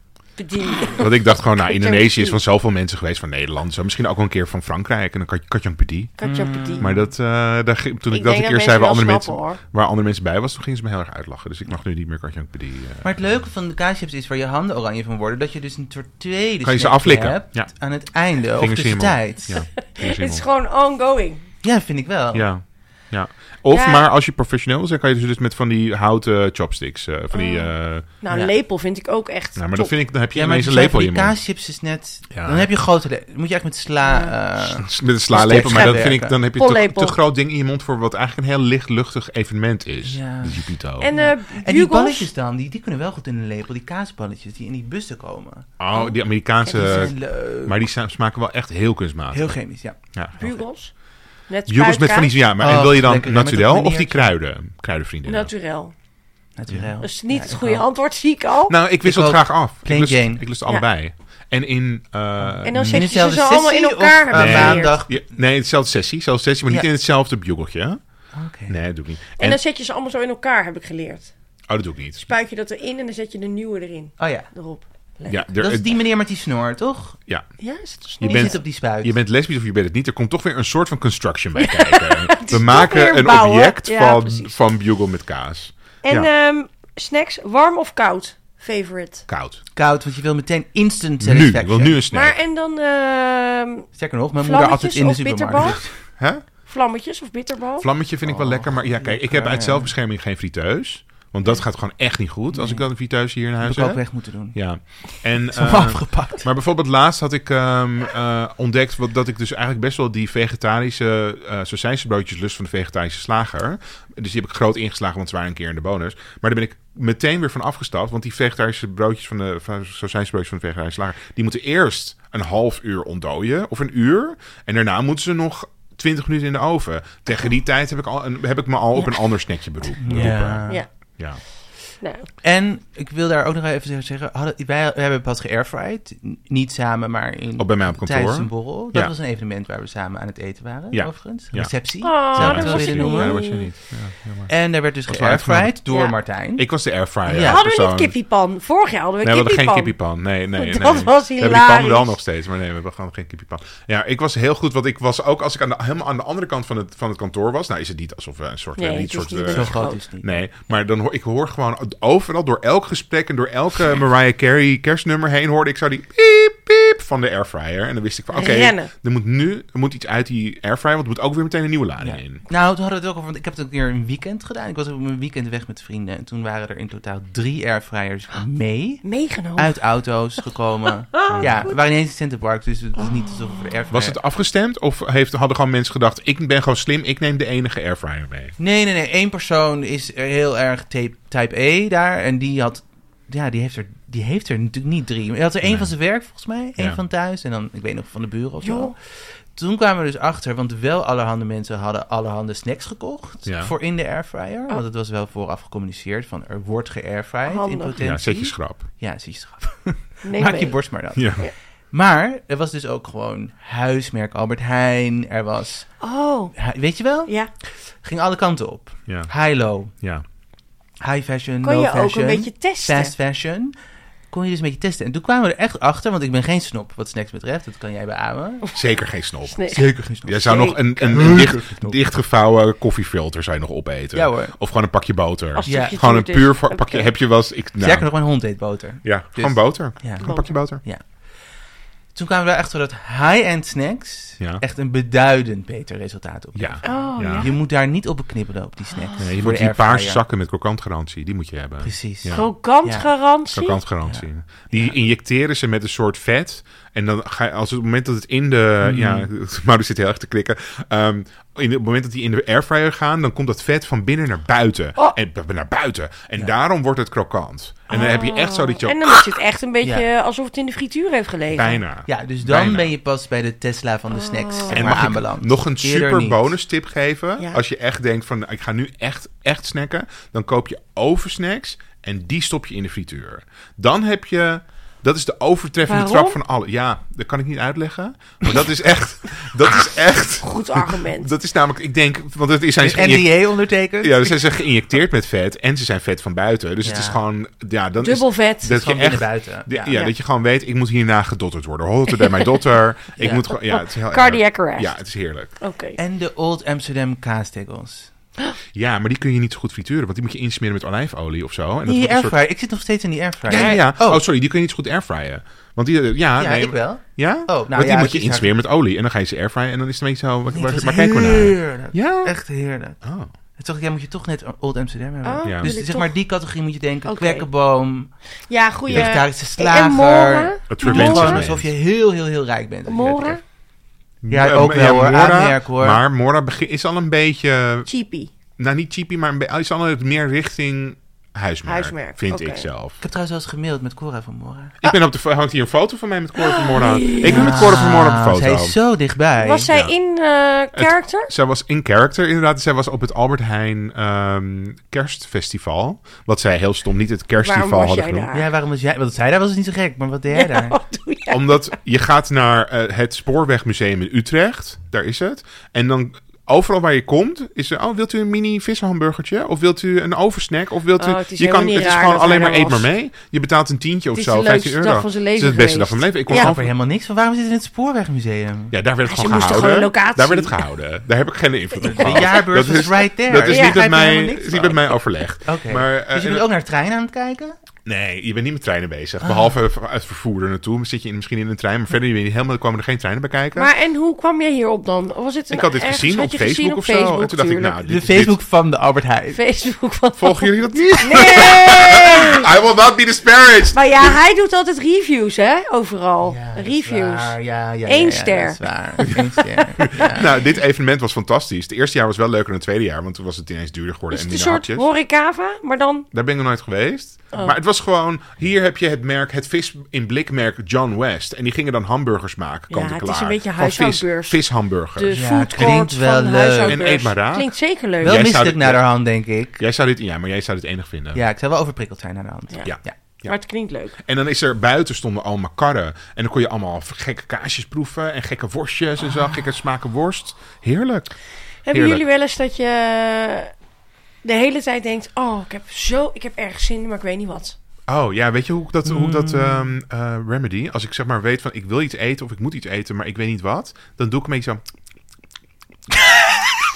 [SPEAKER 3] Bedien.
[SPEAKER 2] Want ik dacht gewoon, nou,
[SPEAKER 3] Katjan
[SPEAKER 2] Indonesië is
[SPEAKER 3] Pedi.
[SPEAKER 2] van zoveel mensen geweest, van Nederland. Zo, misschien ook wel een keer van Frankrijk en dan Kat- Katjan Pedi.
[SPEAKER 3] Katja Bedien.
[SPEAKER 2] Maar dat, eh, daar, ging- toen ik,
[SPEAKER 3] Ik
[SPEAKER 2] dat een
[SPEAKER 3] denk
[SPEAKER 2] keer
[SPEAKER 3] dat
[SPEAKER 2] zei
[SPEAKER 3] mensen
[SPEAKER 2] waar
[SPEAKER 3] wel
[SPEAKER 2] andere, mensen,
[SPEAKER 3] snappen,
[SPEAKER 2] waar andere mensen bij was, toen gingen ze me heel erg uitlachen. Dus ik mag nu niet meer Katjan Pedi. eh.
[SPEAKER 4] Maar het leuke van de kaaschips is waar je handen oranje van worden, dat je dus een soort tweede
[SPEAKER 2] Kan je ze
[SPEAKER 4] snackje
[SPEAKER 2] aflikken?
[SPEAKER 4] hebt
[SPEAKER 2] Ja.
[SPEAKER 4] aan het einde of
[SPEAKER 2] Vingers in je mond.
[SPEAKER 4] tussentijds.
[SPEAKER 2] Ja,
[SPEAKER 4] Ja.
[SPEAKER 2] vingers in
[SPEAKER 3] Het
[SPEAKER 2] je
[SPEAKER 3] is
[SPEAKER 2] mond.
[SPEAKER 3] gewoon ongoing.
[SPEAKER 4] vind ik wel.
[SPEAKER 2] ja. ja. Of,
[SPEAKER 3] Ja.
[SPEAKER 2] maar als je professioneel wil zijn, kan je dus met van die houten chopsticks. eh, van die, eh, nou,
[SPEAKER 3] Nou,
[SPEAKER 4] Ja.
[SPEAKER 3] een lepel vind ik ook echt
[SPEAKER 2] maar dat
[SPEAKER 3] top.
[SPEAKER 2] vind ik, dan heb je
[SPEAKER 4] Ja, maar
[SPEAKER 2] ineens een
[SPEAKER 4] die
[SPEAKER 2] lepel in je
[SPEAKER 4] die
[SPEAKER 2] mond.
[SPEAKER 4] kaaschips is net...
[SPEAKER 2] Ja.
[SPEAKER 4] Dan heb je grote... le- Dan moet je echt met sla... eh,
[SPEAKER 2] Met een slalepel, maar dat vind ik, dan heb je toch een
[SPEAKER 3] Pollepel.
[SPEAKER 2] te groot ding in je mond voor wat eigenlijk een heel licht, luchtig evenement is.
[SPEAKER 4] Ja.
[SPEAKER 2] De Jupito.
[SPEAKER 3] En, eh
[SPEAKER 4] en die
[SPEAKER 3] bugels.
[SPEAKER 4] balletjes dan, die, die kunnen wel goed in een lepel. Die kaasballetjes die in die bussen komen.
[SPEAKER 2] oh, die
[SPEAKER 4] En die
[SPEAKER 2] Amerikaanse...
[SPEAKER 4] zijn leuk.
[SPEAKER 2] maar die sa- smaken wel echt heel kunstmatig.
[SPEAKER 4] Heel chemisch, ja.
[SPEAKER 2] ja, heel vet.
[SPEAKER 3] Bugels. Net
[SPEAKER 2] Jugels met van die... Ja, maar en
[SPEAKER 4] Oh,
[SPEAKER 2] wil je dan
[SPEAKER 4] lekker, ja, met
[SPEAKER 2] naturel
[SPEAKER 4] dat
[SPEAKER 2] of die
[SPEAKER 4] paneertje.
[SPEAKER 2] kruiden? Kruidenvrienden.
[SPEAKER 3] Naturel.
[SPEAKER 4] Natuurlijk.
[SPEAKER 3] Dat is niet
[SPEAKER 4] Ja, oh,
[SPEAKER 3] het
[SPEAKER 4] ik
[SPEAKER 3] goede
[SPEAKER 4] ook.
[SPEAKER 3] antwoord, zie ik al.
[SPEAKER 2] nou, ik wissel
[SPEAKER 4] Ik
[SPEAKER 2] het
[SPEAKER 4] ook.
[SPEAKER 2] graag af. Ik
[SPEAKER 4] Plain
[SPEAKER 2] lust,
[SPEAKER 4] Jane.
[SPEAKER 2] ik lust
[SPEAKER 3] Ja.
[SPEAKER 2] allebei. En in... eh,
[SPEAKER 3] en dan
[SPEAKER 2] nee,
[SPEAKER 3] zet je ze
[SPEAKER 4] dezelfde
[SPEAKER 3] zo allemaal in
[SPEAKER 4] sessie
[SPEAKER 3] elkaar.
[SPEAKER 4] of, eh,
[SPEAKER 3] gemonteerd.
[SPEAKER 4] maandag?
[SPEAKER 2] je- nee, hetzelfde sessie, zelfde sessie, maar niet
[SPEAKER 4] Ja.
[SPEAKER 2] in hetzelfde bjoegeltje. hè?
[SPEAKER 4] Oké.
[SPEAKER 2] Nee, dat doe ik niet. En,
[SPEAKER 3] En dan zet je ze allemaal zo in elkaar, heb ik geleerd.
[SPEAKER 2] oh, dat doe ik niet.
[SPEAKER 3] Spuit je dat erin en dan zet je de nieuwe erin.
[SPEAKER 4] Oh ja.
[SPEAKER 3] Erop.
[SPEAKER 2] Ja, er-
[SPEAKER 4] Dat is die meneer met die snor, toch?
[SPEAKER 2] ja,
[SPEAKER 3] Ja, is het dus
[SPEAKER 2] Je
[SPEAKER 4] Die
[SPEAKER 2] bent-
[SPEAKER 4] zit op die spuit.
[SPEAKER 2] Je bent lesbisch of je bent het niet. Er komt toch weer een soort van construction bij kijken. We
[SPEAKER 3] toch
[SPEAKER 2] maken
[SPEAKER 3] weer
[SPEAKER 2] een
[SPEAKER 3] bouwen.
[SPEAKER 2] object
[SPEAKER 3] Ja,
[SPEAKER 2] van,
[SPEAKER 3] precies.
[SPEAKER 2] van bugle met kaas.
[SPEAKER 3] En
[SPEAKER 2] Ja.
[SPEAKER 3] ehm, snacks, warm of koud? Favorite.
[SPEAKER 2] Koud.
[SPEAKER 4] koud, want je wil meteen instant
[SPEAKER 2] Nu.
[SPEAKER 4] satisfaction.
[SPEAKER 2] Ik wil nu een snack.
[SPEAKER 3] Maar en dan ehm,
[SPEAKER 4] Sterker nog, mijn moeder
[SPEAKER 3] vlammetjes
[SPEAKER 4] altijd in de
[SPEAKER 3] of
[SPEAKER 4] supermarkt. dus
[SPEAKER 3] bitterbal?
[SPEAKER 2] Hè?
[SPEAKER 3] Vlammetjes of bitterbal?
[SPEAKER 2] Vlammetje vind ik wel
[SPEAKER 4] Oh,
[SPEAKER 2] lekker. Maar ja, kijk, ik heb
[SPEAKER 4] lekker,
[SPEAKER 2] uit
[SPEAKER 4] ja.
[SPEAKER 2] zelfbescherming geen friteus. Want dat gaat gewoon echt niet goed. Als ik dan een friteus hier in
[SPEAKER 4] Dat
[SPEAKER 2] huis
[SPEAKER 4] heb ik ook
[SPEAKER 2] heb.
[SPEAKER 4] weg moeten doen.
[SPEAKER 2] Ja. En,
[SPEAKER 4] Zo
[SPEAKER 2] eh,
[SPEAKER 4] afgepakt.
[SPEAKER 2] maar bijvoorbeeld laatst had ik ehm, eh, ontdekt wat, dat ik dus eigenlijk best wel die vegetarische eh sausijzenbroodjes lust van de vegetarische slager. Dus die heb ik groot ingeslagen, want ze waren een keer in de bonus. Maar daar ben ik meteen weer van afgestapt, want die vegetarische broodjes van de van, sausijzenbroodjes van de vegetarische slager, die moeten eerst een half uur ontdooien of een uur, en daarna moeten ze nog 20 minuten in de oven. Tegen die tijd heb ik, al, een- heb ik me al op een ander snackje beroep, beroepen. Ja.
[SPEAKER 4] Ja.
[SPEAKER 3] Ja.
[SPEAKER 2] ja.
[SPEAKER 3] Nou,
[SPEAKER 4] En ik wil daar ook nog even zeggen, hadden, wij, wij hebben pas geairfried. N- Niet samen, maar in,
[SPEAKER 2] Oh, bij mij op
[SPEAKER 4] tijdens
[SPEAKER 2] kantoor.
[SPEAKER 4] een borrel. Dat
[SPEAKER 2] Ja.
[SPEAKER 4] was een evenement waar we samen aan het eten waren,
[SPEAKER 2] Ja.
[SPEAKER 4] overigens. Een
[SPEAKER 2] Ja.
[SPEAKER 4] Receptie,
[SPEAKER 3] Oh,
[SPEAKER 4] zou ik
[SPEAKER 3] dat
[SPEAKER 4] het wel
[SPEAKER 3] was
[SPEAKER 4] willen
[SPEAKER 3] lief.
[SPEAKER 4] noemen.
[SPEAKER 2] Ja, was je niet. Ja, jammer.
[SPEAKER 4] En daar werd dus
[SPEAKER 2] was wel uitgenodigd.
[SPEAKER 4] geairfried door
[SPEAKER 3] Ja.
[SPEAKER 4] Martijn.
[SPEAKER 2] Ik was de airfryer.
[SPEAKER 4] Ja,
[SPEAKER 3] hadden we
[SPEAKER 2] persoon.
[SPEAKER 3] niet kippiepan? Vorig jaar hadden we
[SPEAKER 2] Nee, we hadden geen
[SPEAKER 3] kippiepan.
[SPEAKER 2] kippiepan. Nee, nee,
[SPEAKER 3] Dat
[SPEAKER 2] nee.
[SPEAKER 3] was
[SPEAKER 2] We hebben die pan
[SPEAKER 3] hilarisch.
[SPEAKER 2] wel nog steeds, maar nee, we hebben gewoon geen kippiepan. Ja, ik was heel goed, want ik was ook als ik aan de, helemaal aan de andere kant van het, van het kantoor was. Nou, is het niet alsof we een soort.
[SPEAKER 3] Nee,
[SPEAKER 2] eh, niet
[SPEAKER 3] het is
[SPEAKER 2] soort
[SPEAKER 3] niet
[SPEAKER 2] eh,
[SPEAKER 4] Zo groot is het niet.
[SPEAKER 2] nee, maar dan hoor, ik hoor gewoon overal door elk gesprek en door elke Mariah Carey kerstnummer heen hoorde ik zo die piep piep van de airfryer. En dan wist ik van, oké,
[SPEAKER 3] Rennen.
[SPEAKER 2] er moet nu er moet iets uit die airfryer, want er moet ook weer meteen een nieuwe lading
[SPEAKER 4] Ja.
[SPEAKER 2] in.
[SPEAKER 4] Nou, toen hadden we het ook over, want ik heb het een keer een weekend gedaan. Ik was op een weekend weg met vrienden. En toen waren er in totaal drie airfryers
[SPEAKER 3] Ah.
[SPEAKER 4] mee.
[SPEAKER 3] Meegenomen.
[SPEAKER 4] Uit auto's gekomen. ja, we waren ineens in Center Park, dus het is niet alsof we de airfryer...
[SPEAKER 2] Was het afgestemd of heeft, hadden gewoon mensen gedacht, ik ben gewoon slim, ik neem de enige airfryer mee?
[SPEAKER 4] Nee, nee, nee. Eén persoon is er heel erg type, type E daar. En die had... Ja, die heeft er, die heeft er natuurlijk niet drie. Maar Hij had er één van zijn werk, volgens mij. één
[SPEAKER 2] Ja.
[SPEAKER 4] van thuis. En dan, ik weet nog, van de buren of zo. Toen kwamen we dus achter, want wel allerhande mensen hadden allerhande snacks gekocht.
[SPEAKER 2] Ja.
[SPEAKER 4] Voor in de airfryer. Want het was wel vooraf gecommuniceerd van er wordt geairfried in
[SPEAKER 3] Handig.
[SPEAKER 4] potentie.
[SPEAKER 2] Ja, zet je schrap.
[SPEAKER 4] Ja, zie je schrap.
[SPEAKER 3] Nee,
[SPEAKER 4] Maak
[SPEAKER 3] nee.
[SPEAKER 4] je borst maar dat.
[SPEAKER 2] Ja.
[SPEAKER 4] Maar er was dus ook gewoon huismerk Albert Heijn. Er was,
[SPEAKER 3] Oh,
[SPEAKER 4] hu- weet je wel?
[SPEAKER 3] ja.
[SPEAKER 4] Ging alle kanten op.
[SPEAKER 2] Ja.
[SPEAKER 4] High-low.
[SPEAKER 2] Ja.
[SPEAKER 4] high fashion,
[SPEAKER 3] Kon
[SPEAKER 4] low
[SPEAKER 3] je ook
[SPEAKER 4] fashion.
[SPEAKER 3] een beetje testen.
[SPEAKER 4] Fast fashion. Kon je dus een beetje testen. En toen kwamen we er echt achter, want ik ben geen snop wat snacks betreft. Dat kan jij beamen.
[SPEAKER 2] Zeker geen snop.
[SPEAKER 3] Nee.
[SPEAKER 4] Zeker geen snop.
[SPEAKER 2] Jij zou nog een, een, een dicht, dichtgevouwen koffiefilter zou je nog opeten.
[SPEAKER 4] Ja hoor.
[SPEAKER 2] Of gewoon een pakje boter.
[SPEAKER 3] Als het
[SPEAKER 4] Ja.
[SPEAKER 3] op je
[SPEAKER 2] gewoon een
[SPEAKER 3] toert is.
[SPEAKER 2] puur va-
[SPEAKER 3] Oké.
[SPEAKER 2] pakje. Heb je wel eens... Ik, nou,
[SPEAKER 4] Sterker nog, mijn hond eet boter.
[SPEAKER 2] Ja, gewoon boter.
[SPEAKER 4] Ja.
[SPEAKER 2] Gewoon een pakje boter.
[SPEAKER 4] Toen kwamen we erachter dat high-end snacks
[SPEAKER 2] Ja.
[SPEAKER 4] echt een beduidend beter resultaat op.
[SPEAKER 2] Ja.
[SPEAKER 3] Oh, ja.
[SPEAKER 4] Je moet daar niet op beknibbelen op die snacks.
[SPEAKER 2] Nee, je
[SPEAKER 4] Voor
[SPEAKER 2] moet
[SPEAKER 4] de
[SPEAKER 2] die
[SPEAKER 4] airfryer.
[SPEAKER 2] paarse zakken met krokantgarantie. Die moet je hebben.
[SPEAKER 4] Precies.
[SPEAKER 2] Ja.
[SPEAKER 3] Krokant
[SPEAKER 4] Ja.
[SPEAKER 3] garantie.
[SPEAKER 2] Krokantgarantie. Die injecteren ze met een soort vet. En dan ga je, als het op het moment dat het in de.
[SPEAKER 4] Mm.
[SPEAKER 2] Ja, Mauro zit heel erg te klikken. Ehm, in de- op het moment dat die in de airfryer gaan, dan komt dat vet van binnen naar buiten.
[SPEAKER 3] Oh.
[SPEAKER 2] En naar buiten. En daarom wordt het krokant. En dan heb je echt zo dat je.
[SPEAKER 3] En dan moet je het echt een beetje eh,
[SPEAKER 4] Ja.
[SPEAKER 3] alsof het in de frituur heeft gelegen.
[SPEAKER 2] bijna.
[SPEAKER 4] Ja, dus dan
[SPEAKER 2] Bijna.
[SPEAKER 4] ben je pas bij de Tesla van de snacks zeg
[SPEAKER 2] En
[SPEAKER 4] maar,
[SPEAKER 2] mag ik
[SPEAKER 4] aanbeland.
[SPEAKER 2] nog een
[SPEAKER 4] Eerder
[SPEAKER 2] super
[SPEAKER 4] niet.
[SPEAKER 2] bonus tip geven?
[SPEAKER 1] Ja.
[SPEAKER 2] Als je echt denkt van nou, ik ga nu echt, echt snacken, dan koop je oversnacks en die stop je in de frituur. Dan heb je. Dat is de overtreffende
[SPEAKER 3] Waarom?
[SPEAKER 2] trap van alle. Ja, dat kan ik niet uitleggen. Maar dat is echt. Dat is echt.
[SPEAKER 3] Goed argument.
[SPEAKER 2] Dat is namelijk, ik denk, want het is zijn
[SPEAKER 4] Dus
[SPEAKER 2] ze geïnje-
[SPEAKER 4] NDA ondertekend.
[SPEAKER 2] ja, ze zijn geïnjecteerd met vet en ze zijn vet van buiten. Dus het
[SPEAKER 4] Ja.
[SPEAKER 2] is gewoon, ja, dan is-
[SPEAKER 3] Dubbel vet.
[SPEAKER 2] Dat je
[SPEAKER 4] Gewoon
[SPEAKER 2] echt,
[SPEAKER 4] binnen buiten.
[SPEAKER 2] de- ja,
[SPEAKER 4] Ja.
[SPEAKER 2] dat je gewoon weet, ik moet hierna gedotterd worden. Holte bij mijn dotter. Ik moet gewoon, ja, het is heel erg.
[SPEAKER 3] Cardiac arrest.
[SPEAKER 2] Ja, het is heerlijk.
[SPEAKER 3] Oké.
[SPEAKER 4] En de Old Amsterdam kaastegels.
[SPEAKER 2] Ja, maar die kun je niet zo goed frituren, want die moet je insmeren met olijfolie of zo. En
[SPEAKER 4] Die
[SPEAKER 2] wordt een soort-
[SPEAKER 4] airfryer. Ik zit nog steeds in die airfryer.
[SPEAKER 2] Ja, ja, ja.
[SPEAKER 4] Oh,
[SPEAKER 2] Oh. sorry, die kun je niet zo goed airfryen. Want die, ja,
[SPEAKER 4] ja,
[SPEAKER 2] nee,
[SPEAKER 4] ik wel.
[SPEAKER 2] Ja?
[SPEAKER 4] nou
[SPEAKER 2] Want die
[SPEAKER 4] ja,
[SPEAKER 2] moet je
[SPEAKER 4] het is
[SPEAKER 2] insmeren met olie en dan ga je ze airfryen en dan is het een beetje zo, waar,
[SPEAKER 4] Nee,
[SPEAKER 2] waar,
[SPEAKER 4] het was
[SPEAKER 2] waar kijken we naar?
[SPEAKER 4] heerlijk.
[SPEAKER 2] Ja?
[SPEAKER 4] Echt heerlijk.
[SPEAKER 2] Oh.
[SPEAKER 4] En toch, jij moet je toch net Old Amsterdam hebben.
[SPEAKER 3] Oh,
[SPEAKER 2] Ja.
[SPEAKER 3] wil
[SPEAKER 4] Dus
[SPEAKER 3] ik
[SPEAKER 4] zeg
[SPEAKER 3] toch-
[SPEAKER 4] maar die categorie moet je denken.
[SPEAKER 3] Oké.
[SPEAKER 4] Kwekkenboom,
[SPEAKER 3] Ja, goede.
[SPEAKER 4] vegetarische
[SPEAKER 3] en Mora?
[SPEAKER 4] slager.
[SPEAKER 2] Het
[SPEAKER 4] Het
[SPEAKER 2] wordt
[SPEAKER 4] is
[SPEAKER 2] mensen
[SPEAKER 4] Gewoon
[SPEAKER 2] mee.
[SPEAKER 4] alsof je heel, heel, heel rijk bent.
[SPEAKER 3] Mora?
[SPEAKER 4] Ja,
[SPEAKER 2] Eh,
[SPEAKER 4] ook
[SPEAKER 2] ja,
[SPEAKER 4] wel hoor.
[SPEAKER 2] Mora,
[SPEAKER 4] Aanmerk hoor.
[SPEAKER 2] Maar Mora begin- is al een beetje,
[SPEAKER 3] Cheapie.
[SPEAKER 2] nou niet cheapie, maar een be- is al een- meer richting huismerk,
[SPEAKER 3] Huismerk,
[SPEAKER 2] vind
[SPEAKER 3] oké.
[SPEAKER 2] ik zelf.
[SPEAKER 4] Ik heb trouwens wel eens gemaild met Cora van Mora.
[SPEAKER 2] Ik ben op de fo- hangt hier een foto van mij met Cora van Mora. Ik ben met Cora van Mora op de
[SPEAKER 4] Ah, Zij
[SPEAKER 2] foto.
[SPEAKER 4] is zo dichtbij.
[SPEAKER 3] Was zij
[SPEAKER 2] ja.
[SPEAKER 3] in eh character?
[SPEAKER 2] Zij was in character, inderdaad. Zij was op het Albert Heijn ehm, kerstfestival. Wat zij heel stom niet het kerstfestival
[SPEAKER 3] Waarom was
[SPEAKER 2] hadden
[SPEAKER 3] jij
[SPEAKER 2] genoemd.
[SPEAKER 3] daar?
[SPEAKER 4] Ja, waarom was jij... Want zij daar was dus niet zo gek, maar wat deed jij daar?
[SPEAKER 3] Wat Oh, doe jij?
[SPEAKER 2] Omdat je gaat naar eh, het Spoorwegmuseum in Utrecht. Daar is het. En dan overal waar je komt is er... Oh, wilt u een mini vishamburgertje? Of wilt u een oversnack? Of wilt u...
[SPEAKER 3] Oh, het is
[SPEAKER 2] je
[SPEAKER 3] helemaal
[SPEAKER 2] kan,
[SPEAKER 3] niet
[SPEAKER 2] het is
[SPEAKER 3] raar
[SPEAKER 2] gewoon
[SPEAKER 3] dat hij
[SPEAKER 2] alleen maar
[SPEAKER 3] daar
[SPEAKER 2] eet maar
[SPEAKER 3] was.
[SPEAKER 2] mee. Je betaalt een tientje of
[SPEAKER 3] Het is
[SPEAKER 2] zo.
[SPEAKER 3] de
[SPEAKER 2] 15
[SPEAKER 3] leukste
[SPEAKER 2] euro.
[SPEAKER 3] dag van zijn
[SPEAKER 2] Het is de
[SPEAKER 3] leven
[SPEAKER 2] beste dag van mijn leven. Ik kon
[SPEAKER 3] Ja.
[SPEAKER 4] Ik
[SPEAKER 2] ja.
[SPEAKER 4] snap er helemaal niks van. Waarom zit het in het Spoorwegmuseum?
[SPEAKER 2] Ja, daar werd het
[SPEAKER 3] ze
[SPEAKER 2] gewoon
[SPEAKER 3] moesten
[SPEAKER 2] gehouden.
[SPEAKER 3] gewoon locatie.
[SPEAKER 2] Daar werd het gehouden. Daar heb ik geen invloed op gehad.
[SPEAKER 4] De jaarbeurs
[SPEAKER 2] Dat
[SPEAKER 4] was
[SPEAKER 2] is,
[SPEAKER 4] right there.
[SPEAKER 2] dat is
[SPEAKER 4] Ja,
[SPEAKER 2] niet,
[SPEAKER 4] begrijp
[SPEAKER 2] met
[SPEAKER 4] je
[SPEAKER 2] mij,
[SPEAKER 4] helemaal niks
[SPEAKER 2] is
[SPEAKER 4] van.
[SPEAKER 2] niet met mij overleg.
[SPEAKER 4] Oké.
[SPEAKER 2] Maar, eh,
[SPEAKER 4] dus je
[SPEAKER 2] en-
[SPEAKER 4] bent ook naar de trein aan het kijken?
[SPEAKER 2] Nee, je bent niet met treinen bezig. Behalve v-
[SPEAKER 4] Ah.
[SPEAKER 2] het vervoer er naartoe. Dan Zit je in, misschien in een trein, maar verder ben je helemaal, kwamen er geen treinen bij kijken.
[SPEAKER 3] Maar en hoe kwam jij hierop dan? Was het een,
[SPEAKER 2] ik had dit
[SPEAKER 3] ergens
[SPEAKER 2] gezien
[SPEAKER 3] had
[SPEAKER 2] op
[SPEAKER 3] je
[SPEAKER 2] Facebook
[SPEAKER 3] gezien op
[SPEAKER 2] of zo.
[SPEAKER 3] Facebook,
[SPEAKER 2] en toen dacht ik,
[SPEAKER 3] tuurlijk.
[SPEAKER 2] nou, dit,
[SPEAKER 4] De
[SPEAKER 2] dit-
[SPEAKER 4] Facebook van de Albert Heijn.
[SPEAKER 3] Facebook van...
[SPEAKER 2] volgen jullie dat niet?
[SPEAKER 3] Nee!
[SPEAKER 2] I will not be disparaged.
[SPEAKER 3] Maar ja, hij doet altijd reviews, hè? Overal.
[SPEAKER 4] Ja, dat is
[SPEAKER 3] reviews.
[SPEAKER 4] waar. Ja, ja, ja,
[SPEAKER 3] Eén
[SPEAKER 4] ja,
[SPEAKER 3] ster.
[SPEAKER 4] Dat is waar. Eén ster. Ja.
[SPEAKER 2] Nou, dit evenement was fantastisch. Het eerste jaar was wel leuker dan het tweede jaar, want toen was het ineens duurder geworden.
[SPEAKER 3] Is
[SPEAKER 2] en
[SPEAKER 3] het een
[SPEAKER 2] minder
[SPEAKER 3] soort Oh.
[SPEAKER 2] hapjes.
[SPEAKER 3] horecava, maar dan...
[SPEAKER 2] Daar ben ik nog nooit geweest. Maar het was gewoon, hier heb je het merk, het vis in blikmerk John West. En die gingen dan hamburgers maken,
[SPEAKER 3] Ja,
[SPEAKER 2] kant en
[SPEAKER 3] het is
[SPEAKER 2] klaar.
[SPEAKER 3] een beetje
[SPEAKER 2] Van
[SPEAKER 3] huishoudbeurs. Dus-
[SPEAKER 2] Vis, vishamburgers.
[SPEAKER 3] De food
[SPEAKER 4] Ja,
[SPEAKER 3] court
[SPEAKER 4] klinkt wel
[SPEAKER 3] van
[SPEAKER 4] leuk.
[SPEAKER 3] huishoudbeurs.
[SPEAKER 2] En eet maar raar.
[SPEAKER 3] Klinkt zeker leuk.
[SPEAKER 4] Wel
[SPEAKER 2] zou
[SPEAKER 4] misselijk
[SPEAKER 2] dit-
[SPEAKER 4] naar haar hand, denk ik.
[SPEAKER 2] Jij zou dit, ja, maar jij zou dit enig vinden.
[SPEAKER 4] Ja, ik zou wel overprikkeld zijn naar de hand.
[SPEAKER 3] Ja.
[SPEAKER 2] ja. ja.
[SPEAKER 3] Maar het klinkt leuk.
[SPEAKER 2] En dan is er buiten stonden allemaal karren. En dan kon je allemaal gekke kaasjes proeven. En gekke worstjes en zo. Gekke smaken worst. Heerlijk.
[SPEAKER 3] Hebben
[SPEAKER 2] Heerlijk.
[SPEAKER 3] jullie wel eens dat je eh, de hele tijd denkt... Oh, ik heb zo... Ik heb erg zin, in, maar ik weet niet wat.
[SPEAKER 2] Oh ja, weet je hoe ik dat, hoe ik dat ehm, eh, remedy? Als ik zeg maar weet van ik wil iets eten of ik moet iets eten, maar ik weet niet wat. Dan doe ik een beetje zo.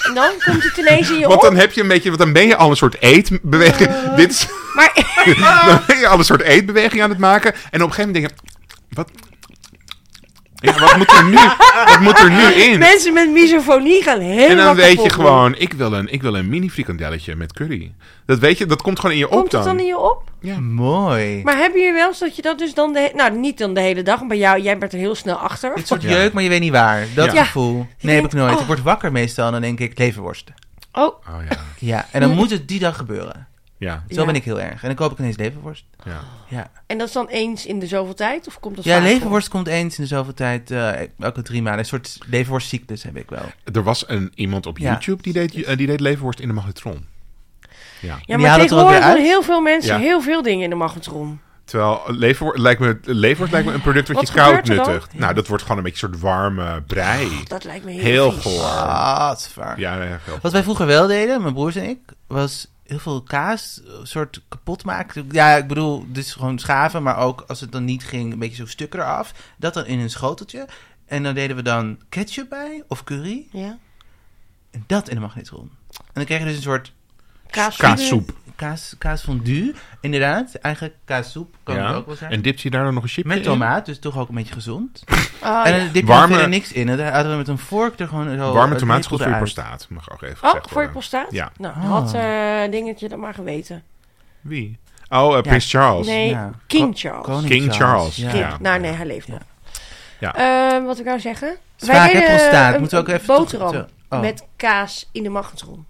[SPEAKER 3] En dan komt het ineens in je op.
[SPEAKER 2] Want dan heb je een beetje, want dan ben je al een soort eetbeweging. Dit is,
[SPEAKER 3] Maar
[SPEAKER 2] dan ben je al een soort eetbeweging aan het maken. En op een gegeven moment denk je, wat, ja, wat moet er nu, wat moet er nu in?
[SPEAKER 3] mensen met misofonie gaan helemaal
[SPEAKER 2] En dan weet
[SPEAKER 3] kapot
[SPEAKER 2] je
[SPEAKER 3] doen.
[SPEAKER 2] gewoon, ik wil, een, ik wil een mini frikandelletje met curry. Dat weet je, dat komt gewoon in je op
[SPEAKER 3] Komt
[SPEAKER 2] dan.
[SPEAKER 3] het dan in je op?
[SPEAKER 4] Mooi.
[SPEAKER 3] Maar hebben jullie wel eens dat je dat dus dan... De he- nou, niet dan de hele dag, maar bij jou, jij bent er heel snel achter.
[SPEAKER 4] Het soort jeuk, maar je weet niet waar. Dat
[SPEAKER 2] Ja.
[SPEAKER 4] gevoel.
[SPEAKER 3] Je
[SPEAKER 4] Nee, heb
[SPEAKER 3] denkt,
[SPEAKER 4] ik nooit.
[SPEAKER 3] oh.
[SPEAKER 4] Ik word wakker meestal en dan denk ik leverworsten.
[SPEAKER 3] Oh,
[SPEAKER 2] Oh ja,
[SPEAKER 4] Ja, en dan moet het die dag gebeuren.
[SPEAKER 2] ja,
[SPEAKER 4] Zo
[SPEAKER 3] Ja.
[SPEAKER 4] ben ik heel erg. En dan koop ik ineens leverworst.
[SPEAKER 2] ja.
[SPEAKER 4] Ja,
[SPEAKER 3] en dat is dan eens in de zoveel tijd? Of komt dat
[SPEAKER 4] ja
[SPEAKER 3] vaak voor?
[SPEAKER 4] leverworst komt eens in de zoveel tijd, eh, elke drie maanden. Een soort leverworstziektes heb ik wel.
[SPEAKER 2] Er was een, iemand op
[SPEAKER 4] Ja.
[SPEAKER 2] YouTube die deed, eh, die deed leverworst in de magnetron.
[SPEAKER 3] Ja,
[SPEAKER 4] En
[SPEAKER 3] maar
[SPEAKER 4] die halen het er ook
[SPEAKER 3] tegenwoordig
[SPEAKER 4] weer
[SPEAKER 3] doen
[SPEAKER 4] uit?
[SPEAKER 3] heel veel mensen
[SPEAKER 2] Ja.
[SPEAKER 3] heel veel dingen in de magnetron.
[SPEAKER 2] Terwijl eh, leverworst lijkt me, leverworst lijkt me een product wat,
[SPEAKER 3] Wat
[SPEAKER 2] je koud
[SPEAKER 3] gebeurt er dan? Oh,
[SPEAKER 2] nuttigt. Nou, dat wordt gewoon een beetje een soort warme brei.
[SPEAKER 3] Dat lijkt me heel,
[SPEAKER 2] heel
[SPEAKER 3] vies.
[SPEAKER 2] goor.
[SPEAKER 4] Ah, zwaar.
[SPEAKER 2] Ja, nee, heel
[SPEAKER 4] Wat wij vroeger wel deden, mijn broers en ik, was heel veel kaas eh, soort kapot maken. Ja, ik bedoel, dus gewoon schaven, maar ook als het dan niet ging, een beetje zo stukken eraf. Dat dan in een schoteltje. En dan deden we dan ketchup bij of curry.
[SPEAKER 3] Ja.
[SPEAKER 4] En dat in de magnetron. En dan kreeg je dus een soort
[SPEAKER 3] Kaas.
[SPEAKER 2] Kaassoep.
[SPEAKER 4] kaas, kaasfondue. Inderdaad, eigenlijk kaassoep kan het
[SPEAKER 2] Ja.
[SPEAKER 4] ook wel zijn.
[SPEAKER 2] En dipt je daar dan nog een chipje
[SPEAKER 4] Met
[SPEAKER 2] in?
[SPEAKER 4] tomaat, dus toch ook een beetje gezond.
[SPEAKER 2] Ah,
[SPEAKER 3] Oh,
[SPEAKER 4] en
[SPEAKER 3] ja.
[SPEAKER 4] dan dip je
[SPEAKER 2] Warme-
[SPEAKER 4] er verder niks in. En daar hadden we met een vork er gewoon zo...
[SPEAKER 2] Warme
[SPEAKER 4] Oh, het
[SPEAKER 2] tomaat is goed voor je
[SPEAKER 4] eruit.
[SPEAKER 2] prostaat. Mag ook even
[SPEAKER 3] Oh,
[SPEAKER 2] gezegd
[SPEAKER 3] voor je
[SPEAKER 2] worden.
[SPEAKER 3] prostaat?
[SPEAKER 2] Ja.
[SPEAKER 3] Nou,
[SPEAKER 4] Ah.
[SPEAKER 3] had eh dingetje dat maar geweten.
[SPEAKER 2] Wie? Oh, eh, Prins Charles.
[SPEAKER 3] Nee,
[SPEAKER 4] Ja.
[SPEAKER 3] King
[SPEAKER 4] Ko-
[SPEAKER 3] Charles.
[SPEAKER 4] Koning
[SPEAKER 2] King Charles.
[SPEAKER 4] ja.
[SPEAKER 3] King-
[SPEAKER 2] Ja.
[SPEAKER 3] nou nee, hij leeft nog.
[SPEAKER 2] Ja.
[SPEAKER 3] Ehm, wat wil ik nou zeggen?
[SPEAKER 4] Zwaak heb
[SPEAKER 3] eh,
[SPEAKER 4] ontstaat.
[SPEAKER 3] een
[SPEAKER 4] Moeten we ook even
[SPEAKER 3] boterham
[SPEAKER 4] toch- oh.
[SPEAKER 3] met kaas in de magnetron.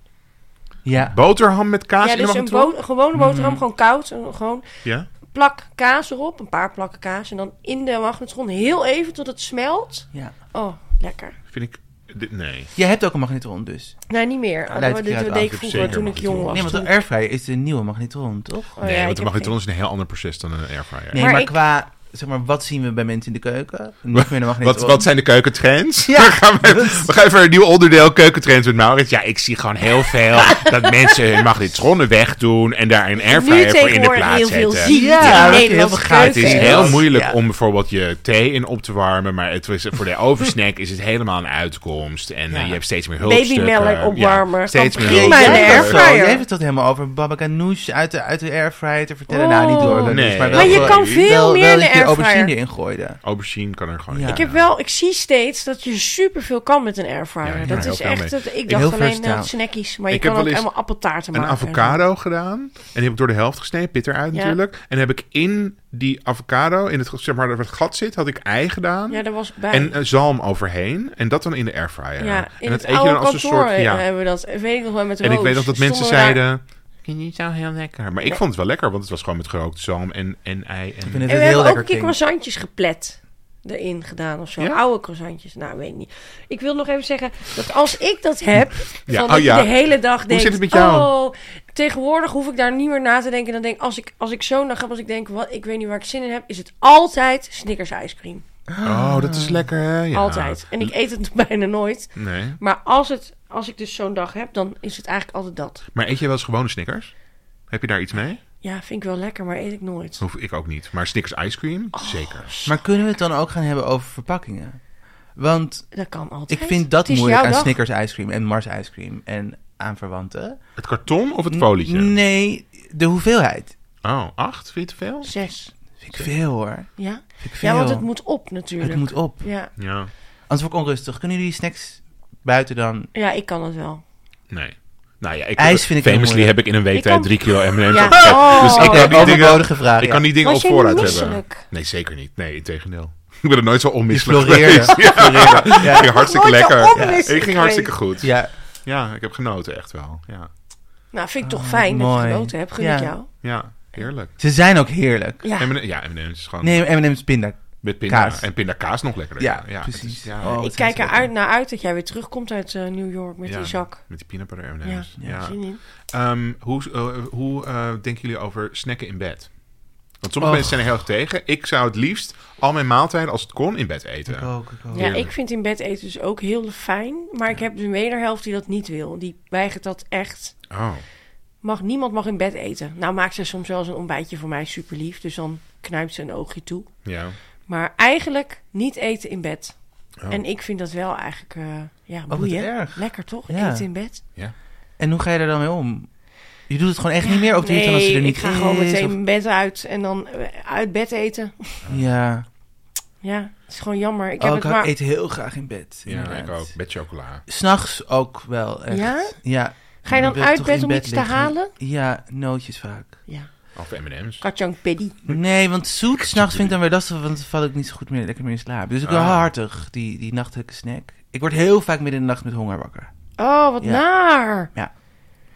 [SPEAKER 4] Ja.
[SPEAKER 2] Boterham met kaas
[SPEAKER 3] Ja,
[SPEAKER 2] in de
[SPEAKER 3] dus een
[SPEAKER 2] magnetron?
[SPEAKER 3] bo- gewone boterham,
[SPEAKER 4] Mm.
[SPEAKER 3] gewoon koud. een- Gewoon
[SPEAKER 2] Ja.
[SPEAKER 3] plak kaas erop, een paar plakken kaas. En dan in de magnetron heel even tot het smelt.
[SPEAKER 4] ja.
[SPEAKER 3] Oh, lekker.
[SPEAKER 2] Vind ik... Dit, nee.
[SPEAKER 4] Jij hebt ook een magnetron dus.
[SPEAKER 3] Nee, niet meer.
[SPEAKER 2] Nou,
[SPEAKER 3] Oh,
[SPEAKER 4] Leid
[SPEAKER 3] dat
[SPEAKER 4] ik
[SPEAKER 3] deed
[SPEAKER 4] uit
[SPEAKER 3] ik
[SPEAKER 4] af. Ik
[SPEAKER 2] heb
[SPEAKER 3] vroeger
[SPEAKER 2] zeker
[SPEAKER 3] toen ik jong
[SPEAKER 2] magnetron.
[SPEAKER 3] was.
[SPEAKER 4] Nee, want
[SPEAKER 3] Toen-
[SPEAKER 4] een airfryer is de nieuwe magnetron, toch?
[SPEAKER 3] oh ja,
[SPEAKER 2] Nee,
[SPEAKER 3] ik
[SPEAKER 2] want de
[SPEAKER 3] heb
[SPEAKER 2] magnetron is een heel ander proces dan een airfryer.
[SPEAKER 4] Nee, maar,
[SPEAKER 3] Maar ik-
[SPEAKER 4] qua, zeg maar, wat zien we bij mensen in de keuken? Niet meer de magnetron.
[SPEAKER 2] Wat, wat zijn de keukentrends?
[SPEAKER 4] Ja.
[SPEAKER 2] we, gaan even, we gaan even een nieuw onderdeel keukentrends met Maurits. Ja, ik zie gewoon heel veel dat mensen hun magnetronne wegdoen en daar een airfryer voor in de
[SPEAKER 3] tegenwoordig
[SPEAKER 2] plaats
[SPEAKER 3] heel veel
[SPEAKER 2] zetten.
[SPEAKER 3] ziekte
[SPEAKER 4] Ja,
[SPEAKER 3] in
[SPEAKER 4] dat
[SPEAKER 3] de
[SPEAKER 4] is
[SPEAKER 3] Nederlandse
[SPEAKER 4] heel gaaf.
[SPEAKER 2] Het is
[SPEAKER 3] keuken.
[SPEAKER 2] heel
[SPEAKER 4] Ja.
[SPEAKER 2] moeilijk
[SPEAKER 4] Ja.
[SPEAKER 2] om bijvoorbeeld je thee in op te warmen, maar het is, voor de ovensnack is het helemaal een uitkomst. En eh, je hebt steeds meer hulpstukken.
[SPEAKER 3] Babymelk opwarmen.
[SPEAKER 2] Ja, steeds
[SPEAKER 3] Kan
[SPEAKER 2] meer
[SPEAKER 3] prima in de
[SPEAKER 4] Jij
[SPEAKER 2] hulpstukken.
[SPEAKER 4] hebt het
[SPEAKER 3] airfryer.
[SPEAKER 4] al- Jij hebt het tot helemaal over baba ganoush uit de, uit de airfryer te vertellen. Nou, niet door
[SPEAKER 3] Oh.
[SPEAKER 4] ganoush,
[SPEAKER 2] Nee.
[SPEAKER 4] maar wel
[SPEAKER 3] Maar je
[SPEAKER 4] gewoon-
[SPEAKER 3] kan veel
[SPEAKER 4] wel,
[SPEAKER 3] meer in
[SPEAKER 4] wel dat
[SPEAKER 3] de
[SPEAKER 4] je
[SPEAKER 3] airfryer.
[SPEAKER 4] aubergine in gooide.
[SPEAKER 2] Aubergine kan er gewoon
[SPEAKER 4] Ja.
[SPEAKER 2] in.
[SPEAKER 3] Ik heb wel, ik zie steeds dat je superveel kan met een
[SPEAKER 2] Ja,
[SPEAKER 3] airfryer.
[SPEAKER 2] ja,
[SPEAKER 3] dat
[SPEAKER 2] heel
[SPEAKER 3] is
[SPEAKER 2] veel mee.
[SPEAKER 3] echt, dat, ik
[SPEAKER 4] heel
[SPEAKER 3] dacht alleen
[SPEAKER 4] versatile.
[SPEAKER 3] uh, snackies, maar je
[SPEAKER 2] Ik
[SPEAKER 3] kan
[SPEAKER 2] heb
[SPEAKER 3] ook
[SPEAKER 2] wel eens
[SPEAKER 3] helemaal appeltaarten
[SPEAKER 2] een
[SPEAKER 3] maken.
[SPEAKER 2] avocado gedaan. En die heb ik door de helft gesneden, bitter uit
[SPEAKER 3] Ja.
[SPEAKER 2] natuurlijk. En heb ik in die avocado, in het, zeg maar, waar het gat zit, had ik ei gedaan.
[SPEAKER 3] Ja, dat was bij.
[SPEAKER 2] en eh, zalm overheen. En dat dan in de airfryer.
[SPEAKER 3] ja,
[SPEAKER 2] en
[SPEAKER 3] in
[SPEAKER 2] dat
[SPEAKER 3] het,
[SPEAKER 2] eet je
[SPEAKER 3] oude
[SPEAKER 2] dan als een
[SPEAKER 3] kantoor
[SPEAKER 2] soort. Ja.
[SPEAKER 3] hebben we dat. Weet ik nog wel met de
[SPEAKER 2] En ik weet
[SPEAKER 3] Roos.
[SPEAKER 2] nog dat mensen
[SPEAKER 3] Stonden we daar-
[SPEAKER 2] zeiden. Vind je niet zo heel lekker? Maar ik vond het wel lekker, want het was gewoon met gerookte zalm en, en ei. En...
[SPEAKER 4] vind het
[SPEAKER 3] En
[SPEAKER 4] een
[SPEAKER 3] we
[SPEAKER 4] heel
[SPEAKER 3] hebben ook
[SPEAKER 4] lekker
[SPEAKER 3] een keer
[SPEAKER 4] ding.
[SPEAKER 3] croissantjes geplet erin gedaan of zo.
[SPEAKER 2] Ja?
[SPEAKER 3] Oude croissantjes. Nou, weet ik niet. Ik wil nog even zeggen dat als ik dat heb,
[SPEAKER 2] Ja,
[SPEAKER 3] van
[SPEAKER 2] oh
[SPEAKER 3] dat
[SPEAKER 2] ja.
[SPEAKER 3] je de hele dag denkt...
[SPEAKER 2] zit het met jou?
[SPEAKER 3] Oh, tegenwoordig hoef ik daar niet meer na te denken. Dan denk ik, als ik, als ik zo'n dag heb, als ik denk, wat, ik weet niet waar ik zin in heb, is het altijd Snickers ijscream.
[SPEAKER 2] Oh, dat is lekker, hè? Ja.
[SPEAKER 3] Altijd. En ik eet het bijna nooit.
[SPEAKER 2] Nee.
[SPEAKER 3] Maar als, het, als ik dus zo'n dag heb, dan is het eigenlijk altijd dat.
[SPEAKER 2] Maar eet je wel eens gewone Snickers? Heb je daar iets mee?
[SPEAKER 3] Ja, vind ik wel lekker, maar eet ik nooit.
[SPEAKER 2] Hoef ik ook niet. Maar Snickers ice cream?
[SPEAKER 3] Oh.
[SPEAKER 2] Zeker.
[SPEAKER 4] Maar kunnen we het dan ook gaan hebben over verpakkingen? Want
[SPEAKER 3] Dat kan altijd.
[SPEAKER 4] ik vind dat
[SPEAKER 3] Het is
[SPEAKER 4] moeilijk
[SPEAKER 3] jouw
[SPEAKER 4] aan
[SPEAKER 3] dag.
[SPEAKER 4] Snickers ijscream en Mars ijscream en aan verwanten.
[SPEAKER 2] Het karton of het folietje?
[SPEAKER 4] Nee, de hoeveelheid.
[SPEAKER 2] Oh, acht? Vind je het te veel?
[SPEAKER 3] Zes.
[SPEAKER 4] Vind ik veel hoor.
[SPEAKER 3] Ja?
[SPEAKER 4] Vind ik veel.
[SPEAKER 3] Ja, want het moet op natuurlijk.
[SPEAKER 4] Het moet op.
[SPEAKER 3] Ja.
[SPEAKER 2] Ja.
[SPEAKER 4] Anders word ik onrustig. Kunnen jullie snacks buiten dan?
[SPEAKER 3] ja, ik kan het wel.
[SPEAKER 2] Nee. Nou ja, ik
[SPEAKER 4] IJs vind ik heel
[SPEAKER 2] famously
[SPEAKER 4] moeilijk.
[SPEAKER 2] heb ik in een week
[SPEAKER 3] Ik
[SPEAKER 2] tijd
[SPEAKER 3] kan-
[SPEAKER 2] drie kilo M&M's
[SPEAKER 3] Ja.
[SPEAKER 2] opgegeten.
[SPEAKER 3] Oh.
[SPEAKER 2] Dus ik
[SPEAKER 3] Ik
[SPEAKER 2] kan
[SPEAKER 4] heb
[SPEAKER 2] die
[SPEAKER 4] overbodige
[SPEAKER 2] dingen,
[SPEAKER 4] vraag,
[SPEAKER 2] ik
[SPEAKER 4] ja.
[SPEAKER 2] kan die dingen
[SPEAKER 3] Was
[SPEAKER 2] op
[SPEAKER 3] jij niet
[SPEAKER 2] voorraad hebben.
[SPEAKER 3] misselijk?
[SPEAKER 2] Nee, zeker niet. Nee, integendeel. Ik ben er nooit zo
[SPEAKER 4] Je
[SPEAKER 2] onmisselijk
[SPEAKER 4] floreerde.
[SPEAKER 2] geweest. Ja, ik ging hartstikke
[SPEAKER 3] Nooit zo
[SPEAKER 2] lekker.
[SPEAKER 3] onmisselijk
[SPEAKER 2] Ik ging hartstikke goed. Ja.
[SPEAKER 4] Ja,
[SPEAKER 2] ik heb genoten echt wel. Ja,
[SPEAKER 3] Nou, vind ik toch fijn dat
[SPEAKER 4] Ah, mooi.
[SPEAKER 3] je genoten hebt. Gun
[SPEAKER 4] Ja.
[SPEAKER 3] ik jou.
[SPEAKER 2] ja heerlijk.
[SPEAKER 4] ze zijn ook heerlijk.
[SPEAKER 3] Ja.
[SPEAKER 2] M&M ja, M&M's is gewoon
[SPEAKER 4] Nee, M&M's pinda.
[SPEAKER 2] met pinda.
[SPEAKER 4] kaas.
[SPEAKER 2] En pindakaas nog lekkerder.
[SPEAKER 4] Ja,
[SPEAKER 2] het is-
[SPEAKER 4] precies.
[SPEAKER 2] ja,
[SPEAKER 4] Oh, wat
[SPEAKER 3] ik
[SPEAKER 4] zijn
[SPEAKER 3] kijk
[SPEAKER 4] ze
[SPEAKER 3] er
[SPEAKER 4] lekker.
[SPEAKER 3] uit, naar uit dat jij weer terugkomt uit eh, New York met
[SPEAKER 2] ja,
[SPEAKER 3] die zak.
[SPEAKER 2] Met die peanut butter
[SPEAKER 3] Ja,
[SPEAKER 2] M&M's. Ja.
[SPEAKER 3] ja. zin in.
[SPEAKER 2] Ehm, hoe eh, hoe eh, denken jullie over snacken in bed? Want sommige
[SPEAKER 4] Och.
[SPEAKER 2] mensen zijn er heel erg tegen. Ik zou het liefst al mijn maaltijden, als het kon, in bed eten.
[SPEAKER 4] Ook, ook,
[SPEAKER 2] Oh,
[SPEAKER 4] ook.
[SPEAKER 3] Ja, ik vind in bed eten dus ook heel fijn. Maar ik heb dus een wederhelft die dat niet wil. Die weigert dat echt.
[SPEAKER 2] Oh.
[SPEAKER 3] Mag, niemand mag in bed eten. Nou maakt ze soms wel eens een ontbijtje voor mij super lief. Dus dan knijpt ze een oogje toe.
[SPEAKER 2] Ja.
[SPEAKER 3] Maar eigenlijk niet eten in bed.
[SPEAKER 2] Oh.
[SPEAKER 3] En ik vind dat wel eigenlijk eh ja,
[SPEAKER 4] Oh, wat
[SPEAKER 3] boeien.
[SPEAKER 4] erg.
[SPEAKER 3] Lekker toch?
[SPEAKER 4] Ja.
[SPEAKER 3] Eten in bed.
[SPEAKER 4] En hoe ga je er dan mee om? Je doet het gewoon echt niet meer? Of doe je het dan als je er niet
[SPEAKER 3] ik ga gewoon
[SPEAKER 4] is,
[SPEAKER 3] meteen
[SPEAKER 4] of-
[SPEAKER 3] mijn bed uit en dan eh, uit bed eten.
[SPEAKER 4] Ja.
[SPEAKER 3] Ja, het is gewoon jammer. Ik
[SPEAKER 4] Ik,
[SPEAKER 3] heb
[SPEAKER 4] oh, ik
[SPEAKER 3] het maar...
[SPEAKER 4] eet heel graag in bed.
[SPEAKER 2] Ja, ik
[SPEAKER 4] inderdaad.
[SPEAKER 2] ook. Met chocola.
[SPEAKER 4] S'nachts ook wel echt.
[SPEAKER 3] Ja?
[SPEAKER 4] Ja.
[SPEAKER 3] Ga je dan
[SPEAKER 4] wil ik
[SPEAKER 3] uit
[SPEAKER 4] toch
[SPEAKER 3] bed
[SPEAKER 4] in
[SPEAKER 3] om iets te
[SPEAKER 4] liggen.
[SPEAKER 3] halen?
[SPEAKER 4] Ja, nootjes vaak.
[SPEAKER 3] Ja,
[SPEAKER 2] Of M&M's.
[SPEAKER 3] katjang pedi.
[SPEAKER 4] Nee, want zoet s'nachts vind ik dan weer lastig, want dan val ik niet zo goed meer lekker meer in slaap. Dus ik ben
[SPEAKER 2] Ah.
[SPEAKER 4] wel hartig, die, die nachtelijke snack. Ik word heel vaak midden in de nacht met honger wakker.
[SPEAKER 3] Oh, wat
[SPEAKER 4] Ja.
[SPEAKER 3] naar.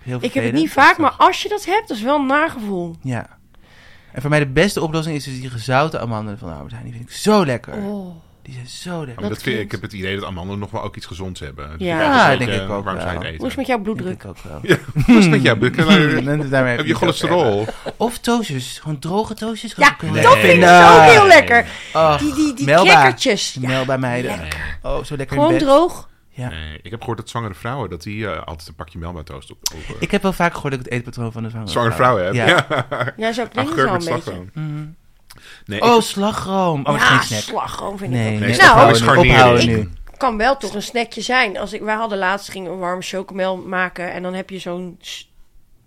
[SPEAKER 4] Heel
[SPEAKER 3] Ik heb het
[SPEAKER 4] vervelend.
[SPEAKER 3] niet vaak, maar als je dat hebt, dat is wel een nagevoel.
[SPEAKER 4] Ja. En voor mij de beste oplossing is dus die gezouten amandelen van de Albert Heijn. Die vind ik zo lekker.
[SPEAKER 3] Oh.
[SPEAKER 4] Die zijn zo
[SPEAKER 2] Oh,
[SPEAKER 4] lekker.
[SPEAKER 2] maar dat
[SPEAKER 3] dat
[SPEAKER 2] vind, ik
[SPEAKER 3] klinkt-
[SPEAKER 2] heb het idee dat amandelen nog wel ook iets gezonds hebben. Dus
[SPEAKER 3] Ja.
[SPEAKER 2] ik eigenlijk
[SPEAKER 4] Ja,
[SPEAKER 2] een
[SPEAKER 4] denk
[SPEAKER 2] beetje,
[SPEAKER 4] ik ook
[SPEAKER 2] Waarom zou je
[SPEAKER 4] wel. Hmm.
[SPEAKER 2] het eten?
[SPEAKER 3] Hoe is het met jouw
[SPEAKER 4] Dat
[SPEAKER 3] bloeddruk?
[SPEAKER 4] denk ik ook wel.
[SPEAKER 2] Hoe is het met jou, Bukken?
[SPEAKER 4] En daarmee
[SPEAKER 2] Heb
[SPEAKER 4] ik
[SPEAKER 2] je
[SPEAKER 4] het ook
[SPEAKER 2] cholesterol?
[SPEAKER 4] verder. Of toosjes. Gewoon droge toosjes.
[SPEAKER 3] Ja,
[SPEAKER 2] Nee.
[SPEAKER 3] dat vind ik ook heel lekker.
[SPEAKER 4] Oh,
[SPEAKER 3] Die, die, die
[SPEAKER 4] Melba.
[SPEAKER 3] crackertjes. Ja,
[SPEAKER 4] Melba meiden.
[SPEAKER 2] Nee.
[SPEAKER 4] Oh, zo lekker
[SPEAKER 3] gewoon
[SPEAKER 4] in bed.
[SPEAKER 3] droog.
[SPEAKER 4] Ja.
[SPEAKER 2] Nee. Ik heb gehoord dat zwangere vrouwen dat die eh, altijd een pakje melba toast op. op eh,
[SPEAKER 4] Ik heb wel vaak gehoord dat ik het eetpatroon van de zwangere
[SPEAKER 2] zwangere vrouwen hebben.
[SPEAKER 4] Ja.
[SPEAKER 2] Ja.
[SPEAKER 3] Ja, zo klinkt het
[SPEAKER 2] Afgekeurd
[SPEAKER 3] wel
[SPEAKER 2] met
[SPEAKER 3] een beetje.
[SPEAKER 2] slagroom. Nee,
[SPEAKER 4] Oh,
[SPEAKER 2] ik-
[SPEAKER 4] slagroom. Oh,
[SPEAKER 3] ja,
[SPEAKER 4] geen snack.
[SPEAKER 3] slagroom vind ik
[SPEAKER 4] Nee,
[SPEAKER 3] wel. Nou,
[SPEAKER 4] nee,
[SPEAKER 2] slagroom is
[SPEAKER 4] ophouden nu,
[SPEAKER 2] garnering.
[SPEAKER 4] ophouden
[SPEAKER 2] Ik-
[SPEAKER 4] nu.
[SPEAKER 3] kan wel toch een snackje zijn. Als ik, wij hadden laatst gingen we een warme chocomel maken en dan heb je zo'n s-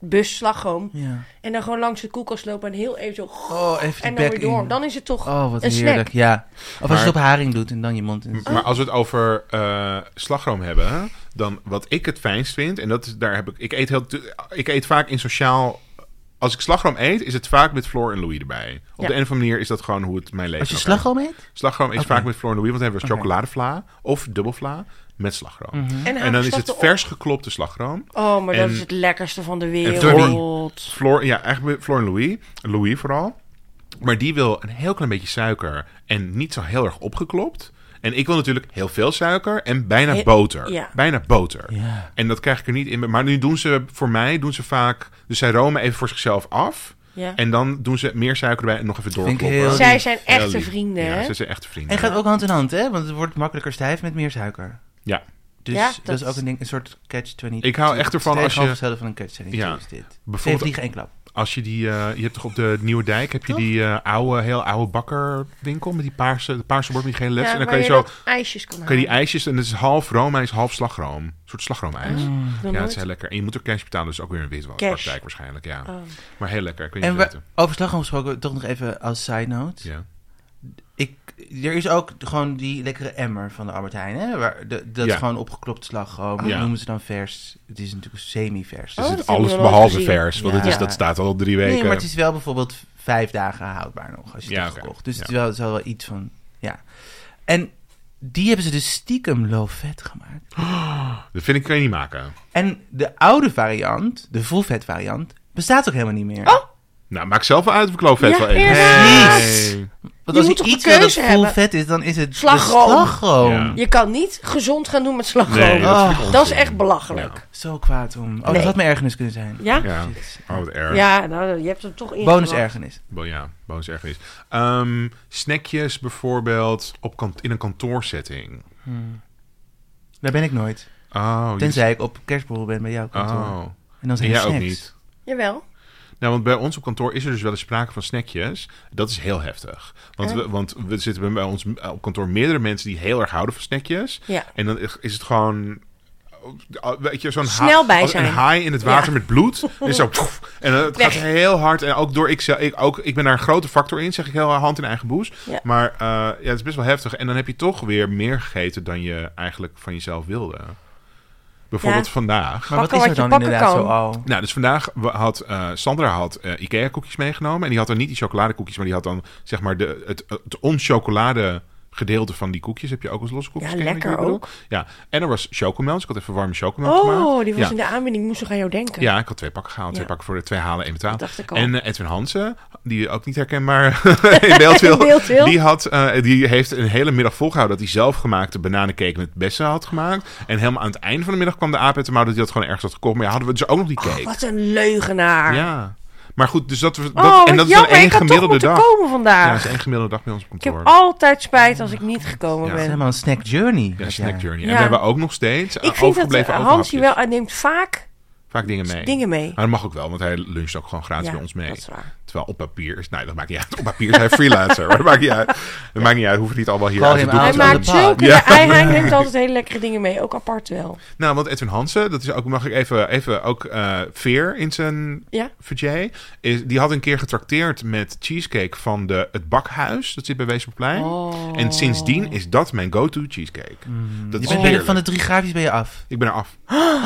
[SPEAKER 3] bus slagroom.
[SPEAKER 4] Ja.
[SPEAKER 3] En dan gewoon langs de koelkast lopen en heel even zo.
[SPEAKER 4] Oh, even die
[SPEAKER 3] en dan
[SPEAKER 4] bek
[SPEAKER 3] weer door.
[SPEAKER 4] in.
[SPEAKER 3] Dan is het toch
[SPEAKER 4] Oh, wat
[SPEAKER 3] een
[SPEAKER 4] heerlijk.
[SPEAKER 3] snack.
[SPEAKER 4] Ja. Of als je
[SPEAKER 2] Maar-
[SPEAKER 4] het op haring doet en dan je mond in.
[SPEAKER 2] M- Maar als we het over eh, slagroom hebben, dan wat ik het fijnst vind, en dat is, daar heb ik, ik eet heel, tu- ik eet vaak in sociaal als ik slagroom eet, is het vaak met Floor en Louis erbij. Op de een of andere manier is dat gewoon hoe het mijn leven
[SPEAKER 4] Als je
[SPEAKER 2] nog gaat.
[SPEAKER 4] slagroom eet?
[SPEAKER 2] Slagroom is
[SPEAKER 4] Oké.
[SPEAKER 2] vaak met Floor en Louis, want dan hebben we chocoladevla of dubbelvla met slagroom.
[SPEAKER 4] Mhm.
[SPEAKER 3] En,
[SPEAKER 2] En dan is het
[SPEAKER 3] hagelslag
[SPEAKER 2] vers geklopte slagroom.
[SPEAKER 3] erop. Oh, maar dat
[SPEAKER 2] en-
[SPEAKER 3] is het lekkerste van de
[SPEAKER 2] Tommy.
[SPEAKER 3] wereld.
[SPEAKER 2] Floor, ja, eigenlijk Floor en Louis. Louis vooral. Maar die wil een heel klein beetje suiker en niet zo heel erg opgeklopt. En ik wil natuurlijk heel veel suiker en bijna
[SPEAKER 3] He-
[SPEAKER 2] boter.
[SPEAKER 3] ja.
[SPEAKER 2] Bijna boter.
[SPEAKER 4] Ja.
[SPEAKER 2] En dat krijg ik er niet in. Maar nu doen ze voor mij, doen ze vaak... Dus zij romen even voor zichzelf af.
[SPEAKER 3] Ja.
[SPEAKER 2] En dan doen ze meer suiker erbij en nog even
[SPEAKER 4] ik
[SPEAKER 2] doorkloppen.
[SPEAKER 4] heel
[SPEAKER 3] Zij
[SPEAKER 4] lief.
[SPEAKER 3] zijn
[SPEAKER 2] Heel
[SPEAKER 3] echte
[SPEAKER 2] lief.
[SPEAKER 3] vrienden,
[SPEAKER 2] Ja,
[SPEAKER 3] hè?
[SPEAKER 2] ze zijn echte vrienden.
[SPEAKER 4] En gaat ook hand in hand, hè? Want het wordt makkelijker stijf met meer suiker.
[SPEAKER 2] Ja.
[SPEAKER 4] Dus
[SPEAKER 3] Ja,
[SPEAKER 4] dat is
[SPEAKER 3] dat-
[SPEAKER 4] ook een, ding, een soort catch-22.
[SPEAKER 2] Ik hou echt ervan als je-
[SPEAKER 4] zelf van een catch-22
[SPEAKER 2] Ja.
[SPEAKER 4] is dit. Twee
[SPEAKER 2] Bijvoorbeeld-
[SPEAKER 4] vliegen, één klap.
[SPEAKER 2] Als je die, eh, je hebt toch op de Nieuwe Dijk, heb je die eh, oude, heel oude bakkerwinkel met die paarse, de paarse bord met die gele
[SPEAKER 3] Ja,
[SPEAKER 2] letters. en dan
[SPEAKER 3] waar
[SPEAKER 2] kan je
[SPEAKER 3] je
[SPEAKER 2] zo,
[SPEAKER 3] dat ijsjes kan
[SPEAKER 2] kan je die
[SPEAKER 3] halen.
[SPEAKER 2] ijsjes, en het is half roomijs, half slagroom. Een soort slagroomijs.
[SPEAKER 3] Nog
[SPEAKER 2] Ja, het
[SPEAKER 3] Ah. nooit.
[SPEAKER 2] is heel lekker. En je moet er cash betalen, dus ook weer een
[SPEAKER 3] Cash. Ah.
[SPEAKER 2] witwaspraktijk waarschijnlijk, ja. Maar heel lekker, kun je
[SPEAKER 4] En
[SPEAKER 2] niet
[SPEAKER 4] we,
[SPEAKER 2] weten.
[SPEAKER 4] over slagroom gesproken, toch nog even als side note.
[SPEAKER 3] Oh,
[SPEAKER 2] Ja.
[SPEAKER 4] Ik, er is ook gewoon die lekkere emmer van de Albert Heijn, hè? Waar de, dat
[SPEAKER 2] Ja.
[SPEAKER 4] is gewoon opgeklopt slagroom.
[SPEAKER 2] Ja.
[SPEAKER 4] Dat noemen ze dan vers. Het is natuurlijk semi-vers.
[SPEAKER 2] Dus
[SPEAKER 3] Oh, dat
[SPEAKER 2] het is
[SPEAKER 3] heb ik
[SPEAKER 2] alles
[SPEAKER 3] nog nooit
[SPEAKER 2] behalve
[SPEAKER 3] gezien.
[SPEAKER 2] vers, want het
[SPEAKER 4] Ja.
[SPEAKER 2] is, dat staat al op drie weken.
[SPEAKER 4] Nee, maar het is wel bijvoorbeeld vijf dagen houdbaar nog als je
[SPEAKER 2] Ja,
[SPEAKER 4] het hebt
[SPEAKER 2] oké.
[SPEAKER 4] gekocht. Dus het,
[SPEAKER 2] Ja.
[SPEAKER 4] is wel, het is wel wel iets van, ja. En die hebben ze dus stiekem low fat gemaakt.
[SPEAKER 2] Dat vind ik, kan je niet maken.
[SPEAKER 4] En de oude variant, de full fat variant, bestaat ook helemaal niet meer.
[SPEAKER 3] Oh,
[SPEAKER 2] Nou, maak zelf wel uit of ik loof vet
[SPEAKER 3] Ja,
[SPEAKER 2] wel eten.
[SPEAKER 3] inderdaad.
[SPEAKER 2] Hey.
[SPEAKER 4] Want
[SPEAKER 3] je moet
[SPEAKER 4] als je
[SPEAKER 3] toch de
[SPEAKER 4] iets wil dat
[SPEAKER 3] keuze
[SPEAKER 4] full
[SPEAKER 3] hebben?
[SPEAKER 4] vet is, dan is het de
[SPEAKER 3] Slagroom.
[SPEAKER 4] slagroom.
[SPEAKER 2] Ja.
[SPEAKER 3] je kan niet gezond gaan doen met slagroom.
[SPEAKER 2] Nee, dat,
[SPEAKER 4] Oh.
[SPEAKER 2] vind ik
[SPEAKER 3] Dat is
[SPEAKER 2] onzin.
[SPEAKER 3] echt belachelijk.
[SPEAKER 4] Zo kwaad om. Oh, dat
[SPEAKER 3] Nee.
[SPEAKER 4] had mijn ergernis kunnen zijn.
[SPEAKER 3] Ja? Ja,
[SPEAKER 2] Ja. Oh, wat erg.
[SPEAKER 3] nou, je hebt hem toch in.
[SPEAKER 4] Bonus ergernis.
[SPEAKER 2] Bo- Ja, bonus ergernis. Ehm snackjes bijvoorbeeld op kant in een kantoorsetting.
[SPEAKER 4] Daar ben ik nooit.
[SPEAKER 2] Oh, je-
[SPEAKER 4] Tenzij ik op kerstborrel ben bij jou kantoor.
[SPEAKER 2] Oh.
[SPEAKER 4] En dan
[SPEAKER 2] En
[SPEAKER 4] zijn er
[SPEAKER 2] jij ook
[SPEAKER 4] snacks.
[SPEAKER 2] niet.
[SPEAKER 3] Jawel.
[SPEAKER 2] Nou, want bij ons op kantoor is er dus wel eens sprake van snackjes. Dat is heel heftig.
[SPEAKER 3] Eh?
[SPEAKER 2] Want we, want we zitten bij- bij ons eh, op kantoor meerdere mensen die heel erg houden van snackjes.
[SPEAKER 3] Ja.
[SPEAKER 2] En dan is het gewoon... eh, Weet je, zo'n ha-
[SPEAKER 3] Snel bij
[SPEAKER 2] als Een
[SPEAKER 3] zijn.
[SPEAKER 2] haai in het water
[SPEAKER 3] Ja.
[SPEAKER 2] met bloed. En zo, poef. en eh, het gaat
[SPEAKER 3] Weg.
[SPEAKER 2] heel hard. En ook door ik, zelf- ik, ook, ik ben daar een grote factor in, zeg ik heel hand in eigen boes.
[SPEAKER 3] Ja.
[SPEAKER 2] Maar eh, ja, het is best wel heftig. En dan heb je toch weer meer gegeten dan je eigenlijk van jezelf wilde. Bijvoorbeeld
[SPEAKER 3] Ja.
[SPEAKER 2] vandaag.
[SPEAKER 4] Maar wat
[SPEAKER 3] Pakken
[SPEAKER 4] is
[SPEAKER 3] wat
[SPEAKER 4] er
[SPEAKER 3] je
[SPEAKER 4] dan
[SPEAKER 3] pakken
[SPEAKER 4] inderdaad
[SPEAKER 3] kan.
[SPEAKER 4] zo al?
[SPEAKER 2] Nou, dus vandaag wa- had eh, Sandra had eh, Ikea-koekjes meegenomen. En die had dan niet die chocoladekoekjes, maar die had dan zeg maar de, het, het onchocolade gedeelte van die koekjes. Heb je ook als losse koekjes?
[SPEAKER 3] Ja,
[SPEAKER 2] Ken je wat ik
[SPEAKER 3] lekker
[SPEAKER 2] bedoel?
[SPEAKER 3] ook.
[SPEAKER 2] Ja, en er was chocomelk. Dus ik had even warme chocomelk gemaakt.
[SPEAKER 3] Oh, die was
[SPEAKER 2] ja.
[SPEAKER 3] in de aanbieding. Moest nog aan jou denken.
[SPEAKER 2] Ja, ik had twee pakken gehaald. Twee
[SPEAKER 3] Ja.
[SPEAKER 2] pakken voor de twee halen, één betaald.
[SPEAKER 3] Dat dacht ik al.
[SPEAKER 2] En eh, Edwin Hansen, die ook niet herkenbaar in beeld wil.
[SPEAKER 3] In beeld wil.
[SPEAKER 2] Die, had, eh, die heeft een hele middag volgehouden dat hij zelfgemaakte bananencake met bessen had gemaakt. En helemaal aan het einde van de middag kwam de aap uit de mouw dat hij dat gewoon ergens had gekocht. Maar ja, hadden we dus ook nog die cake.
[SPEAKER 3] Oh, Wat een leugenaar.
[SPEAKER 2] Ja. Maar goed, dus dat, was- dat,
[SPEAKER 3] Oh,
[SPEAKER 2] en
[SPEAKER 3] wat
[SPEAKER 2] dat is
[SPEAKER 3] jammer.
[SPEAKER 2] dan één
[SPEAKER 3] Ik had toch
[SPEAKER 2] gemiddelde
[SPEAKER 3] moeten
[SPEAKER 2] dag.
[SPEAKER 3] komen
[SPEAKER 2] Ja, dat
[SPEAKER 3] vandaag.
[SPEAKER 2] is één gemiddelde dag bij ons op
[SPEAKER 3] ik heb
[SPEAKER 2] kantoor.
[SPEAKER 3] altijd spijt als ik niet gekomen
[SPEAKER 2] Ja.
[SPEAKER 4] Het is
[SPEAKER 3] ben.
[SPEAKER 4] helemaal een snack journey.
[SPEAKER 2] Ja,
[SPEAKER 4] heb
[SPEAKER 2] snack
[SPEAKER 4] jij.
[SPEAKER 2] journey. En
[SPEAKER 3] Ja.
[SPEAKER 2] we hebben ook nog steeds eh,
[SPEAKER 3] Ik vind dat
[SPEAKER 2] overgebleven
[SPEAKER 3] eh, Hans
[SPEAKER 2] overhapjes.
[SPEAKER 3] hier wel... Hij neemt vaak
[SPEAKER 2] Vaak dingen mee.
[SPEAKER 3] dingen mee.
[SPEAKER 2] Maar dat mag ook wel, want hij luncht ook gewoon gratis
[SPEAKER 3] Ja,
[SPEAKER 2] bij ons mee.
[SPEAKER 3] dat is waar.
[SPEAKER 2] Terwijl op papier is... Nee, dat maakt niet uit. Op papier is hij freelancer. maar dat maakt niet uit. Dat maakt niet uit. Hoeft niet allemaal hier
[SPEAKER 4] Call
[SPEAKER 2] uit te
[SPEAKER 4] him
[SPEAKER 2] doen.
[SPEAKER 4] out.
[SPEAKER 3] Hij
[SPEAKER 4] Altijd aan
[SPEAKER 3] maakt
[SPEAKER 4] de bak.
[SPEAKER 3] zulke...
[SPEAKER 2] Ja.
[SPEAKER 3] Hij, hij neemt altijd hele lekkere dingen mee. Ook apart wel.
[SPEAKER 2] Nou, want Edwin Hansen, dat is ook, mag ik even, even ook eh, veer in zijn
[SPEAKER 3] Ja.
[SPEAKER 2] VJ. Is, die had een keer getrakteerd met cheesecake van de, het bakhuis. Dat zit bij Weesperplein. En sindsdien is dat mijn go-to cheesecake. Dat
[SPEAKER 4] Mm. Je
[SPEAKER 2] is
[SPEAKER 4] bent
[SPEAKER 2] heerlijk.
[SPEAKER 4] bijna van de drie graafjes ben je af.
[SPEAKER 2] Ik ben er af.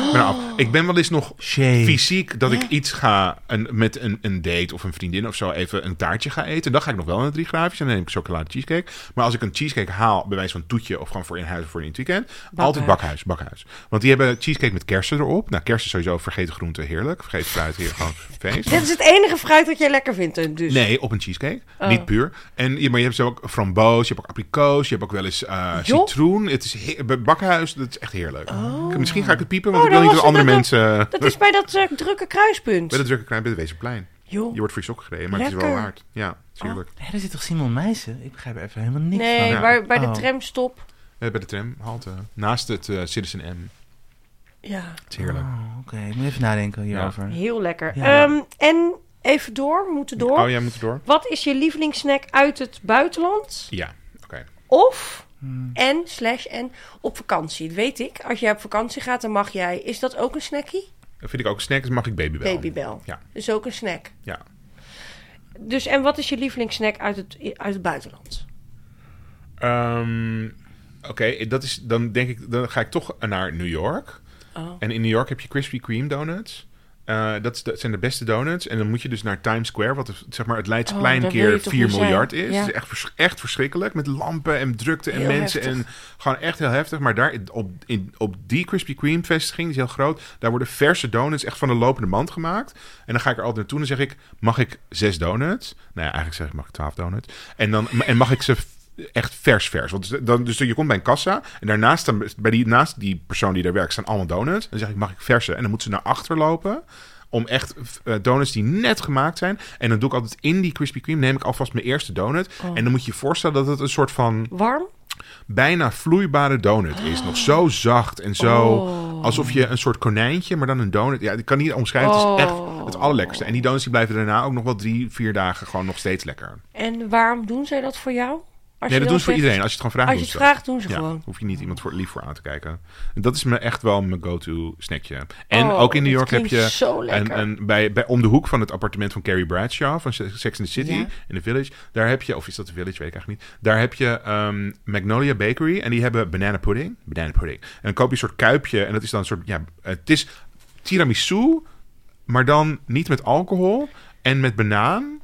[SPEAKER 2] Ik ben er af. Ik ben wel eens nog
[SPEAKER 4] Shame.
[SPEAKER 2] fysiek dat ik iets ga een, met een, een date of een vriendin of zo even een taartje ga eten. Dan ga ik nog wel naar drie graafjes en dan neem ik chocolade cheesecake. Maar als ik een cheesecake haal, bij wijze van toetje of gewoon voor in huis of voor in het weekend, altijd bakhuis, bakhuis. Want die hebben cheesecake met kersen erop. Nou, kersen sowieso vergeten groente heerlijk. Vergeet fruit hier gewoon feest.
[SPEAKER 3] Dit is het enige fruit dat jij lekker vindt. Dus.
[SPEAKER 2] Nee, op een cheesecake.
[SPEAKER 3] Oh.
[SPEAKER 2] Niet puur. En, je- maar je hebt zo ook framboos, je hebt ook abrikoos, je hebt ook wel eens eh,
[SPEAKER 3] Joh.
[SPEAKER 2] citroen. Het is heer- bij bakhuis, dat is echt heerlijk. Ik- Misschien ga ik het piepen, want
[SPEAKER 3] Oh,
[SPEAKER 2] ik wil niet
[SPEAKER 3] dan
[SPEAKER 2] dat
[SPEAKER 3] was
[SPEAKER 2] andere
[SPEAKER 3] het
[SPEAKER 2] mensen...
[SPEAKER 3] Dat is bij dat eh, drukke kruispunt.
[SPEAKER 2] Bij de drukke klein, bij het Wezenplein.
[SPEAKER 3] Joh.
[SPEAKER 2] Je wordt voor je sok gereden, maar het is wel
[SPEAKER 3] Lekker. Oh.
[SPEAKER 2] waard. Ja, het is heerlijk.
[SPEAKER 4] Hé, daar zit toch Simon Meijsen? Ik begrijp er even helemaal niks
[SPEAKER 2] Ah,
[SPEAKER 3] Nee,
[SPEAKER 4] van.
[SPEAKER 3] waar- bij de
[SPEAKER 4] Oh.
[SPEAKER 3] tramstop.
[SPEAKER 2] Eh, bij de tramhalte. Naast het eh, Citizen M.
[SPEAKER 3] Ja,
[SPEAKER 2] Het is heerlijk.
[SPEAKER 4] Oh, Oké, ik moet even nadenken hierover.
[SPEAKER 3] heel lekker.
[SPEAKER 4] Ja.
[SPEAKER 3] Ehm, en even door, we moeten door.
[SPEAKER 2] Oh, jij moet erdoor?
[SPEAKER 3] Wat is je lievelingssnack uit het buitenland?
[SPEAKER 2] Ja, oké.
[SPEAKER 3] Of
[SPEAKER 4] Hmm.
[SPEAKER 3] en slash en op vakantie? Dat weet ik. Als jij op vakantie gaat, dan mag jij. Is dat ook een snackie?
[SPEAKER 2] Dat vind ik ook snack, dus mag ik babybel.
[SPEAKER 3] Babybel.
[SPEAKER 2] Ja,
[SPEAKER 3] Is ook een snack.
[SPEAKER 2] ja.
[SPEAKER 3] Dus en wat is je lievelingssnack uit het, uit het buitenland?
[SPEAKER 2] Ehm, Oké, dat is dan denk ik, dan ga ik toch naar New York.
[SPEAKER 3] Oh.
[SPEAKER 2] En in New York heb je Krispy Kreme donuts. Eh, dat, is- dat zijn de beste donuts. En dan moet je dus naar Times Square, wat het- zeg maar het Leidseplein
[SPEAKER 3] Oh, daar wil je
[SPEAKER 2] keer
[SPEAKER 3] toch
[SPEAKER 2] 4
[SPEAKER 3] niet
[SPEAKER 2] miljard
[SPEAKER 3] zijn?
[SPEAKER 2] is.
[SPEAKER 3] Ja.
[SPEAKER 2] Het is echt, vers- echt verschrikkelijk. Met lampen en drukte en
[SPEAKER 3] Heel
[SPEAKER 2] mensen.
[SPEAKER 3] heftig.
[SPEAKER 2] En gewoon echt heel heftig. Maar daar op, in, op die Krispy Kreme vestiging, die is heel groot. Daar worden verse donuts echt van de lopende mand gemaakt. En dan ga ik er altijd naartoe en dan zeg ik: Mag ik zes donuts? Nou ja, eigenlijk zeg ik: Mag ik twaalf donuts? En, dan, en mag ik ze echt vers vers. Want dan, dus je komt bij een kassa en daarnaast staan- bij die, naast die persoon die daar werkt staan allemaal donuts. En dan zeg ik, mag ik verse? En dan moet ze naar achter lopen om echt eh, donuts die net gemaakt zijn. En dan doe ik altijd in die Krispy Kreme, neem ik alvast mijn eerste donut. En dan moet je je voorstellen dat het een soort van
[SPEAKER 3] Warm?
[SPEAKER 2] bijna vloeibare donut is. Nog zo zacht en zo...
[SPEAKER 3] Oh.
[SPEAKER 2] Alsof je een soort konijntje, maar dan een donut. Ja, ik kan niet omschrijven. Het is
[SPEAKER 3] Oh.
[SPEAKER 2] echt het allerlekkerste. En die donuts die blijven daarna ook nog wel drie, vier dagen gewoon nog steeds lekker.
[SPEAKER 3] En waarom doen zij dat voor jou? Als
[SPEAKER 2] Nee,
[SPEAKER 3] je
[SPEAKER 2] dat
[SPEAKER 3] dan
[SPEAKER 2] doen ze voor
[SPEAKER 3] zegt-
[SPEAKER 2] iedereen. Als je het gewoon vraagt,
[SPEAKER 3] Als je
[SPEAKER 2] doen
[SPEAKER 3] het
[SPEAKER 2] ze
[SPEAKER 3] vraagt, doen ze
[SPEAKER 2] ja,
[SPEAKER 3] gewoon.
[SPEAKER 2] hoef je niet iemand voor, lief voor aan te kijken. En dat is me echt wel mijn go-to snackje. En
[SPEAKER 3] Oh,
[SPEAKER 2] ook in New
[SPEAKER 3] dit
[SPEAKER 2] York heb
[SPEAKER 3] klinkt
[SPEAKER 2] je
[SPEAKER 3] zo lekker.
[SPEAKER 2] een, een, bij, bij, om de hoek van het appartement van Carrie Bradshaw van Se- Sex in the City
[SPEAKER 3] Ja.
[SPEAKER 2] in de Village. Daar heb je, of is dat de Village, weet ik eigenlijk niet. Daar heb je ehm, Magnolia Bakery en die hebben banana pudding. Banana pudding. En dan koop je een soort kuipje en dat is dan een soort, ja, het is tiramisu, maar dan niet met alcohol en met banaan.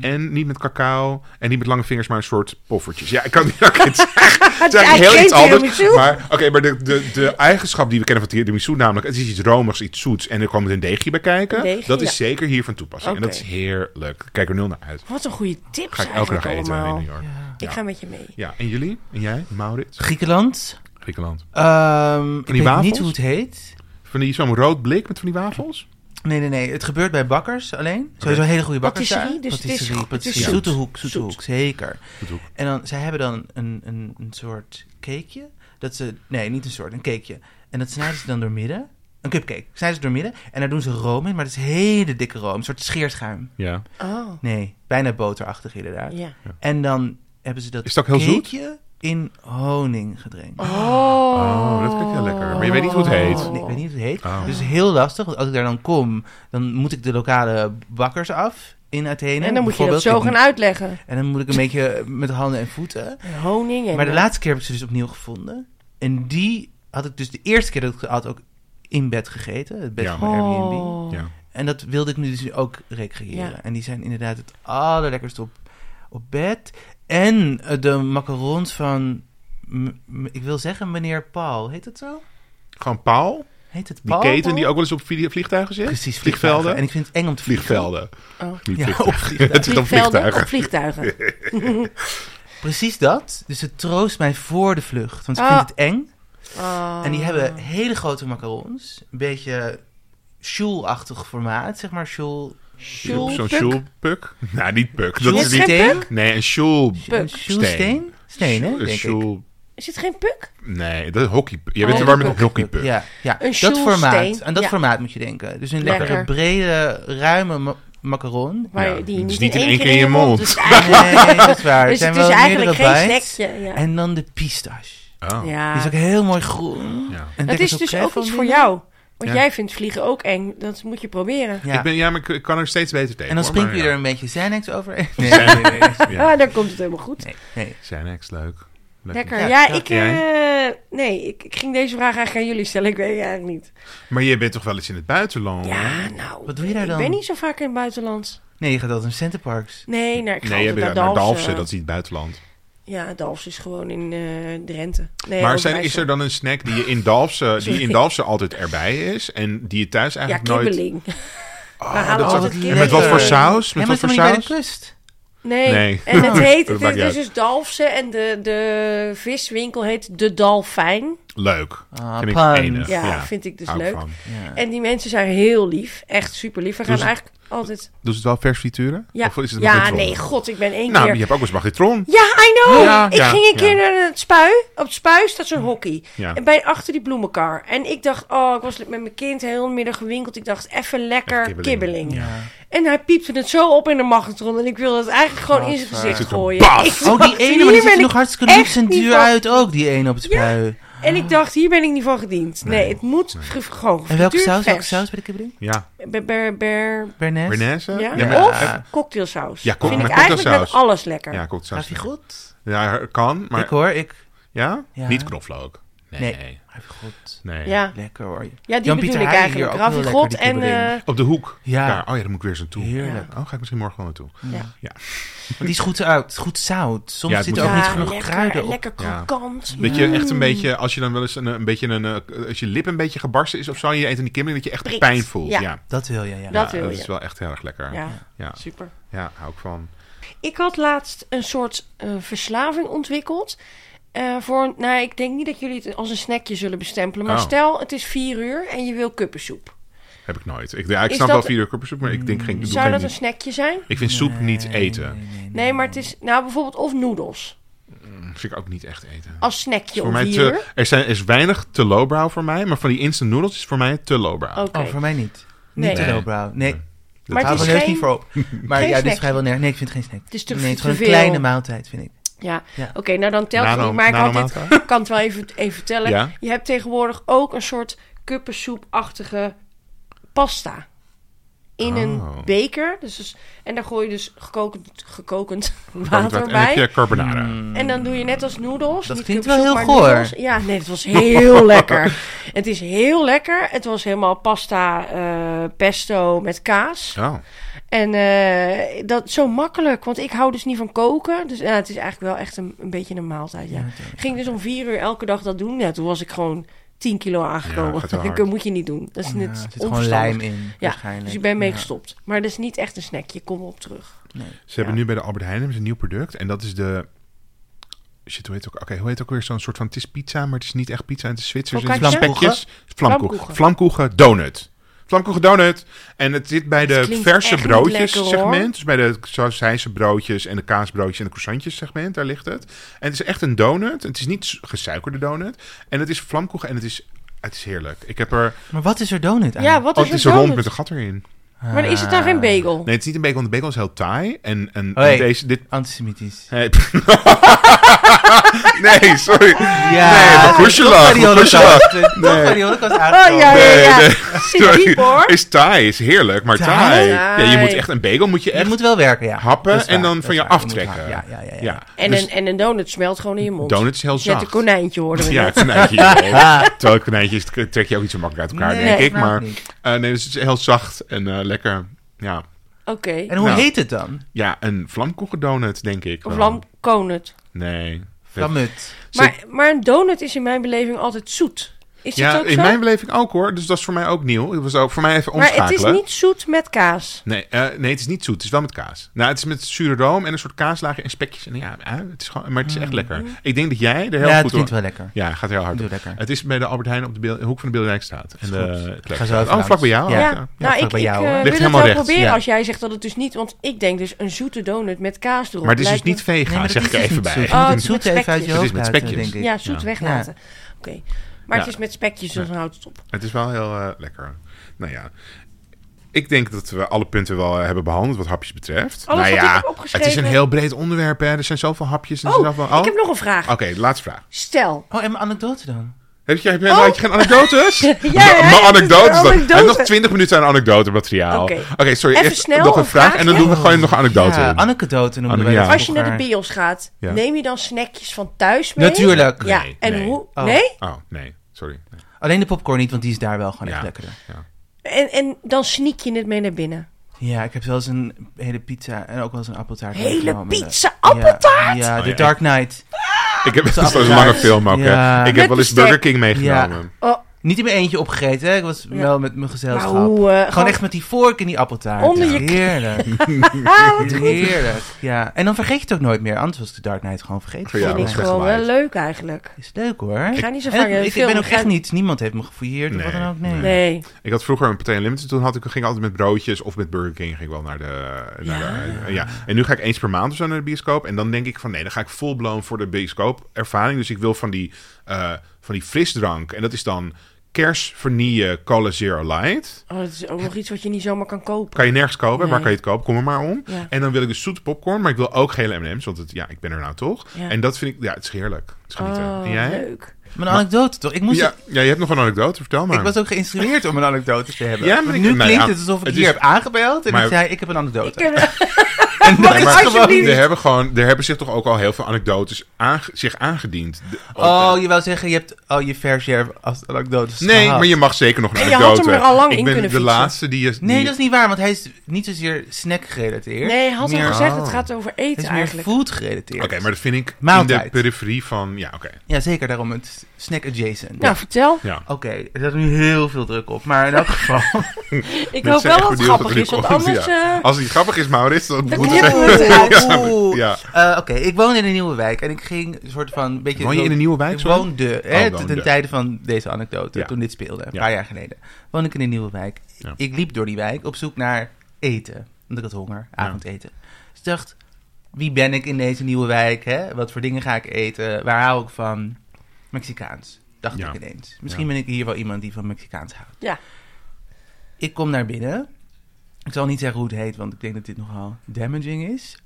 [SPEAKER 2] En niet met cacao. En niet met lange vingers, maar een soort poffertjes. Ja, ik kan niet ook iets Het is eigenlijk heel
[SPEAKER 3] Eigenlijk
[SPEAKER 2] iets
[SPEAKER 3] geen
[SPEAKER 2] anders.
[SPEAKER 3] tiramisu.
[SPEAKER 2] Maar, oké, maar de, de, de eigenschap die we kennen van tiramisu, namelijk het is iets romigs, iets zoets. En er kwam met een deegje bij kijken.
[SPEAKER 3] Een deegje,
[SPEAKER 2] dat is
[SPEAKER 3] ja.
[SPEAKER 2] zeker hier van toepassing. En dat
[SPEAKER 3] Oké.
[SPEAKER 2] is heerlijk. Ik Kijk er nul naar uit.
[SPEAKER 3] Wat een goede tip.
[SPEAKER 2] Ga ik elke dag eten
[SPEAKER 3] allemaal.
[SPEAKER 2] in New York. Ja.
[SPEAKER 3] Ik ga met je mee.
[SPEAKER 2] Ja, en jullie? En jij? Maurits?
[SPEAKER 4] Griekenland.
[SPEAKER 2] Griekenland.
[SPEAKER 4] Ehm ik weet
[SPEAKER 2] wafels?
[SPEAKER 4] niet hoe het heet.
[SPEAKER 2] Van die zo'n rood blik met van die wafels?
[SPEAKER 4] Nee, nee, nee. Het gebeurt bij bakkers alleen. Sowieso hele goede bakkers
[SPEAKER 3] Patisserie,
[SPEAKER 4] daar.
[SPEAKER 3] dus het is
[SPEAKER 4] Patisserie,
[SPEAKER 3] go- het is
[SPEAKER 4] patisserie.
[SPEAKER 3] zoet.
[SPEAKER 4] Zoete hoek, zoete
[SPEAKER 3] Zoet.
[SPEAKER 4] hoek, zeker.
[SPEAKER 2] Zoete hoek.
[SPEAKER 4] En dan, zij hebben dan een, een, een soort cakeje. Dat ze, nee, niet een soort, een cakeje. En dat snijden ze dan door midden. Een cupcake. Snijden ze door midden. En daar doen ze room in, maar dat is hele dikke room. Een soort scheerschuim.
[SPEAKER 2] Ja.
[SPEAKER 3] Oh,
[SPEAKER 4] Nee, bijna boterachtig inderdaad.
[SPEAKER 3] ja.
[SPEAKER 4] En dan hebben ze dat
[SPEAKER 2] Is het ook heel zoet?
[SPEAKER 4] cakeje in honing gedrenkt.
[SPEAKER 2] Oh, dat klinkt heel lekker. Maar je weet niet hoe het
[SPEAKER 4] Oh.
[SPEAKER 2] heet.
[SPEAKER 4] Nee, ik weet niet hoe het heet.
[SPEAKER 2] Oh.
[SPEAKER 4] Dus heel lastig, want als ik daar dan kom, dan moet ik de lokale bakkers af in Athene.
[SPEAKER 3] En dan moet je dat
[SPEAKER 4] bijvoorbeeld.
[SPEAKER 3] zo
[SPEAKER 4] Ik
[SPEAKER 3] gaan
[SPEAKER 4] moet-
[SPEAKER 3] uitleggen.
[SPEAKER 4] En dan moet ik een beetje met handen en voeten.
[SPEAKER 3] Honing en...
[SPEAKER 4] Maar de laatste keer heb ik ze dus opnieuw gevonden. En die had ik dus de eerste keer dat ik ze had ook in bed gegeten. Het bed
[SPEAKER 2] Ja.
[SPEAKER 4] van mijn Airbnb.
[SPEAKER 3] Oh.
[SPEAKER 2] Ja.
[SPEAKER 4] En dat wilde ik nu dus ook recreëren.
[SPEAKER 3] Ja.
[SPEAKER 4] En die zijn inderdaad het allerlekkerste op, op bed. En eh, de macarons van, m- m- ik wil zeggen meneer Paul. Heet het zo?
[SPEAKER 2] Gewoon Paul,
[SPEAKER 4] Heet het
[SPEAKER 2] die
[SPEAKER 4] Paul?
[SPEAKER 2] keten die ook wel eens op vlie- vliegtuigen zit.
[SPEAKER 4] Precies,
[SPEAKER 2] vliegvelden.
[SPEAKER 4] En ik vind het eng om te vliegen.
[SPEAKER 2] Vliegvelden.
[SPEAKER 3] Oh.
[SPEAKER 2] Niet
[SPEAKER 4] Ja,
[SPEAKER 2] vliegtuigen.
[SPEAKER 4] op vliegtuigen.
[SPEAKER 2] Het is dan
[SPEAKER 3] Vliegvelden op
[SPEAKER 2] vliegtuigen.
[SPEAKER 3] vliegtuigen.
[SPEAKER 4] Precies dat. Dus het troost mij voor de vlucht. Want ik
[SPEAKER 3] Ah.
[SPEAKER 4] vind het eng.
[SPEAKER 3] Oh.
[SPEAKER 4] En die hebben hele grote macarons. Een beetje sjoelachtig formaat, zeg maar. Sjoel...
[SPEAKER 3] Sjoel,
[SPEAKER 2] Zo'n
[SPEAKER 3] puk.
[SPEAKER 2] sjoelpuk. Nou, niet puk. Dat is niet...
[SPEAKER 4] Sjoelsteen?
[SPEAKER 2] Nee, een sjoel...
[SPEAKER 3] Puk.
[SPEAKER 4] Sjoelsteen? Steen, hè? Denk ik.
[SPEAKER 2] Sjoel-
[SPEAKER 3] Is het geen puk?
[SPEAKER 2] Nee, dat is hockey. Je weet er waar met op hockeypuck.
[SPEAKER 4] Ja, ja.
[SPEAKER 3] Een
[SPEAKER 4] dat
[SPEAKER 3] sjoelsteen,
[SPEAKER 4] formaat. Aan dat
[SPEAKER 3] ja.
[SPEAKER 4] formaat moet je denken. Dus een
[SPEAKER 3] Lekker.
[SPEAKER 4] lekkere, brede, ruime ma- macaron.
[SPEAKER 3] Waar
[SPEAKER 2] Ja,
[SPEAKER 3] je
[SPEAKER 2] het
[SPEAKER 3] die
[SPEAKER 2] is
[SPEAKER 3] niet in één keer in je mond. Dus,
[SPEAKER 4] Nee, dat is waar.
[SPEAKER 3] dus
[SPEAKER 4] zijn
[SPEAKER 3] het is
[SPEAKER 4] wel
[SPEAKER 3] eigenlijk
[SPEAKER 4] meerdere
[SPEAKER 3] geen
[SPEAKER 4] bites.
[SPEAKER 3] snackje. Ja.
[SPEAKER 4] En dan de pistache.
[SPEAKER 2] Oh.
[SPEAKER 4] Die
[SPEAKER 3] ja.
[SPEAKER 4] is ook heel mooi groen.
[SPEAKER 2] Ja.
[SPEAKER 4] En
[SPEAKER 3] Het
[SPEAKER 4] lekker
[SPEAKER 3] is
[SPEAKER 4] zo
[SPEAKER 3] dus
[SPEAKER 4] crème
[SPEAKER 3] ook iets
[SPEAKER 4] van
[SPEAKER 3] voor
[SPEAKER 4] binnen.
[SPEAKER 3] jou. Want
[SPEAKER 2] Ja.
[SPEAKER 3] jij vindt vliegen ook eng. Dat moet je proberen.
[SPEAKER 4] Ja.
[SPEAKER 2] Ik ben, ja, maar ik- ik kan er steeds beter tegen.
[SPEAKER 4] En dan
[SPEAKER 2] hoor,
[SPEAKER 4] springt je
[SPEAKER 2] maar
[SPEAKER 4] er
[SPEAKER 2] ja.
[SPEAKER 4] een beetje Xanax over. Nee, nee, nee. nee.
[SPEAKER 2] Ja.
[SPEAKER 3] Ah, dan komt het helemaal goed.
[SPEAKER 4] nee, nee.
[SPEAKER 2] Zijn ex, leuk. leuk.
[SPEAKER 3] Lekker.
[SPEAKER 4] Ja,
[SPEAKER 3] Ja,
[SPEAKER 4] ja.
[SPEAKER 3] ik... eh, nee, ik, ik ging deze vraag eigenlijk aan jullie stellen. Ik weet het eigenlijk niet.
[SPEAKER 2] Maar je bent toch wel eens in het buitenland?
[SPEAKER 3] Ja, nou.
[SPEAKER 4] Wat doe je daar dan?
[SPEAKER 3] Ik ben niet zo vaak in het buitenland.
[SPEAKER 4] Nee, je gaat altijd naar Centerparks.
[SPEAKER 3] Nee, nou, ik ga
[SPEAKER 2] Nee, je
[SPEAKER 3] altijd
[SPEAKER 2] bent
[SPEAKER 3] naar
[SPEAKER 2] naar
[SPEAKER 3] Dalfsen.
[SPEAKER 2] Dalfsen, dat is niet het buitenland.
[SPEAKER 3] Ja, Dalfsen is gewoon in eh Drenthe. Nee,
[SPEAKER 2] maar zijn, is
[SPEAKER 3] Overijssel.
[SPEAKER 2] er dan een snack die je in Dalfsen, die in Dalfsen altijd erbij is en die je thuis
[SPEAKER 3] Ja,
[SPEAKER 2] eigenlijk nooit... Oh,
[SPEAKER 3] kibbeling. We halen
[SPEAKER 2] dat is
[SPEAKER 3] altijd
[SPEAKER 2] altijd-
[SPEAKER 3] kibbeling.
[SPEAKER 2] En met wat voor saus?
[SPEAKER 4] Ja,
[SPEAKER 2] Met wat
[SPEAKER 4] maar dan
[SPEAKER 2] voor
[SPEAKER 4] moet je bij de
[SPEAKER 2] saus?
[SPEAKER 4] kust.
[SPEAKER 3] Nee.
[SPEAKER 2] Nee.
[SPEAKER 3] En het heet,
[SPEAKER 2] Dat
[SPEAKER 3] het,
[SPEAKER 2] maakt
[SPEAKER 3] is
[SPEAKER 2] niet
[SPEAKER 3] dus Dalfsen en de, de viswinkel heet De Dalfijn.
[SPEAKER 2] Leuk.
[SPEAKER 4] Ah,
[SPEAKER 2] Vind ik
[SPEAKER 4] puns.
[SPEAKER 2] enig.
[SPEAKER 3] Ja, vind ik dus
[SPEAKER 2] hou
[SPEAKER 3] leuk.
[SPEAKER 2] van.
[SPEAKER 4] Ja.
[SPEAKER 3] En die mensen zijn heel lief, echt super lief. We gaan
[SPEAKER 2] Dus-
[SPEAKER 3] eigenlijk altijd...
[SPEAKER 2] Doen ze het wel vers frituren?
[SPEAKER 3] Ja,
[SPEAKER 2] Of is het
[SPEAKER 3] ja
[SPEAKER 2] magnetron?
[SPEAKER 3] nee, god, ik ben één
[SPEAKER 2] Nou,
[SPEAKER 3] keer...
[SPEAKER 2] je hebt ook eens magnetron.
[SPEAKER 3] Ja, I know!
[SPEAKER 2] Ja,
[SPEAKER 3] ik
[SPEAKER 2] ja,
[SPEAKER 3] ging een keer
[SPEAKER 2] ja.
[SPEAKER 3] naar het spui. Op het spui staat zo'n hockey.
[SPEAKER 2] Ja.
[SPEAKER 3] En bij, achter die bloemenkar. En ik dacht, oh, ik was met mijn kind heel middag gewinkeld. Ik dacht, even lekker
[SPEAKER 2] Even
[SPEAKER 3] kibbeling.
[SPEAKER 2] kibbeling.
[SPEAKER 3] En hij piepte het zo op in de magnetron. En ik wilde het eigenlijk gewoon in zijn gezicht
[SPEAKER 2] Zo,
[SPEAKER 3] gooien.
[SPEAKER 2] baf!
[SPEAKER 3] Ik
[SPEAKER 4] Oh,
[SPEAKER 3] dacht,
[SPEAKER 4] die ene,
[SPEAKER 3] hier
[SPEAKER 4] maar die ziet
[SPEAKER 3] ben
[SPEAKER 4] er
[SPEAKER 3] ik
[SPEAKER 4] nog hartstikke lief
[SPEAKER 3] echt
[SPEAKER 4] en
[SPEAKER 3] niet
[SPEAKER 4] duur
[SPEAKER 3] van-
[SPEAKER 4] uit ook, die ene op het spui.
[SPEAKER 3] En ik dacht, hier ben ik niet van gediend. Nee, het moet ge- gewoon
[SPEAKER 4] En welke
[SPEAKER 3] gefrituurd
[SPEAKER 4] saus? Welke
[SPEAKER 3] vers.
[SPEAKER 4] saus bij de kibbeling?
[SPEAKER 2] Ja.
[SPEAKER 3] Ber, ber, ber-
[SPEAKER 4] Bernays?
[SPEAKER 2] Bernaise?
[SPEAKER 3] ja?
[SPEAKER 2] maar- eh,
[SPEAKER 3] Of cocktailsaus.
[SPEAKER 2] Ja, co-
[SPEAKER 3] Vind
[SPEAKER 2] maar
[SPEAKER 3] ik eigenlijk met
[SPEAKER 2] cocktailsaus.
[SPEAKER 3] alles lekker.
[SPEAKER 2] Ja, komt
[SPEAKER 4] Gaat die
[SPEAKER 2] goed.
[SPEAKER 4] goed?
[SPEAKER 2] Ja, kan, maar...
[SPEAKER 4] Ik hoor, ik...
[SPEAKER 2] Ja?
[SPEAKER 4] Ja.
[SPEAKER 2] Niet knoflook.
[SPEAKER 4] Nee.
[SPEAKER 2] Nee.
[SPEAKER 4] Ravi God.
[SPEAKER 2] nee.
[SPEAKER 3] Ja,
[SPEAKER 4] Lekker hoor.
[SPEAKER 3] ja die
[SPEAKER 4] Jan-Pieter
[SPEAKER 3] bedoel ik
[SPEAKER 4] Heijn
[SPEAKER 3] eigenlijk.
[SPEAKER 4] hier ook heel
[SPEAKER 3] Ravi
[SPEAKER 4] lekker,
[SPEAKER 3] God
[SPEAKER 4] die
[SPEAKER 3] en...
[SPEAKER 4] kibbering.
[SPEAKER 3] eh,
[SPEAKER 2] Op de hoek.
[SPEAKER 4] Ja.
[SPEAKER 2] Daar. Oh ja, daar moet ik weer eens naartoe.
[SPEAKER 4] Heerlijk.
[SPEAKER 2] Ja. Oh, ga ik misschien morgen wel naartoe.
[SPEAKER 4] Want die is goed zout, goed zout. Soms
[SPEAKER 2] Ja, het
[SPEAKER 4] zit
[SPEAKER 2] moet
[SPEAKER 4] er
[SPEAKER 2] ook
[SPEAKER 4] ook niet
[SPEAKER 2] goed
[SPEAKER 4] genoeg
[SPEAKER 3] lekker,
[SPEAKER 4] kruiden op.
[SPEAKER 3] Lekker
[SPEAKER 2] Ja.
[SPEAKER 3] krokant.
[SPEAKER 2] Dat je echt een beetje, als je dan wel eens een, een beetje een, eh, als je lip een beetje gebarsten is of zo, en je eet in die kibbelen, dat je echt
[SPEAKER 3] Prikt.
[SPEAKER 2] pijn voelt. Ja,
[SPEAKER 3] Ja.
[SPEAKER 2] ja.
[SPEAKER 4] Dat wil je, ja.
[SPEAKER 3] Dat wil
[SPEAKER 2] dat
[SPEAKER 3] je.
[SPEAKER 2] is wel echt heel erg lekker. Ja,
[SPEAKER 3] Ja,
[SPEAKER 2] ja.
[SPEAKER 3] super.
[SPEAKER 2] hou ik van.
[SPEAKER 3] Ik had laatst een soort eh, verslaving ontwikkeld. eh, voor, nou, ik denk niet dat jullie het als een snackje zullen bestempelen. Maar
[SPEAKER 2] Oh.
[SPEAKER 3] stel, het is vier uur en je wil kuppensoep.
[SPEAKER 2] Heb ik nooit. Ik, ja, ik
[SPEAKER 3] Is
[SPEAKER 2] snap
[SPEAKER 3] dat-
[SPEAKER 2] wel vier uur kuppensoep, maar ik denk geen. doe
[SPEAKER 3] Zou
[SPEAKER 2] geen-
[SPEAKER 3] dat een snackje zijn?
[SPEAKER 2] Ik vind soep niet eten.
[SPEAKER 3] Nee, maar het is, nou bijvoorbeeld, of noedels.
[SPEAKER 2] Vind ik ook niet echt eten.
[SPEAKER 3] Als snackje
[SPEAKER 2] Voor
[SPEAKER 3] om
[SPEAKER 2] mij
[SPEAKER 3] vier
[SPEAKER 2] te,
[SPEAKER 3] uur.
[SPEAKER 2] er zijn, is weinig te lowbrow voor mij, maar van die instant noodles is voor mij te lowbrow.
[SPEAKER 3] Oké.
[SPEAKER 4] Oh, voor mij niet.
[SPEAKER 3] Nee.
[SPEAKER 4] Niet te
[SPEAKER 2] Nee.
[SPEAKER 4] lowbrow. Nee,
[SPEAKER 3] Maar
[SPEAKER 4] daar
[SPEAKER 3] het
[SPEAKER 4] houden
[SPEAKER 3] is
[SPEAKER 4] we heus
[SPEAKER 3] geen-
[SPEAKER 4] niet voor op. Maar
[SPEAKER 3] geen
[SPEAKER 4] ja, dit is
[SPEAKER 3] snackje.
[SPEAKER 4] vrijwel nergens. Nee, ik vind het geen snack.
[SPEAKER 3] Het is te
[SPEAKER 4] nee, het is gewoon een
[SPEAKER 3] te veel.
[SPEAKER 4] kleine maaltijd, vind ik.
[SPEAKER 3] Ja,
[SPEAKER 4] Ja.
[SPEAKER 3] oké, nou dan telt het
[SPEAKER 2] Nano-
[SPEAKER 3] niet, maar ik had dit,
[SPEAKER 2] nanomaaltijd?
[SPEAKER 3] ik kan het wel even, even vertellen.
[SPEAKER 2] Ja.
[SPEAKER 3] Je hebt tegenwoordig ook een soort kuppensoepachtige pasta. In
[SPEAKER 2] Oh.
[SPEAKER 3] een beker. Dus, dus- en daar gooi je dus gekokend, gekokend
[SPEAKER 2] Warm
[SPEAKER 3] water
[SPEAKER 2] water. En heb
[SPEAKER 3] bij.
[SPEAKER 2] je carbonara.
[SPEAKER 3] En dan doe je net als noedels.
[SPEAKER 4] Dat
[SPEAKER 3] niet
[SPEAKER 4] klinkt wel
[SPEAKER 3] kuppensoep,
[SPEAKER 4] heel
[SPEAKER 3] maar
[SPEAKER 4] goor.
[SPEAKER 3] noedels. Ja, nee, het was heel lekker. Het is heel lekker. Het was helemaal pasta eh, pesto met kaas.
[SPEAKER 2] Oh.
[SPEAKER 3] En eh, dat zo makkelijk, want ik hou dus niet van koken. Dus ja, het is eigenlijk wel echt een, een beetje een maaltijd. Ja. Ging dus om vier uur elke dag dat doen. Ja, toen was ik gewoon 10 kilo
[SPEAKER 2] Ja,
[SPEAKER 3] aangekomen.
[SPEAKER 2] gaat wel hard.
[SPEAKER 3] dat moet je niet doen. Dat is
[SPEAKER 4] Ja, er
[SPEAKER 3] net
[SPEAKER 4] zit gewoon
[SPEAKER 3] onverstandig.
[SPEAKER 4] lijm in,
[SPEAKER 3] ja,
[SPEAKER 4] waarschijnlijk.
[SPEAKER 3] dus ik ben mee
[SPEAKER 4] Ja.
[SPEAKER 3] gestopt. Maar dat is niet echt een snackje. Kom op terug.
[SPEAKER 2] Ze hebben nu bij de Albert Heijn hebben ze een nieuw product. En dat is de... Shit, hoe heet het ook? Oké, hoe heet het ook weer zo'n soort van... Het is pizza, maar het is niet echt pizza. Het is Zwitsers. en Het is
[SPEAKER 4] Focaccia?
[SPEAKER 2] spekjes. Vlamkoegen.
[SPEAKER 3] Vlamkoeken.
[SPEAKER 2] Vlamkoegen donut. Vlamkoegen donut. En het zit bij
[SPEAKER 3] Dat
[SPEAKER 2] de
[SPEAKER 3] klinkt
[SPEAKER 2] verse
[SPEAKER 3] echt niet
[SPEAKER 2] broodjes
[SPEAKER 3] lekker, hoor.
[SPEAKER 2] segment. Dus bij de sausijse broodjes en de kaasbroodjes en de croissantjes segment. Daar ligt het. En het is echt een donut. Het is niet gesuikerde donut. En het is vlamkoegen en het is... Het is heerlijk. Ik heb er...
[SPEAKER 4] Maar wat is er donut
[SPEAKER 3] Ja,
[SPEAKER 4] eigenlijk?
[SPEAKER 3] wat
[SPEAKER 2] oh,
[SPEAKER 3] is
[SPEAKER 2] het is
[SPEAKER 3] er
[SPEAKER 2] rond
[SPEAKER 3] donut?
[SPEAKER 2] met een gat erin.
[SPEAKER 3] Maar dan is het dan
[SPEAKER 4] Ah.
[SPEAKER 3] geen bagel?
[SPEAKER 2] Nee, het is niet een bagel, want de bagel is heel taai. En, en
[SPEAKER 4] Hoi.
[SPEAKER 2] deze, dit...
[SPEAKER 4] Antisemitisch.
[SPEAKER 2] Nee, nee sorry.
[SPEAKER 4] Ja,
[SPEAKER 2] dat moest je lachen,
[SPEAKER 4] Toch bij die
[SPEAKER 2] dat moest je
[SPEAKER 4] holocaust. Toch bij die holocaust aangekomen.
[SPEAKER 3] Oh, ja, ja,
[SPEAKER 2] Nee,
[SPEAKER 3] ja.
[SPEAKER 2] nee,
[SPEAKER 3] Zit diep, hoor.
[SPEAKER 2] Is taai, is heerlijk, maar
[SPEAKER 4] Taai?
[SPEAKER 2] taai. Ja, je
[SPEAKER 3] Taai.
[SPEAKER 2] moet echt een bagel moet je
[SPEAKER 4] Je
[SPEAKER 2] echt
[SPEAKER 4] moet wel werken, ja.
[SPEAKER 2] happen
[SPEAKER 4] Dat is waar,
[SPEAKER 2] en dan
[SPEAKER 4] dat
[SPEAKER 2] van
[SPEAKER 4] is
[SPEAKER 2] je
[SPEAKER 4] waar. moet
[SPEAKER 2] aftrekken.
[SPEAKER 4] happen. Ja, ja, ja. ja.
[SPEAKER 2] Ja.
[SPEAKER 3] En,
[SPEAKER 2] Dus
[SPEAKER 3] een, en een donut smelt gewoon in je mond.
[SPEAKER 2] donut is heel
[SPEAKER 3] Net een
[SPEAKER 2] zacht.
[SPEAKER 3] konijntje hoorden we
[SPEAKER 2] Ja,
[SPEAKER 3] net.
[SPEAKER 2] konijntje. joh. Terwijl het konijntje is, trek je ook niet zo makkelijk uit elkaar,
[SPEAKER 4] Nee,
[SPEAKER 2] denk ik.
[SPEAKER 4] maakt
[SPEAKER 2] Maar
[SPEAKER 4] niet.
[SPEAKER 2] eh, nee, dus het is heel zacht en eh, lekker. Ja.
[SPEAKER 3] Oké.
[SPEAKER 4] En hoe
[SPEAKER 2] Nou.
[SPEAKER 4] heet het dan?
[SPEAKER 2] ja, een vlamkoegendonut, denk ik.
[SPEAKER 3] Of
[SPEAKER 2] wel.
[SPEAKER 3] lamkonut.
[SPEAKER 2] Nee.
[SPEAKER 4] Flamut.
[SPEAKER 3] Maar, maar een donut is in mijn beleving altijd zoet. Is
[SPEAKER 2] Ja,
[SPEAKER 3] dat ook
[SPEAKER 2] in
[SPEAKER 3] zo?
[SPEAKER 2] mijn beleving ook hoor. Dus dat is voor mij ook nieuw. Het was ook voor mij even
[SPEAKER 3] maar
[SPEAKER 2] omschakelen.
[SPEAKER 3] het is niet zoet met kaas.
[SPEAKER 2] Nee, eh, nee, het is niet zoet. Het is wel met kaas. Nou, het is met zure room en een soort kaaslaagje en spekjes. En ja, eh, het is gewoon, maar het is echt lekker. Ik denk dat jij er heel
[SPEAKER 4] Mm. Ja,
[SPEAKER 2] goed
[SPEAKER 4] het klinkt wel lekker.
[SPEAKER 2] Ja, gaat heel hard.
[SPEAKER 4] Doe lekker.
[SPEAKER 2] Het is bij de Albert Heijn op de Beel- hoek van de Beeldenwijkstraat. En
[SPEAKER 4] Is goed.
[SPEAKER 2] de
[SPEAKER 4] Ik ga zo even
[SPEAKER 2] Oh,
[SPEAKER 4] langs.
[SPEAKER 2] vlak bij jou.
[SPEAKER 4] Ja.
[SPEAKER 2] ook,
[SPEAKER 3] Ja,
[SPEAKER 2] ja.
[SPEAKER 3] nou,
[SPEAKER 4] vlak
[SPEAKER 3] ik,
[SPEAKER 4] bij
[SPEAKER 3] ik
[SPEAKER 4] jou,
[SPEAKER 3] eh,
[SPEAKER 4] hè?
[SPEAKER 2] Ligt
[SPEAKER 3] wil het
[SPEAKER 2] helemaal
[SPEAKER 3] wel
[SPEAKER 2] recht,
[SPEAKER 3] proberen
[SPEAKER 2] ja.
[SPEAKER 3] als jij zegt dat het dus niet... Want ik denk dus een zoete donut met kaas erop.
[SPEAKER 2] Maar het is dus
[SPEAKER 3] lijkt me-
[SPEAKER 2] niet vegan,
[SPEAKER 4] maar dat
[SPEAKER 2] zeg
[SPEAKER 4] is
[SPEAKER 2] ik er
[SPEAKER 4] dus
[SPEAKER 2] even
[SPEAKER 4] niet
[SPEAKER 2] bij.
[SPEAKER 4] zoet. Je moet
[SPEAKER 3] Oh,
[SPEAKER 4] het zoet
[SPEAKER 3] met
[SPEAKER 4] even uit je
[SPEAKER 3] spekjes.
[SPEAKER 2] Het
[SPEAKER 4] hoofd
[SPEAKER 2] is met
[SPEAKER 4] laten,
[SPEAKER 2] spekjes.
[SPEAKER 4] denk ik.
[SPEAKER 3] Ja, zoet
[SPEAKER 2] Ja.
[SPEAKER 3] weglaten. Oké. Maar het
[SPEAKER 2] Ja.
[SPEAKER 3] is met spekjes, dus dan houdt het op.
[SPEAKER 2] Het is wel heel eh, lekker. Nou ja. Ik denk dat we alle punten wel eh, hebben behandeld wat hapjes betreft.
[SPEAKER 3] Alles
[SPEAKER 2] nou
[SPEAKER 3] wat
[SPEAKER 2] ja,
[SPEAKER 3] ik heb opgeschreven.
[SPEAKER 2] het is een heel breed onderwerp. Hè. Er zijn zoveel hapjes. En er zijn
[SPEAKER 3] Oh,
[SPEAKER 2] zoveel...
[SPEAKER 3] ik heb nog een vraag.
[SPEAKER 2] Oké, laatste vraag.
[SPEAKER 3] Stel.
[SPEAKER 4] Oh, en mijn anekdote dan?
[SPEAKER 2] Heb je, heb je, had je geen anekdotes? Oh. ja,
[SPEAKER 3] hè?
[SPEAKER 2] maar anekdotes dan.
[SPEAKER 3] Anekdote.
[SPEAKER 2] Hij heeft nog 20 minuten aan anekdotemateriaal. Oké,
[SPEAKER 3] Oké.
[SPEAKER 2] sorry.
[SPEAKER 3] Even
[SPEAKER 2] eerst
[SPEAKER 3] snel
[SPEAKER 2] nog een
[SPEAKER 3] een
[SPEAKER 2] vraag
[SPEAKER 3] vraagje.
[SPEAKER 2] en dan doen we gewoon nog een anekdote.
[SPEAKER 4] Ja,
[SPEAKER 2] in.
[SPEAKER 4] anekdote noemen
[SPEAKER 2] Ane-
[SPEAKER 4] wij
[SPEAKER 2] ja.
[SPEAKER 4] dat
[SPEAKER 3] Als je naar de
[SPEAKER 4] vroeger.
[SPEAKER 3] bios gaat,
[SPEAKER 2] Ja.
[SPEAKER 3] neem je dan snackjes van thuis mee?
[SPEAKER 4] Natuurlijk.
[SPEAKER 3] Ja,
[SPEAKER 2] Nee,
[SPEAKER 3] en
[SPEAKER 2] nee.
[SPEAKER 3] hoe...
[SPEAKER 4] Oh.
[SPEAKER 3] Nee?
[SPEAKER 2] Oh, nee. Sorry. Nee.
[SPEAKER 4] Alleen de popcorn niet, want die is daar wel gewoon
[SPEAKER 2] Ja.
[SPEAKER 4] echt lekkerder.
[SPEAKER 2] Ja.
[SPEAKER 3] En, en dan sneak je het mee naar binnen.
[SPEAKER 4] Ja, ik heb zelfs een hele pizza en ook wel eens een appeltaart.
[SPEAKER 3] Hele
[SPEAKER 4] meegenomen.
[SPEAKER 3] pizza appeltaart?
[SPEAKER 4] Ja, ja,
[SPEAKER 2] Oh,
[SPEAKER 4] The
[SPEAKER 2] ja.
[SPEAKER 4] Dark Knight.
[SPEAKER 2] Ik heb
[SPEAKER 4] is
[SPEAKER 2] dat is een
[SPEAKER 4] apart.
[SPEAKER 2] lange film ook. hè.
[SPEAKER 4] Ja.
[SPEAKER 2] Ik
[SPEAKER 3] Met
[SPEAKER 2] heb wel eens
[SPEAKER 3] bestek.
[SPEAKER 2] Burger King meegenomen.
[SPEAKER 3] Oh,
[SPEAKER 4] Niet in mijn eentje opgegeten, hè. Ik was wel met mijn gezelschap.
[SPEAKER 3] Maar hoe, eh,
[SPEAKER 4] gewoon,
[SPEAKER 3] gewoon-
[SPEAKER 4] echt met die vork in die appeltaart.
[SPEAKER 3] Onder
[SPEAKER 4] Ja.
[SPEAKER 3] je-
[SPEAKER 4] Heerlijk.
[SPEAKER 3] ah, wat goed.
[SPEAKER 4] Heerlijk. Ja. En dan vergeet je het ook nooit meer. Anders was The Dark Knight gewoon vergeten.
[SPEAKER 2] Ja,
[SPEAKER 4] Ja,
[SPEAKER 3] Vind ik
[SPEAKER 2] dat is echt
[SPEAKER 3] gewoon wel
[SPEAKER 2] light.
[SPEAKER 3] leuk eigenlijk.
[SPEAKER 4] Is leuk hoor. En
[SPEAKER 3] Ik
[SPEAKER 4] Ik,
[SPEAKER 3] ga niet zo vaak eh, naar de
[SPEAKER 4] ik
[SPEAKER 3] film.
[SPEAKER 4] ben ook
[SPEAKER 3] Ik ga-
[SPEAKER 4] echt niet... Niemand heeft me gefouilleerd of wat
[SPEAKER 2] Nee,
[SPEAKER 4] dan ook. Nee.
[SPEAKER 3] Nee.
[SPEAKER 2] Ik had vroeger een Pathé Unlimited. Toen had ik, ging ik altijd met broodjes of met Burger King. Ging ik wel naar de... Naar de eh, ja. En nu ga ik eens per maand of zo naar de bioscoop. En dan denk ik van nee, dan ga ik full blown voor de bioscoop ervaring. Dus ik wil van die, eh, van die frisdrank. En dat is dan kers, vanille, cola zero light.
[SPEAKER 3] Oh, dat is ook nog iets wat je niet zomaar kan kopen.
[SPEAKER 2] Kan je nergens kopen.
[SPEAKER 3] Nee.
[SPEAKER 2] Waar kan je het kopen? Kom er maar om.
[SPEAKER 3] Ja.
[SPEAKER 2] En dan wil ik dus zoete popcorn, maar ik wil ook gele M&M's. Want het, ja, ik ben er nou toch.
[SPEAKER 3] Ja.
[SPEAKER 2] En dat vind ik... Ja, het is heerlijk. Het is genieten.
[SPEAKER 3] Oh,
[SPEAKER 2] en jij?
[SPEAKER 3] leuk.
[SPEAKER 4] Mijn anekdote toch? Ik moest...
[SPEAKER 2] Ja, ja, je hebt nog een anekdote. Vertel maar.
[SPEAKER 4] Ik was ook geïnstrueerd om een anekdote te hebben.
[SPEAKER 2] Ja, maar
[SPEAKER 4] Want
[SPEAKER 2] ik-
[SPEAKER 4] nu
[SPEAKER 2] nou ja,
[SPEAKER 4] klinkt het alsof ik
[SPEAKER 2] het
[SPEAKER 4] hier
[SPEAKER 2] is-
[SPEAKER 4] heb aangebeld en
[SPEAKER 2] maar-
[SPEAKER 4] ik zei, ik heb een anekdote.
[SPEAKER 3] Ik heb-
[SPEAKER 4] En dat
[SPEAKER 3] Mag
[SPEAKER 4] is
[SPEAKER 3] ik
[SPEAKER 2] maar
[SPEAKER 4] gewoon...
[SPEAKER 3] alsjeblieft-
[SPEAKER 2] er hebben, gewoon, er hebben zich toch ook al heel veel anekdotes aange- zich aangediend. De- eh,
[SPEAKER 4] Oh, je wou zeggen, je hebt al je fair share als anekdotes
[SPEAKER 2] nee,
[SPEAKER 4] gehad.
[SPEAKER 2] maar je mag zeker nog een
[SPEAKER 3] En je
[SPEAKER 2] anekdote.
[SPEAKER 3] had hem er al lang
[SPEAKER 2] ik
[SPEAKER 3] in
[SPEAKER 2] ben
[SPEAKER 3] kunnen
[SPEAKER 2] de
[SPEAKER 3] fietsen.
[SPEAKER 2] laatste die je...
[SPEAKER 4] Nee,
[SPEAKER 2] die-
[SPEAKER 4] dat is niet waar, want hij is niet zozeer snack gerelateerd.
[SPEAKER 3] Nee, hij had al
[SPEAKER 4] meer-
[SPEAKER 3] gezegd, het gaat over eten
[SPEAKER 4] Hij is meer
[SPEAKER 3] eigenlijk.
[SPEAKER 4] food gerelateerd.
[SPEAKER 2] Oké, maar dat vind ik in de
[SPEAKER 4] Maaltijd.
[SPEAKER 2] periferie van... Ja, oké.
[SPEAKER 4] Ja, zeker, daarom het is snack adjacent.
[SPEAKER 3] Nou, vertel.
[SPEAKER 2] Ja.
[SPEAKER 4] Oké, er zat nu heel veel druk op, maar in elk geval...
[SPEAKER 3] Ik
[SPEAKER 2] Mensen
[SPEAKER 3] hoop wel
[SPEAKER 2] echt
[SPEAKER 3] dat het grappig
[SPEAKER 2] benieuwd wat er
[SPEAKER 3] is,
[SPEAKER 2] nu
[SPEAKER 3] want
[SPEAKER 2] komt,
[SPEAKER 3] anders...
[SPEAKER 2] ja.
[SPEAKER 3] eh,
[SPEAKER 2] Als het grappig is, Maurits, dan
[SPEAKER 3] Dan
[SPEAKER 2] moet
[SPEAKER 3] knippen
[SPEAKER 2] zeggen.
[SPEAKER 3] we het eruit.
[SPEAKER 2] Ja,
[SPEAKER 4] Oeh.
[SPEAKER 2] ja.
[SPEAKER 4] Eh, Oké, ik woon in een nieuwe wijk en ik ging een soort van... Beetje
[SPEAKER 2] Woon je in een nieuwe wijk,
[SPEAKER 4] Ik
[SPEAKER 2] sorry?
[SPEAKER 4] woonde, hè,
[SPEAKER 2] Oh, woonde.
[SPEAKER 4] ten tijde van deze anekdote,
[SPEAKER 2] Ja.
[SPEAKER 4] toen dit speelde, een
[SPEAKER 2] Ja.
[SPEAKER 4] paar jaar geleden. Woon ik in een nieuwe wijk.
[SPEAKER 2] Ja.
[SPEAKER 4] Ik liep door die wijk op zoek naar eten, want ik had honger, avondeten. Dus ik dacht, wie ben ik in deze nieuwe wijk? Hè? Wat voor dingen ga ik eten? Waar hou ik van? Mexicaans, dacht
[SPEAKER 2] Ja.
[SPEAKER 4] ik ineens. Misschien
[SPEAKER 2] Ja.
[SPEAKER 4] ben ik hier wel iemand die van Mexicaans houdt.
[SPEAKER 3] Ja.
[SPEAKER 4] Ik kom naar binnen. Ik zal niet zeggen hoe het heet, want ik denk dat dit nogal damaging is.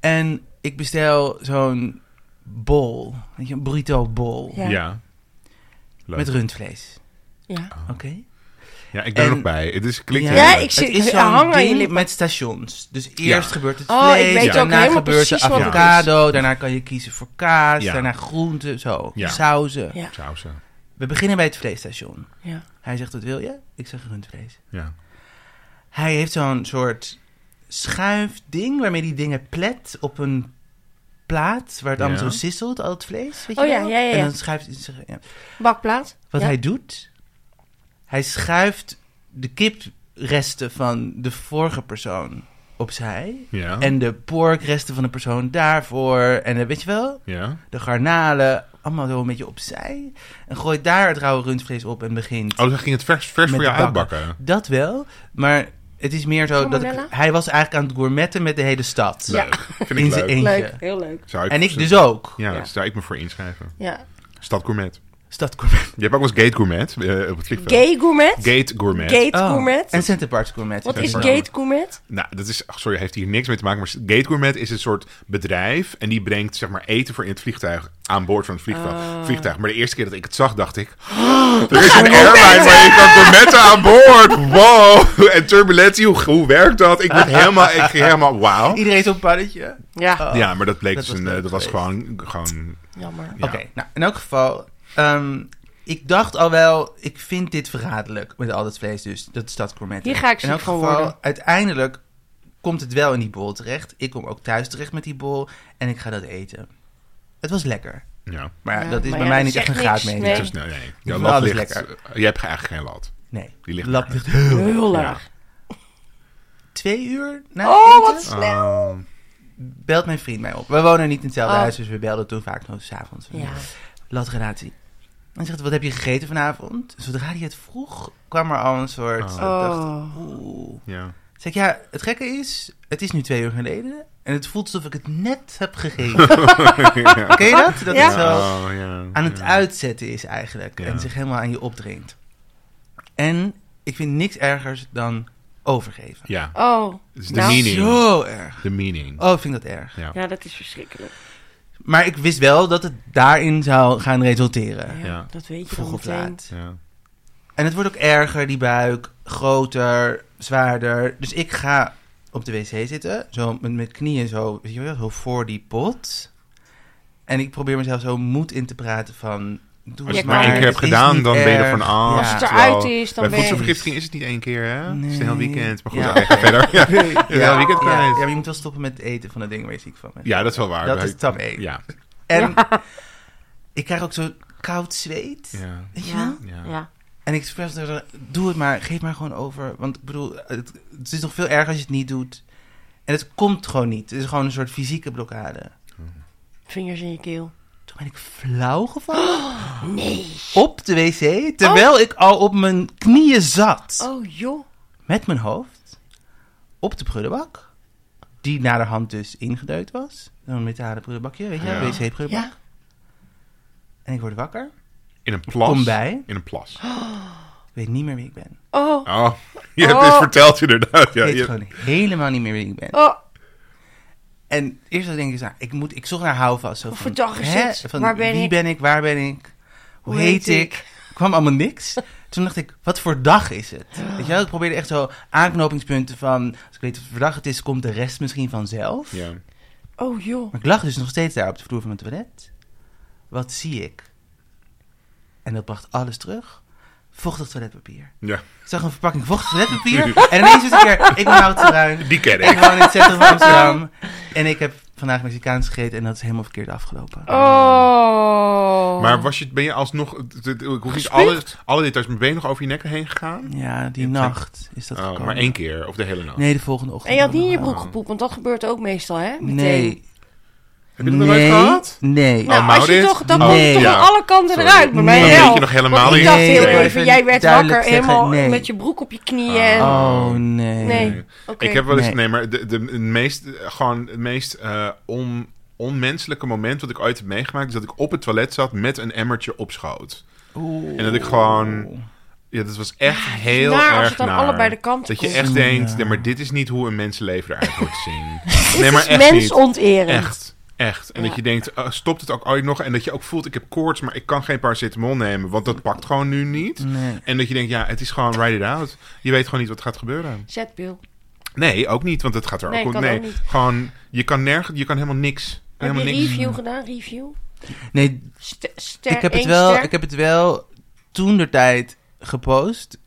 [SPEAKER 4] En ik bestel zo'n bol, weet je, een burrito bol
[SPEAKER 3] Ja.
[SPEAKER 2] Ja. Leuk.
[SPEAKER 4] met rundvlees.
[SPEAKER 3] eh, Ja.
[SPEAKER 4] Oké.
[SPEAKER 2] Ja, ik ben er
[SPEAKER 4] En-
[SPEAKER 2] nog bij. Het is, klinkt
[SPEAKER 3] Ja,
[SPEAKER 2] heel leuk.
[SPEAKER 3] ik zit-
[SPEAKER 4] het is
[SPEAKER 3] ik
[SPEAKER 4] zo'n
[SPEAKER 3] hang aan je
[SPEAKER 4] ding
[SPEAKER 3] lippen.
[SPEAKER 4] met stations. Dus eerst
[SPEAKER 2] Ja.
[SPEAKER 4] gebeurt het
[SPEAKER 3] Oh, ik
[SPEAKER 4] vlees,
[SPEAKER 3] weet ook
[SPEAKER 4] daarna
[SPEAKER 3] helemaal
[SPEAKER 4] gebeurt de
[SPEAKER 3] precies wat
[SPEAKER 2] het is.
[SPEAKER 4] avocado, daarna kan je kiezen voor kaas,
[SPEAKER 2] Ja.
[SPEAKER 4] daarna groenten, zo,
[SPEAKER 2] Ja.
[SPEAKER 4] sauzen.
[SPEAKER 3] Ja.
[SPEAKER 2] Sausen.
[SPEAKER 4] We beginnen bij het vleesstation.
[SPEAKER 3] Ja.
[SPEAKER 4] Hij zegt, wat wil je? Ik zeg rundvlees.
[SPEAKER 2] Ja.
[SPEAKER 4] Hij heeft zo'n soort schuifding waarmee die dingen plet op een plaat waar het allemaal
[SPEAKER 2] Ja.
[SPEAKER 4] zo sisselt, al het vlees. Weet
[SPEAKER 3] Oh
[SPEAKER 4] je
[SPEAKER 3] ja,
[SPEAKER 4] wel?
[SPEAKER 3] ja, ja, ja.
[SPEAKER 4] En dan schuift hij zich. ja.
[SPEAKER 3] Bakplaat.
[SPEAKER 4] Wat
[SPEAKER 3] Ja.
[SPEAKER 4] hij doet, hij schuift de kipresten van de vorige persoon opzij.
[SPEAKER 2] Ja.
[SPEAKER 4] En de porkresten van de persoon daarvoor. En eh, weet je wel,
[SPEAKER 2] Ja.
[SPEAKER 4] de garnalen, allemaal zo een beetje opzij. En gooit daar het rauwe rundvlees op en begint.
[SPEAKER 2] Oh, dan ging het vers, vers
[SPEAKER 4] Met
[SPEAKER 2] voor jou
[SPEAKER 4] de bakken.
[SPEAKER 2] uitbakken.
[SPEAKER 4] Dat wel, maar het is meer zo dat ik-
[SPEAKER 3] Salmonella?
[SPEAKER 4] hij was eigenlijk aan het gourmetten met de hele stad.
[SPEAKER 2] Leuk. Vind
[SPEAKER 4] In
[SPEAKER 2] ik
[SPEAKER 4] zijn
[SPEAKER 2] leuk.
[SPEAKER 4] eentje.
[SPEAKER 3] Leuk, heel leuk.
[SPEAKER 2] Zou
[SPEAKER 4] En ik dus ook.
[SPEAKER 2] Ja,
[SPEAKER 3] Ja.
[SPEAKER 2] daar zou ik me voor inschrijven.
[SPEAKER 3] Ja.
[SPEAKER 2] Stad Gourmet.
[SPEAKER 4] Stad gourmet.
[SPEAKER 2] Je hebt ook wel eens Gate Gourmet eh, op het vliegveld.
[SPEAKER 3] Gay gourmet.
[SPEAKER 2] Gate Gourmet.
[SPEAKER 3] Gate
[SPEAKER 4] Oh,
[SPEAKER 3] gourmet.
[SPEAKER 4] En Center Parts gourmet.
[SPEAKER 3] Wat
[SPEAKER 4] Ja.
[SPEAKER 3] is
[SPEAKER 2] Zeg
[SPEAKER 3] gate gourmet?
[SPEAKER 2] Nou, dat is, ach, sorry, heeft hier niks mee te maken. Maar Gate Gourmet is een soort bedrijf. En die brengt zeg maar eten voor in het vliegtuig. Aan boord van het vliegtuig.
[SPEAKER 4] Ah.
[SPEAKER 2] vliegtuig. Maar de eerste keer dat ik het zag, dacht ik. "Oh, er is een airline waar je kan gourmetten aan boord. Wow. En turbulentie, hoe, hoe werkt dat? Ik werd helemaal, ik ging helemaal, wauw.
[SPEAKER 4] Iedereen zo'n pannetje.
[SPEAKER 3] Ja,
[SPEAKER 4] Oh.
[SPEAKER 2] Ja, maar dat bleek
[SPEAKER 4] Dat
[SPEAKER 2] dus
[SPEAKER 4] was
[SPEAKER 2] een, eh,
[SPEAKER 4] leuk
[SPEAKER 2] dat was
[SPEAKER 4] geweest.
[SPEAKER 2] gewoon, gewoon,
[SPEAKER 3] jammer.
[SPEAKER 2] ja.
[SPEAKER 4] Oké, nou in elk geval, ehm, ik dacht al wel, ik vind dit verraderlijk met al dat vlees, dus dat stadsgourmet.
[SPEAKER 3] Hier ga ik
[SPEAKER 4] in elk
[SPEAKER 3] ziek van
[SPEAKER 4] geval,
[SPEAKER 3] worden.
[SPEAKER 4] uiteindelijk komt het wel in die bol terecht. Ik kom ook thuis terecht met die bol en ik ga dat eten. Het was lekker,
[SPEAKER 2] ja.
[SPEAKER 4] maar
[SPEAKER 3] Ja,
[SPEAKER 4] dat is
[SPEAKER 3] maar
[SPEAKER 4] bij
[SPEAKER 3] ja,
[SPEAKER 4] mij
[SPEAKER 3] dat
[SPEAKER 4] niet echt een
[SPEAKER 3] zegt
[SPEAKER 4] graadmeter.
[SPEAKER 3] niks,
[SPEAKER 2] Zo
[SPEAKER 3] nee.
[SPEAKER 2] snel, nee. Jouw
[SPEAKER 4] Wel,
[SPEAKER 2] lat
[SPEAKER 4] dat is
[SPEAKER 2] ligt,
[SPEAKER 4] lekker.
[SPEAKER 2] eh, je hebt eigenlijk geen lat.
[SPEAKER 4] Nee,
[SPEAKER 2] Die ligt
[SPEAKER 4] lap
[SPEAKER 2] daar.
[SPEAKER 4] ligt heel
[SPEAKER 3] Heel
[SPEAKER 2] Ja.
[SPEAKER 3] erg.
[SPEAKER 4] Twee uur na het
[SPEAKER 3] Oh,
[SPEAKER 4] eten
[SPEAKER 3] wat snel.
[SPEAKER 4] belt mijn vriend mij op. We wonen niet in hetzelfde
[SPEAKER 3] Oh.
[SPEAKER 4] huis, dus we belden toen vaak nog s'avonds.
[SPEAKER 3] Ja.
[SPEAKER 4] latrelatie. Hij zegt, wat heb je gegeten vanavond? Zodra hij het vroeg, kwam er al een soort... Ik dacht,
[SPEAKER 3] Oh.
[SPEAKER 4] oeh.
[SPEAKER 2] Ja.
[SPEAKER 4] Zeg ja, het gekke is, het is nu twee uur geleden en het voelt alsof ik het net heb gegeten. Ken je dat? Dat
[SPEAKER 3] Ja.
[SPEAKER 4] het zo
[SPEAKER 2] Oh, ja.
[SPEAKER 4] aan het
[SPEAKER 2] ja.
[SPEAKER 4] uitzetten is eigenlijk
[SPEAKER 2] Ja.
[SPEAKER 4] en zich helemaal aan je opdringt. En ik vind niks ergers dan overgeven.
[SPEAKER 2] Ja,
[SPEAKER 3] Oh,
[SPEAKER 2] het is de
[SPEAKER 3] Nou.
[SPEAKER 2] meaning.
[SPEAKER 4] Zo erg.
[SPEAKER 2] De meaning.
[SPEAKER 4] Oh, ik vind dat erg.
[SPEAKER 2] Ja.
[SPEAKER 3] ja, dat is verschrikkelijk.
[SPEAKER 4] Maar ik wist wel dat het daarin zou gaan resulteren.
[SPEAKER 3] Ja,
[SPEAKER 2] Ja.
[SPEAKER 3] Dat weet je
[SPEAKER 4] Vroeg
[SPEAKER 3] dan
[SPEAKER 4] of
[SPEAKER 3] meteen.
[SPEAKER 4] laat.
[SPEAKER 2] Ja.
[SPEAKER 4] En het wordt ook erger, die buik. Groter, zwaarder. Dus ik ga op de wc zitten. Zo met mijn knieën zo, weet je wel, zo voor die pot. En ik probeer mezelf zo moed in te praten van...
[SPEAKER 2] Als je
[SPEAKER 4] Doe
[SPEAKER 3] Ja,
[SPEAKER 4] het
[SPEAKER 2] het maar
[SPEAKER 4] maar
[SPEAKER 2] één keer hebt
[SPEAKER 4] het is
[SPEAKER 2] gedaan,
[SPEAKER 4] niet
[SPEAKER 2] dan ben je
[SPEAKER 4] erg.
[SPEAKER 2] er van ah. af.
[SPEAKER 4] Ja.
[SPEAKER 3] Als het
[SPEAKER 2] Terwijl
[SPEAKER 3] eruit is, dan
[SPEAKER 2] Bij
[SPEAKER 3] ben je-
[SPEAKER 2] voedselvergiftiging is het niet één keer, hè? Het is een heel
[SPEAKER 4] Nee.
[SPEAKER 2] weekend. Maar goed,
[SPEAKER 4] Ja.
[SPEAKER 2] ja. verder. Ja,
[SPEAKER 4] Nee.
[SPEAKER 2] ja. heel weekend
[SPEAKER 4] ja, ja,
[SPEAKER 2] kwijt.
[SPEAKER 4] maar
[SPEAKER 2] Ja.
[SPEAKER 4] je moet wel stoppen met het eten van de dingen waar je ziek van bent.
[SPEAKER 2] dat is wel waar.
[SPEAKER 4] Dat
[SPEAKER 2] Bij-
[SPEAKER 4] is tap één.
[SPEAKER 2] Ja.
[SPEAKER 4] En ik krijg ook zo koud zweet.
[SPEAKER 2] Ja.
[SPEAKER 4] Weet je
[SPEAKER 3] Ja.
[SPEAKER 4] wel?
[SPEAKER 2] Ja.
[SPEAKER 1] Ja.
[SPEAKER 4] En ik zeg tegen haar, doe het maar, geef maar gewoon over. Want ik bedoel, het, het is nog veel erger als je het niet doet. En het komt gewoon niet. Het is gewoon een soort fysieke blokkade.
[SPEAKER 3] Vingers in je keel.
[SPEAKER 4] Toen ben ik flauw gevallen. nee. Op de wc, terwijl ik al op mijn knieën zat.
[SPEAKER 3] Oh joh.
[SPEAKER 4] Met mijn hoofd. Op de prullenbak. Die naderhand dus ingedeukt was. Een metalen prullenbakje, weet je,
[SPEAKER 2] Ja.
[SPEAKER 3] Ja.
[SPEAKER 4] wc-prullenbak. En ik word wakker.
[SPEAKER 2] In een plas.
[SPEAKER 4] Kom bij. Oh.
[SPEAKER 2] In een plas.
[SPEAKER 4] Ik weet niet meer wie ik ben.
[SPEAKER 3] Oh,
[SPEAKER 2] Oh, je hebt dit verteld inderdaad. Ja,
[SPEAKER 4] ik weet
[SPEAKER 2] je-
[SPEAKER 4] gewoon helemaal niet meer wie ik ben.
[SPEAKER 3] oh.
[SPEAKER 4] En eerst wat denk ik, nou, ik, moet, ik zocht naar houvast. Zo
[SPEAKER 3] Wat
[SPEAKER 4] van,
[SPEAKER 3] voor dag is
[SPEAKER 4] hè,
[SPEAKER 3] het?
[SPEAKER 4] Van,
[SPEAKER 3] Waar ben
[SPEAKER 4] wie
[SPEAKER 3] ik?
[SPEAKER 4] ben ik? Waar ben ik? Hoe, heet ik? Er kwam allemaal niks. Toen dacht ik, wat voor dag is het? Weet je wel, ik probeerde echt zo aanknopingspunten van... Als ik weet wat voor dag het is, komt de rest misschien vanzelf.
[SPEAKER 2] Ja.
[SPEAKER 3] Oh joh.
[SPEAKER 4] Maar ik lag dus nog steeds daar op de vloer van mijn toilet. Wat zie ik? En dat bracht alles terug. Vochtig toiletpapier.
[SPEAKER 2] ja.
[SPEAKER 4] Ik zag een verpakking vochtig toiletpapier. en ineens was ik er. Ik ben oud bruin.
[SPEAKER 2] Die ken
[SPEAKER 4] Ik
[SPEAKER 2] ik.
[SPEAKER 4] woon in het centrum van Amsterdam. En ik heb vandaag Mexicaans gegeten en dat is helemaal verkeerd afgelopen.
[SPEAKER 3] Oh.
[SPEAKER 2] Maar was je, ben je alsnog... t- t- Ik hoef niet alle, alle details, maar ben je nog over je nek heen gegaan?
[SPEAKER 4] Ja, die
[SPEAKER 2] Ik
[SPEAKER 4] nacht is dat
[SPEAKER 2] Oh,
[SPEAKER 4] gekomen.
[SPEAKER 2] maar één keer, of de hele nacht?
[SPEAKER 4] Nee, de volgende ochtend.
[SPEAKER 3] en je had niet in je
[SPEAKER 4] nog wel.
[SPEAKER 3] broek gepoept, want dat gebeurt ook meestal, hè? Meteen.
[SPEAKER 4] Nee.
[SPEAKER 2] Heb je dat nog nooit gehad?
[SPEAKER 4] Nee.
[SPEAKER 3] Nou,
[SPEAKER 2] Oh,
[SPEAKER 3] als je
[SPEAKER 2] Maurits?
[SPEAKER 3] toch, dan
[SPEAKER 4] Nee.
[SPEAKER 3] komt het toch
[SPEAKER 2] Ja.
[SPEAKER 3] aan alle kanten
[SPEAKER 2] Sorry.
[SPEAKER 3] eruit. Bij mij
[SPEAKER 4] Nee.
[SPEAKER 3] wel.
[SPEAKER 2] Dan weet je nog helemaal
[SPEAKER 3] Want ik
[SPEAKER 2] niet.
[SPEAKER 3] dacht heel
[SPEAKER 4] Nee.
[SPEAKER 3] even, jij werd
[SPEAKER 4] Duidelijk
[SPEAKER 3] wakker
[SPEAKER 4] zeggen,
[SPEAKER 3] helemaal
[SPEAKER 4] nee.
[SPEAKER 3] met je broek op je knieën.
[SPEAKER 2] Ah.
[SPEAKER 3] en-
[SPEAKER 4] Oh, nee.
[SPEAKER 3] nee. Oké.
[SPEAKER 2] Ik heb wel eens...
[SPEAKER 4] Nee.
[SPEAKER 2] Nee, maar de, de, de meest, gewoon het meest eh, on, onmenselijke moment wat ik ooit heb meegemaakt... is dat ik op het toilet zat met een emmertje op schoot.
[SPEAKER 4] Oeh.
[SPEAKER 2] En dat ik gewoon... Ja, dat was echt heel
[SPEAKER 3] naar als
[SPEAKER 2] erg
[SPEAKER 3] het aan
[SPEAKER 2] naar.
[SPEAKER 3] allebei de kanten
[SPEAKER 2] Dat je
[SPEAKER 3] komt.
[SPEAKER 2] echt
[SPEAKER 4] Ja.
[SPEAKER 2] denkt, nee, maar dit is niet hoe een mensenleven eruit hoort te zien. nee,
[SPEAKER 3] Dit
[SPEAKER 2] maar
[SPEAKER 3] is
[SPEAKER 2] echt
[SPEAKER 3] mens
[SPEAKER 2] niet.
[SPEAKER 3] onterend.
[SPEAKER 2] Echt. Echt. En dat
[SPEAKER 3] Ja.
[SPEAKER 2] je denkt, eh, stopt het ook ooit nog? En dat je ook voelt, ik heb koorts, maar ik kan geen paracetamol nemen. Want dat pakt gewoon nu niet.
[SPEAKER 4] Nee.
[SPEAKER 2] En dat je denkt, ja, het is gewoon ride it out. Je weet gewoon niet wat gaat gebeuren.
[SPEAKER 3] Zetpil.
[SPEAKER 2] Nee, ook niet, want het gaat er
[SPEAKER 3] Nee,
[SPEAKER 2] ook
[SPEAKER 3] kan
[SPEAKER 2] Nee,
[SPEAKER 3] ook niet.
[SPEAKER 2] gewoon, je kan nergens, je kan helemaal niks. Kan
[SPEAKER 3] Heb je
[SPEAKER 2] helemaal niks.
[SPEAKER 3] review gedaan? Review?
[SPEAKER 4] Nee,
[SPEAKER 3] Ster, ster,
[SPEAKER 4] ik heb, het
[SPEAKER 3] één
[SPEAKER 4] wel,
[SPEAKER 3] ster?
[SPEAKER 4] ik heb het wel toen de tijd gepost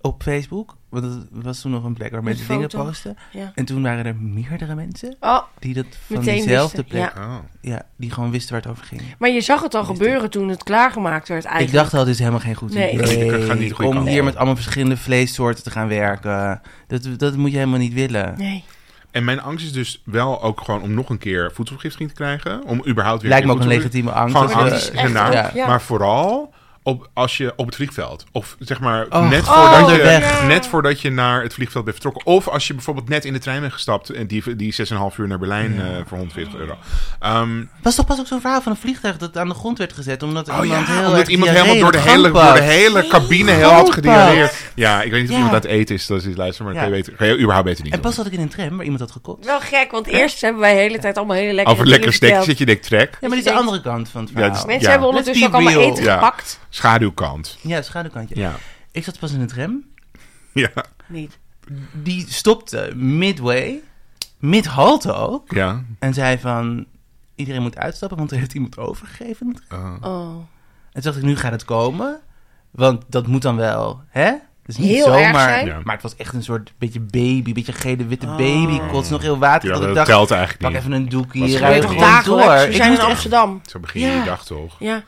[SPEAKER 4] op Facebook. Want het was toen nog een plek waar
[SPEAKER 3] Met
[SPEAKER 4] mensen dingen
[SPEAKER 3] foto's.
[SPEAKER 4] posten.
[SPEAKER 3] Ja.
[SPEAKER 4] En toen waren er meerdere mensen
[SPEAKER 3] Oh,
[SPEAKER 4] die dat van
[SPEAKER 3] Meteen
[SPEAKER 4] diezelfde
[SPEAKER 3] wisten,
[SPEAKER 4] plek...
[SPEAKER 3] ja.
[SPEAKER 4] Ja.
[SPEAKER 2] Oh.
[SPEAKER 4] die gewoon wisten waar het over ging.
[SPEAKER 3] maar je zag het al gebeuren toen het klaargemaakt werd eigenlijk.
[SPEAKER 4] Ik dacht al, dit is helemaal geen goed
[SPEAKER 3] Nee.
[SPEAKER 4] idee.
[SPEAKER 2] Ik ga niet de goede
[SPEAKER 4] om
[SPEAKER 2] kant
[SPEAKER 4] hier
[SPEAKER 2] op.
[SPEAKER 4] met allemaal verschillende vleessoorten te gaan werken. Dat, dat moet je helemaal niet willen.
[SPEAKER 3] Nee.
[SPEAKER 2] En mijn angst is dus wel ook gewoon om nog een keer voedselvergiftiging te krijgen. Om überhaupt weer
[SPEAKER 4] Lijkt me
[SPEAKER 2] een
[SPEAKER 4] ook
[SPEAKER 2] keer
[SPEAKER 4] een
[SPEAKER 2] voedselvergiftiging-
[SPEAKER 4] legitieme angst.
[SPEAKER 2] Gewoon
[SPEAKER 4] Als je-
[SPEAKER 3] Maar dat
[SPEAKER 2] angst
[SPEAKER 3] is
[SPEAKER 2] en
[SPEAKER 3] echt
[SPEAKER 2] naar.
[SPEAKER 3] ook, ja.
[SPEAKER 2] Maar vooral op, als je op het vliegveld. Of zeg maar
[SPEAKER 4] Oh,
[SPEAKER 2] net,
[SPEAKER 4] oh,
[SPEAKER 2] voordat je,
[SPEAKER 4] onderweg.
[SPEAKER 2] net voordat je naar het vliegveld bent vertrokken. Of als je bijvoorbeeld net in de trein bent gestapt. En die, die 6,5 uur naar Berlijn eh, voor 140 euro. Ehm,
[SPEAKER 4] Was toch pas ook zo'n verhaal van een vliegtuig dat aan de grond werd gezet omdat
[SPEAKER 2] oh
[SPEAKER 4] iemand,
[SPEAKER 2] ja,
[SPEAKER 4] heel
[SPEAKER 2] omdat
[SPEAKER 4] erg
[SPEAKER 2] iemand
[SPEAKER 4] diarree
[SPEAKER 2] helemaal door de,
[SPEAKER 4] in gang
[SPEAKER 2] hele, door de
[SPEAKER 4] pakt.
[SPEAKER 2] hele cabine heel had
[SPEAKER 4] Gangpad.
[SPEAKER 2] gediarreerd. Ja, ik weet niet of
[SPEAKER 4] Ja.
[SPEAKER 2] iemand aan het eten is. Dat is iets luisteren, maar dat
[SPEAKER 4] Ja.
[SPEAKER 2] kan je, beter, kan je überhaupt beter niet
[SPEAKER 4] En
[SPEAKER 2] doen.
[SPEAKER 4] pas zat ik in een tram waar iemand had gekotst.
[SPEAKER 3] Wel gek, want eerst hebben wij de hele tijd allemaal hele lekkere
[SPEAKER 2] Over lekker
[SPEAKER 3] dingen
[SPEAKER 2] stekjes
[SPEAKER 3] verteld.
[SPEAKER 2] zit je dik trek.
[SPEAKER 4] Ja, maar dit is de andere kant van het
[SPEAKER 2] Ja, het is-
[SPEAKER 4] verhaal. Ja,
[SPEAKER 3] Mensen
[SPEAKER 2] Ja.
[SPEAKER 3] hebben ondertussen ook
[SPEAKER 4] Let's be
[SPEAKER 3] allemaal
[SPEAKER 4] real.
[SPEAKER 3] eten
[SPEAKER 2] Ja.
[SPEAKER 3] gepakt.
[SPEAKER 2] Schaduwkant.
[SPEAKER 4] schaduwkantje.
[SPEAKER 2] Ja.
[SPEAKER 4] Ik zat pas in een tram.
[SPEAKER 2] Ja.
[SPEAKER 3] Niet.
[SPEAKER 4] Die stopte midway, mid-halte ook.
[SPEAKER 2] Ja.
[SPEAKER 4] En zei van, iedereen moet uitstappen, want er heeft iemand overgegeven. in de tram.
[SPEAKER 2] Eh,
[SPEAKER 3] Oh.
[SPEAKER 4] En toen dacht ik, nu gaat het komen. Want dat moet dan wel, hè? Dus niet
[SPEAKER 3] Heel erg
[SPEAKER 4] zomaar.
[SPEAKER 3] zijn. Oh.
[SPEAKER 2] Ja.
[SPEAKER 4] Maar het was echt een soort beetje baby, beetje gele witte baby. Kots nog heel water.
[SPEAKER 2] ja,
[SPEAKER 4] dat ik
[SPEAKER 2] dat
[SPEAKER 4] dacht,
[SPEAKER 2] telt eigenlijk
[SPEAKER 4] pak
[SPEAKER 2] niet.
[SPEAKER 4] even een doekje.
[SPEAKER 2] Was
[SPEAKER 4] hier
[SPEAKER 2] gebeurt
[SPEAKER 4] uit
[SPEAKER 3] Gebeurt
[SPEAKER 2] toch
[SPEAKER 3] toch
[SPEAKER 2] niet.
[SPEAKER 3] dagelijks? We
[SPEAKER 4] Ik
[SPEAKER 3] zijn
[SPEAKER 4] moet
[SPEAKER 3] in
[SPEAKER 4] echt-
[SPEAKER 3] Amsterdam.
[SPEAKER 2] Zo begin je
[SPEAKER 4] Ja.
[SPEAKER 2] je dag toch?
[SPEAKER 3] Ja.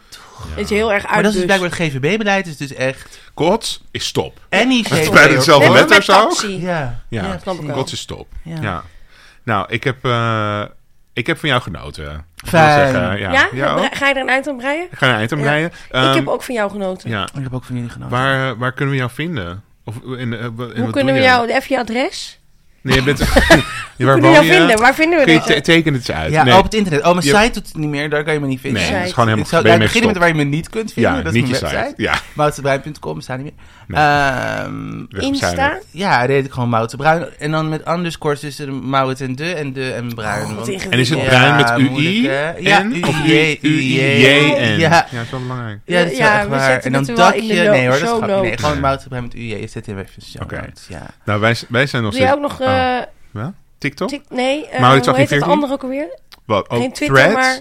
[SPEAKER 3] Het is heel erg uit
[SPEAKER 4] Maar dat is
[SPEAKER 3] dus.
[SPEAKER 4] dus blijkbaar het GVB-beleid, is dus echt
[SPEAKER 2] Kots is stop.
[SPEAKER 4] any
[SPEAKER 2] Het is
[SPEAKER 4] shape
[SPEAKER 2] bijna
[SPEAKER 4] or-
[SPEAKER 2] hetzelfde.
[SPEAKER 3] Net als
[SPEAKER 2] Letters
[SPEAKER 3] met
[SPEAKER 2] ook?
[SPEAKER 3] taxi.
[SPEAKER 4] Ja,
[SPEAKER 2] Ja,
[SPEAKER 4] ja,
[SPEAKER 3] snap ik
[SPEAKER 4] precies.
[SPEAKER 3] wel.
[SPEAKER 2] Kots is stop.
[SPEAKER 4] Ja.
[SPEAKER 2] Ja. Nou, ik heb, eh, ik heb van jou genoten.
[SPEAKER 4] Fijn.
[SPEAKER 2] Ik wil zeggen, ja.
[SPEAKER 3] Ja?
[SPEAKER 2] Jij ook?
[SPEAKER 3] Ga je er een eind aan breien?
[SPEAKER 2] Ik ga naar Eindhoven
[SPEAKER 3] Ja.
[SPEAKER 2] rijden.
[SPEAKER 3] ik
[SPEAKER 2] Ehm,
[SPEAKER 3] heb ook van jou genoten.
[SPEAKER 2] ja.
[SPEAKER 4] Ik heb ook van jullie genoten.
[SPEAKER 2] Waar, eh, waar kunnen we jou vinden? Of in, eh, wa- en wat
[SPEAKER 3] Hoe
[SPEAKER 2] doe
[SPEAKER 3] kunnen we
[SPEAKER 2] je?
[SPEAKER 3] jou, even je adres?
[SPEAKER 2] Nee, je bent... Ja,
[SPEAKER 3] Hoe
[SPEAKER 2] waar
[SPEAKER 3] kunnen we jou
[SPEAKER 2] woon je?
[SPEAKER 3] vinden? Waar vinden we
[SPEAKER 2] Kun je
[SPEAKER 3] dit?
[SPEAKER 2] te- teken het eens uit.
[SPEAKER 4] Ja,
[SPEAKER 2] nee.
[SPEAKER 4] op het internet. Oh, mijn
[SPEAKER 2] Je-
[SPEAKER 4] site doet het niet meer, daar kan je me niet vinden.
[SPEAKER 2] Nee,
[SPEAKER 3] site.
[SPEAKER 2] het is gewoon
[SPEAKER 4] ik
[SPEAKER 2] helemaal
[SPEAKER 4] zou
[SPEAKER 2] ben je
[SPEAKER 4] ja,
[SPEAKER 2] mee
[SPEAKER 4] beginnen met
[SPEAKER 2] gestopt.
[SPEAKER 4] waar je me niet kunt vinden.
[SPEAKER 2] Ja,
[SPEAKER 4] dat
[SPEAKER 2] niet
[SPEAKER 4] is
[SPEAKER 2] je
[SPEAKER 4] mijn
[SPEAKER 2] site.
[SPEAKER 4] website.
[SPEAKER 2] Ja,
[SPEAKER 4] Wouterwijn.com staat niet meer.
[SPEAKER 2] Nee.
[SPEAKER 4] Ehm,
[SPEAKER 2] weg op zijn
[SPEAKER 3] Insta?
[SPEAKER 2] weg.
[SPEAKER 4] ja, daar deed ik gewoon Mout Bruin. En dan met underscores tussen de Maurits en de en de en Bruin.
[SPEAKER 3] Oh, wat
[SPEAKER 4] want-
[SPEAKER 3] ingewikkeld.
[SPEAKER 2] En is het
[SPEAKER 4] Ja,
[SPEAKER 2] bruin met UI?
[SPEAKER 4] moeilijk, hè? Ja,
[SPEAKER 2] en? Of
[SPEAKER 4] UI,
[SPEAKER 2] UIJN?
[SPEAKER 4] Ja.
[SPEAKER 2] Ja, dat is wel belangrijk.
[SPEAKER 4] ja, dat is wel
[SPEAKER 3] Ja,
[SPEAKER 4] echt
[SPEAKER 3] we
[SPEAKER 4] waar.
[SPEAKER 3] zetten
[SPEAKER 4] En dan
[SPEAKER 3] het wel in de
[SPEAKER 4] dakje.
[SPEAKER 3] no-
[SPEAKER 4] Nee hoor, dat is
[SPEAKER 3] show
[SPEAKER 4] grapje. Nee,
[SPEAKER 3] notes.
[SPEAKER 4] gewoon Mout Bruin met UJ. Ik zet hem even in de show
[SPEAKER 2] Oké.
[SPEAKER 4] notes, Ja.
[SPEAKER 2] Nou, wij, z- wij zijn nog
[SPEAKER 3] Doe jij
[SPEAKER 2] steeds...
[SPEAKER 3] ook nog...
[SPEAKER 2] Oh,
[SPEAKER 3] eh,
[SPEAKER 2] ja? TikTok?
[SPEAKER 3] tik- nee, eh,
[SPEAKER 2] Maar
[SPEAKER 3] hoe heet
[SPEAKER 2] het zag je
[SPEAKER 3] dat
[SPEAKER 2] 14?
[SPEAKER 3] andere ook alweer?
[SPEAKER 2] Wat? Ook
[SPEAKER 3] Geen Twitter,
[SPEAKER 2] Threads? dus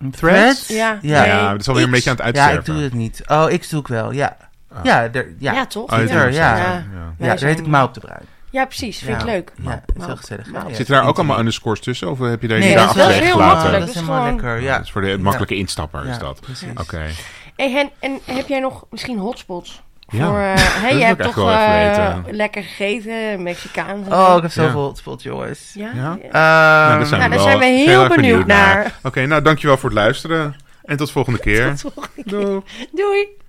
[SPEAKER 3] maar...
[SPEAKER 4] Threads?
[SPEAKER 3] Ja,
[SPEAKER 4] Ja.
[SPEAKER 2] Ja,
[SPEAKER 3] Nee,
[SPEAKER 2] dat is alweer een
[SPEAKER 3] X.
[SPEAKER 2] beetje aan het
[SPEAKER 4] Ja,
[SPEAKER 2] uitsterven. Ah.
[SPEAKER 4] ik doe het niet. Oh, ik zoek wel, ja. Ja, daar, ja.
[SPEAKER 3] Ja,
[SPEAKER 4] ja,
[SPEAKER 3] toch?
[SPEAKER 2] Oh, je doet
[SPEAKER 4] Twitter,
[SPEAKER 2] het
[SPEAKER 4] ja.
[SPEAKER 2] zelf,
[SPEAKER 3] Ja.
[SPEAKER 2] ja.
[SPEAKER 3] Wij
[SPEAKER 4] daar
[SPEAKER 3] zijn-
[SPEAKER 4] heet ik Mout de Bruin.
[SPEAKER 3] Ja, precies. Vind ik
[SPEAKER 4] Ja.
[SPEAKER 3] leuk.
[SPEAKER 4] Ja, is heel
[SPEAKER 3] Maup.
[SPEAKER 4] gezellig.
[SPEAKER 3] Maup.
[SPEAKER 4] Ja,
[SPEAKER 2] Zitten daar ook allemaal
[SPEAKER 4] internet.
[SPEAKER 2] underscores tussen? Of heb je daar
[SPEAKER 4] Nee,
[SPEAKER 2] je
[SPEAKER 3] dat
[SPEAKER 2] daar
[SPEAKER 4] dat is wel
[SPEAKER 3] achterwege
[SPEAKER 4] heel
[SPEAKER 2] achterwege gelaten?
[SPEAKER 4] makkelijk.
[SPEAKER 3] Dat
[SPEAKER 4] Dat
[SPEAKER 3] is
[SPEAKER 4] is helemaal
[SPEAKER 3] gewoon-
[SPEAKER 4] lekker,
[SPEAKER 2] Ja.
[SPEAKER 4] ja.
[SPEAKER 2] Dat is voor de makkelijke instapper is
[SPEAKER 4] Ja,
[SPEAKER 2] dat.
[SPEAKER 4] precies. Ehm,
[SPEAKER 2] Oké. Nou,
[SPEAKER 3] Hey, Hen, en heb jij nog misschien hotspots?
[SPEAKER 2] Ja,
[SPEAKER 3] Voor, eh, hey,
[SPEAKER 2] wil
[SPEAKER 3] je
[SPEAKER 2] ik
[SPEAKER 3] hebt
[SPEAKER 2] echt
[SPEAKER 3] toch
[SPEAKER 2] wel even
[SPEAKER 3] eh,
[SPEAKER 2] weten.
[SPEAKER 3] lekker gegeten, Mexicaans. en
[SPEAKER 4] Oh,
[SPEAKER 3] zo.
[SPEAKER 4] ik heb zoveel hotspot, jongens.
[SPEAKER 3] ja?
[SPEAKER 2] Ja?
[SPEAKER 3] ja.
[SPEAKER 4] Ehm,
[SPEAKER 2] Nou, daar
[SPEAKER 3] nou,
[SPEAKER 2] zijn, we,
[SPEAKER 3] daar
[SPEAKER 2] wel
[SPEAKER 3] zijn we heel
[SPEAKER 2] erg
[SPEAKER 3] benieuwd naar.
[SPEAKER 2] Oké, nou dankjewel voor het luisteren. En tot volgende keer.
[SPEAKER 3] Tot volgende keer.
[SPEAKER 2] Doei.
[SPEAKER 3] Doei.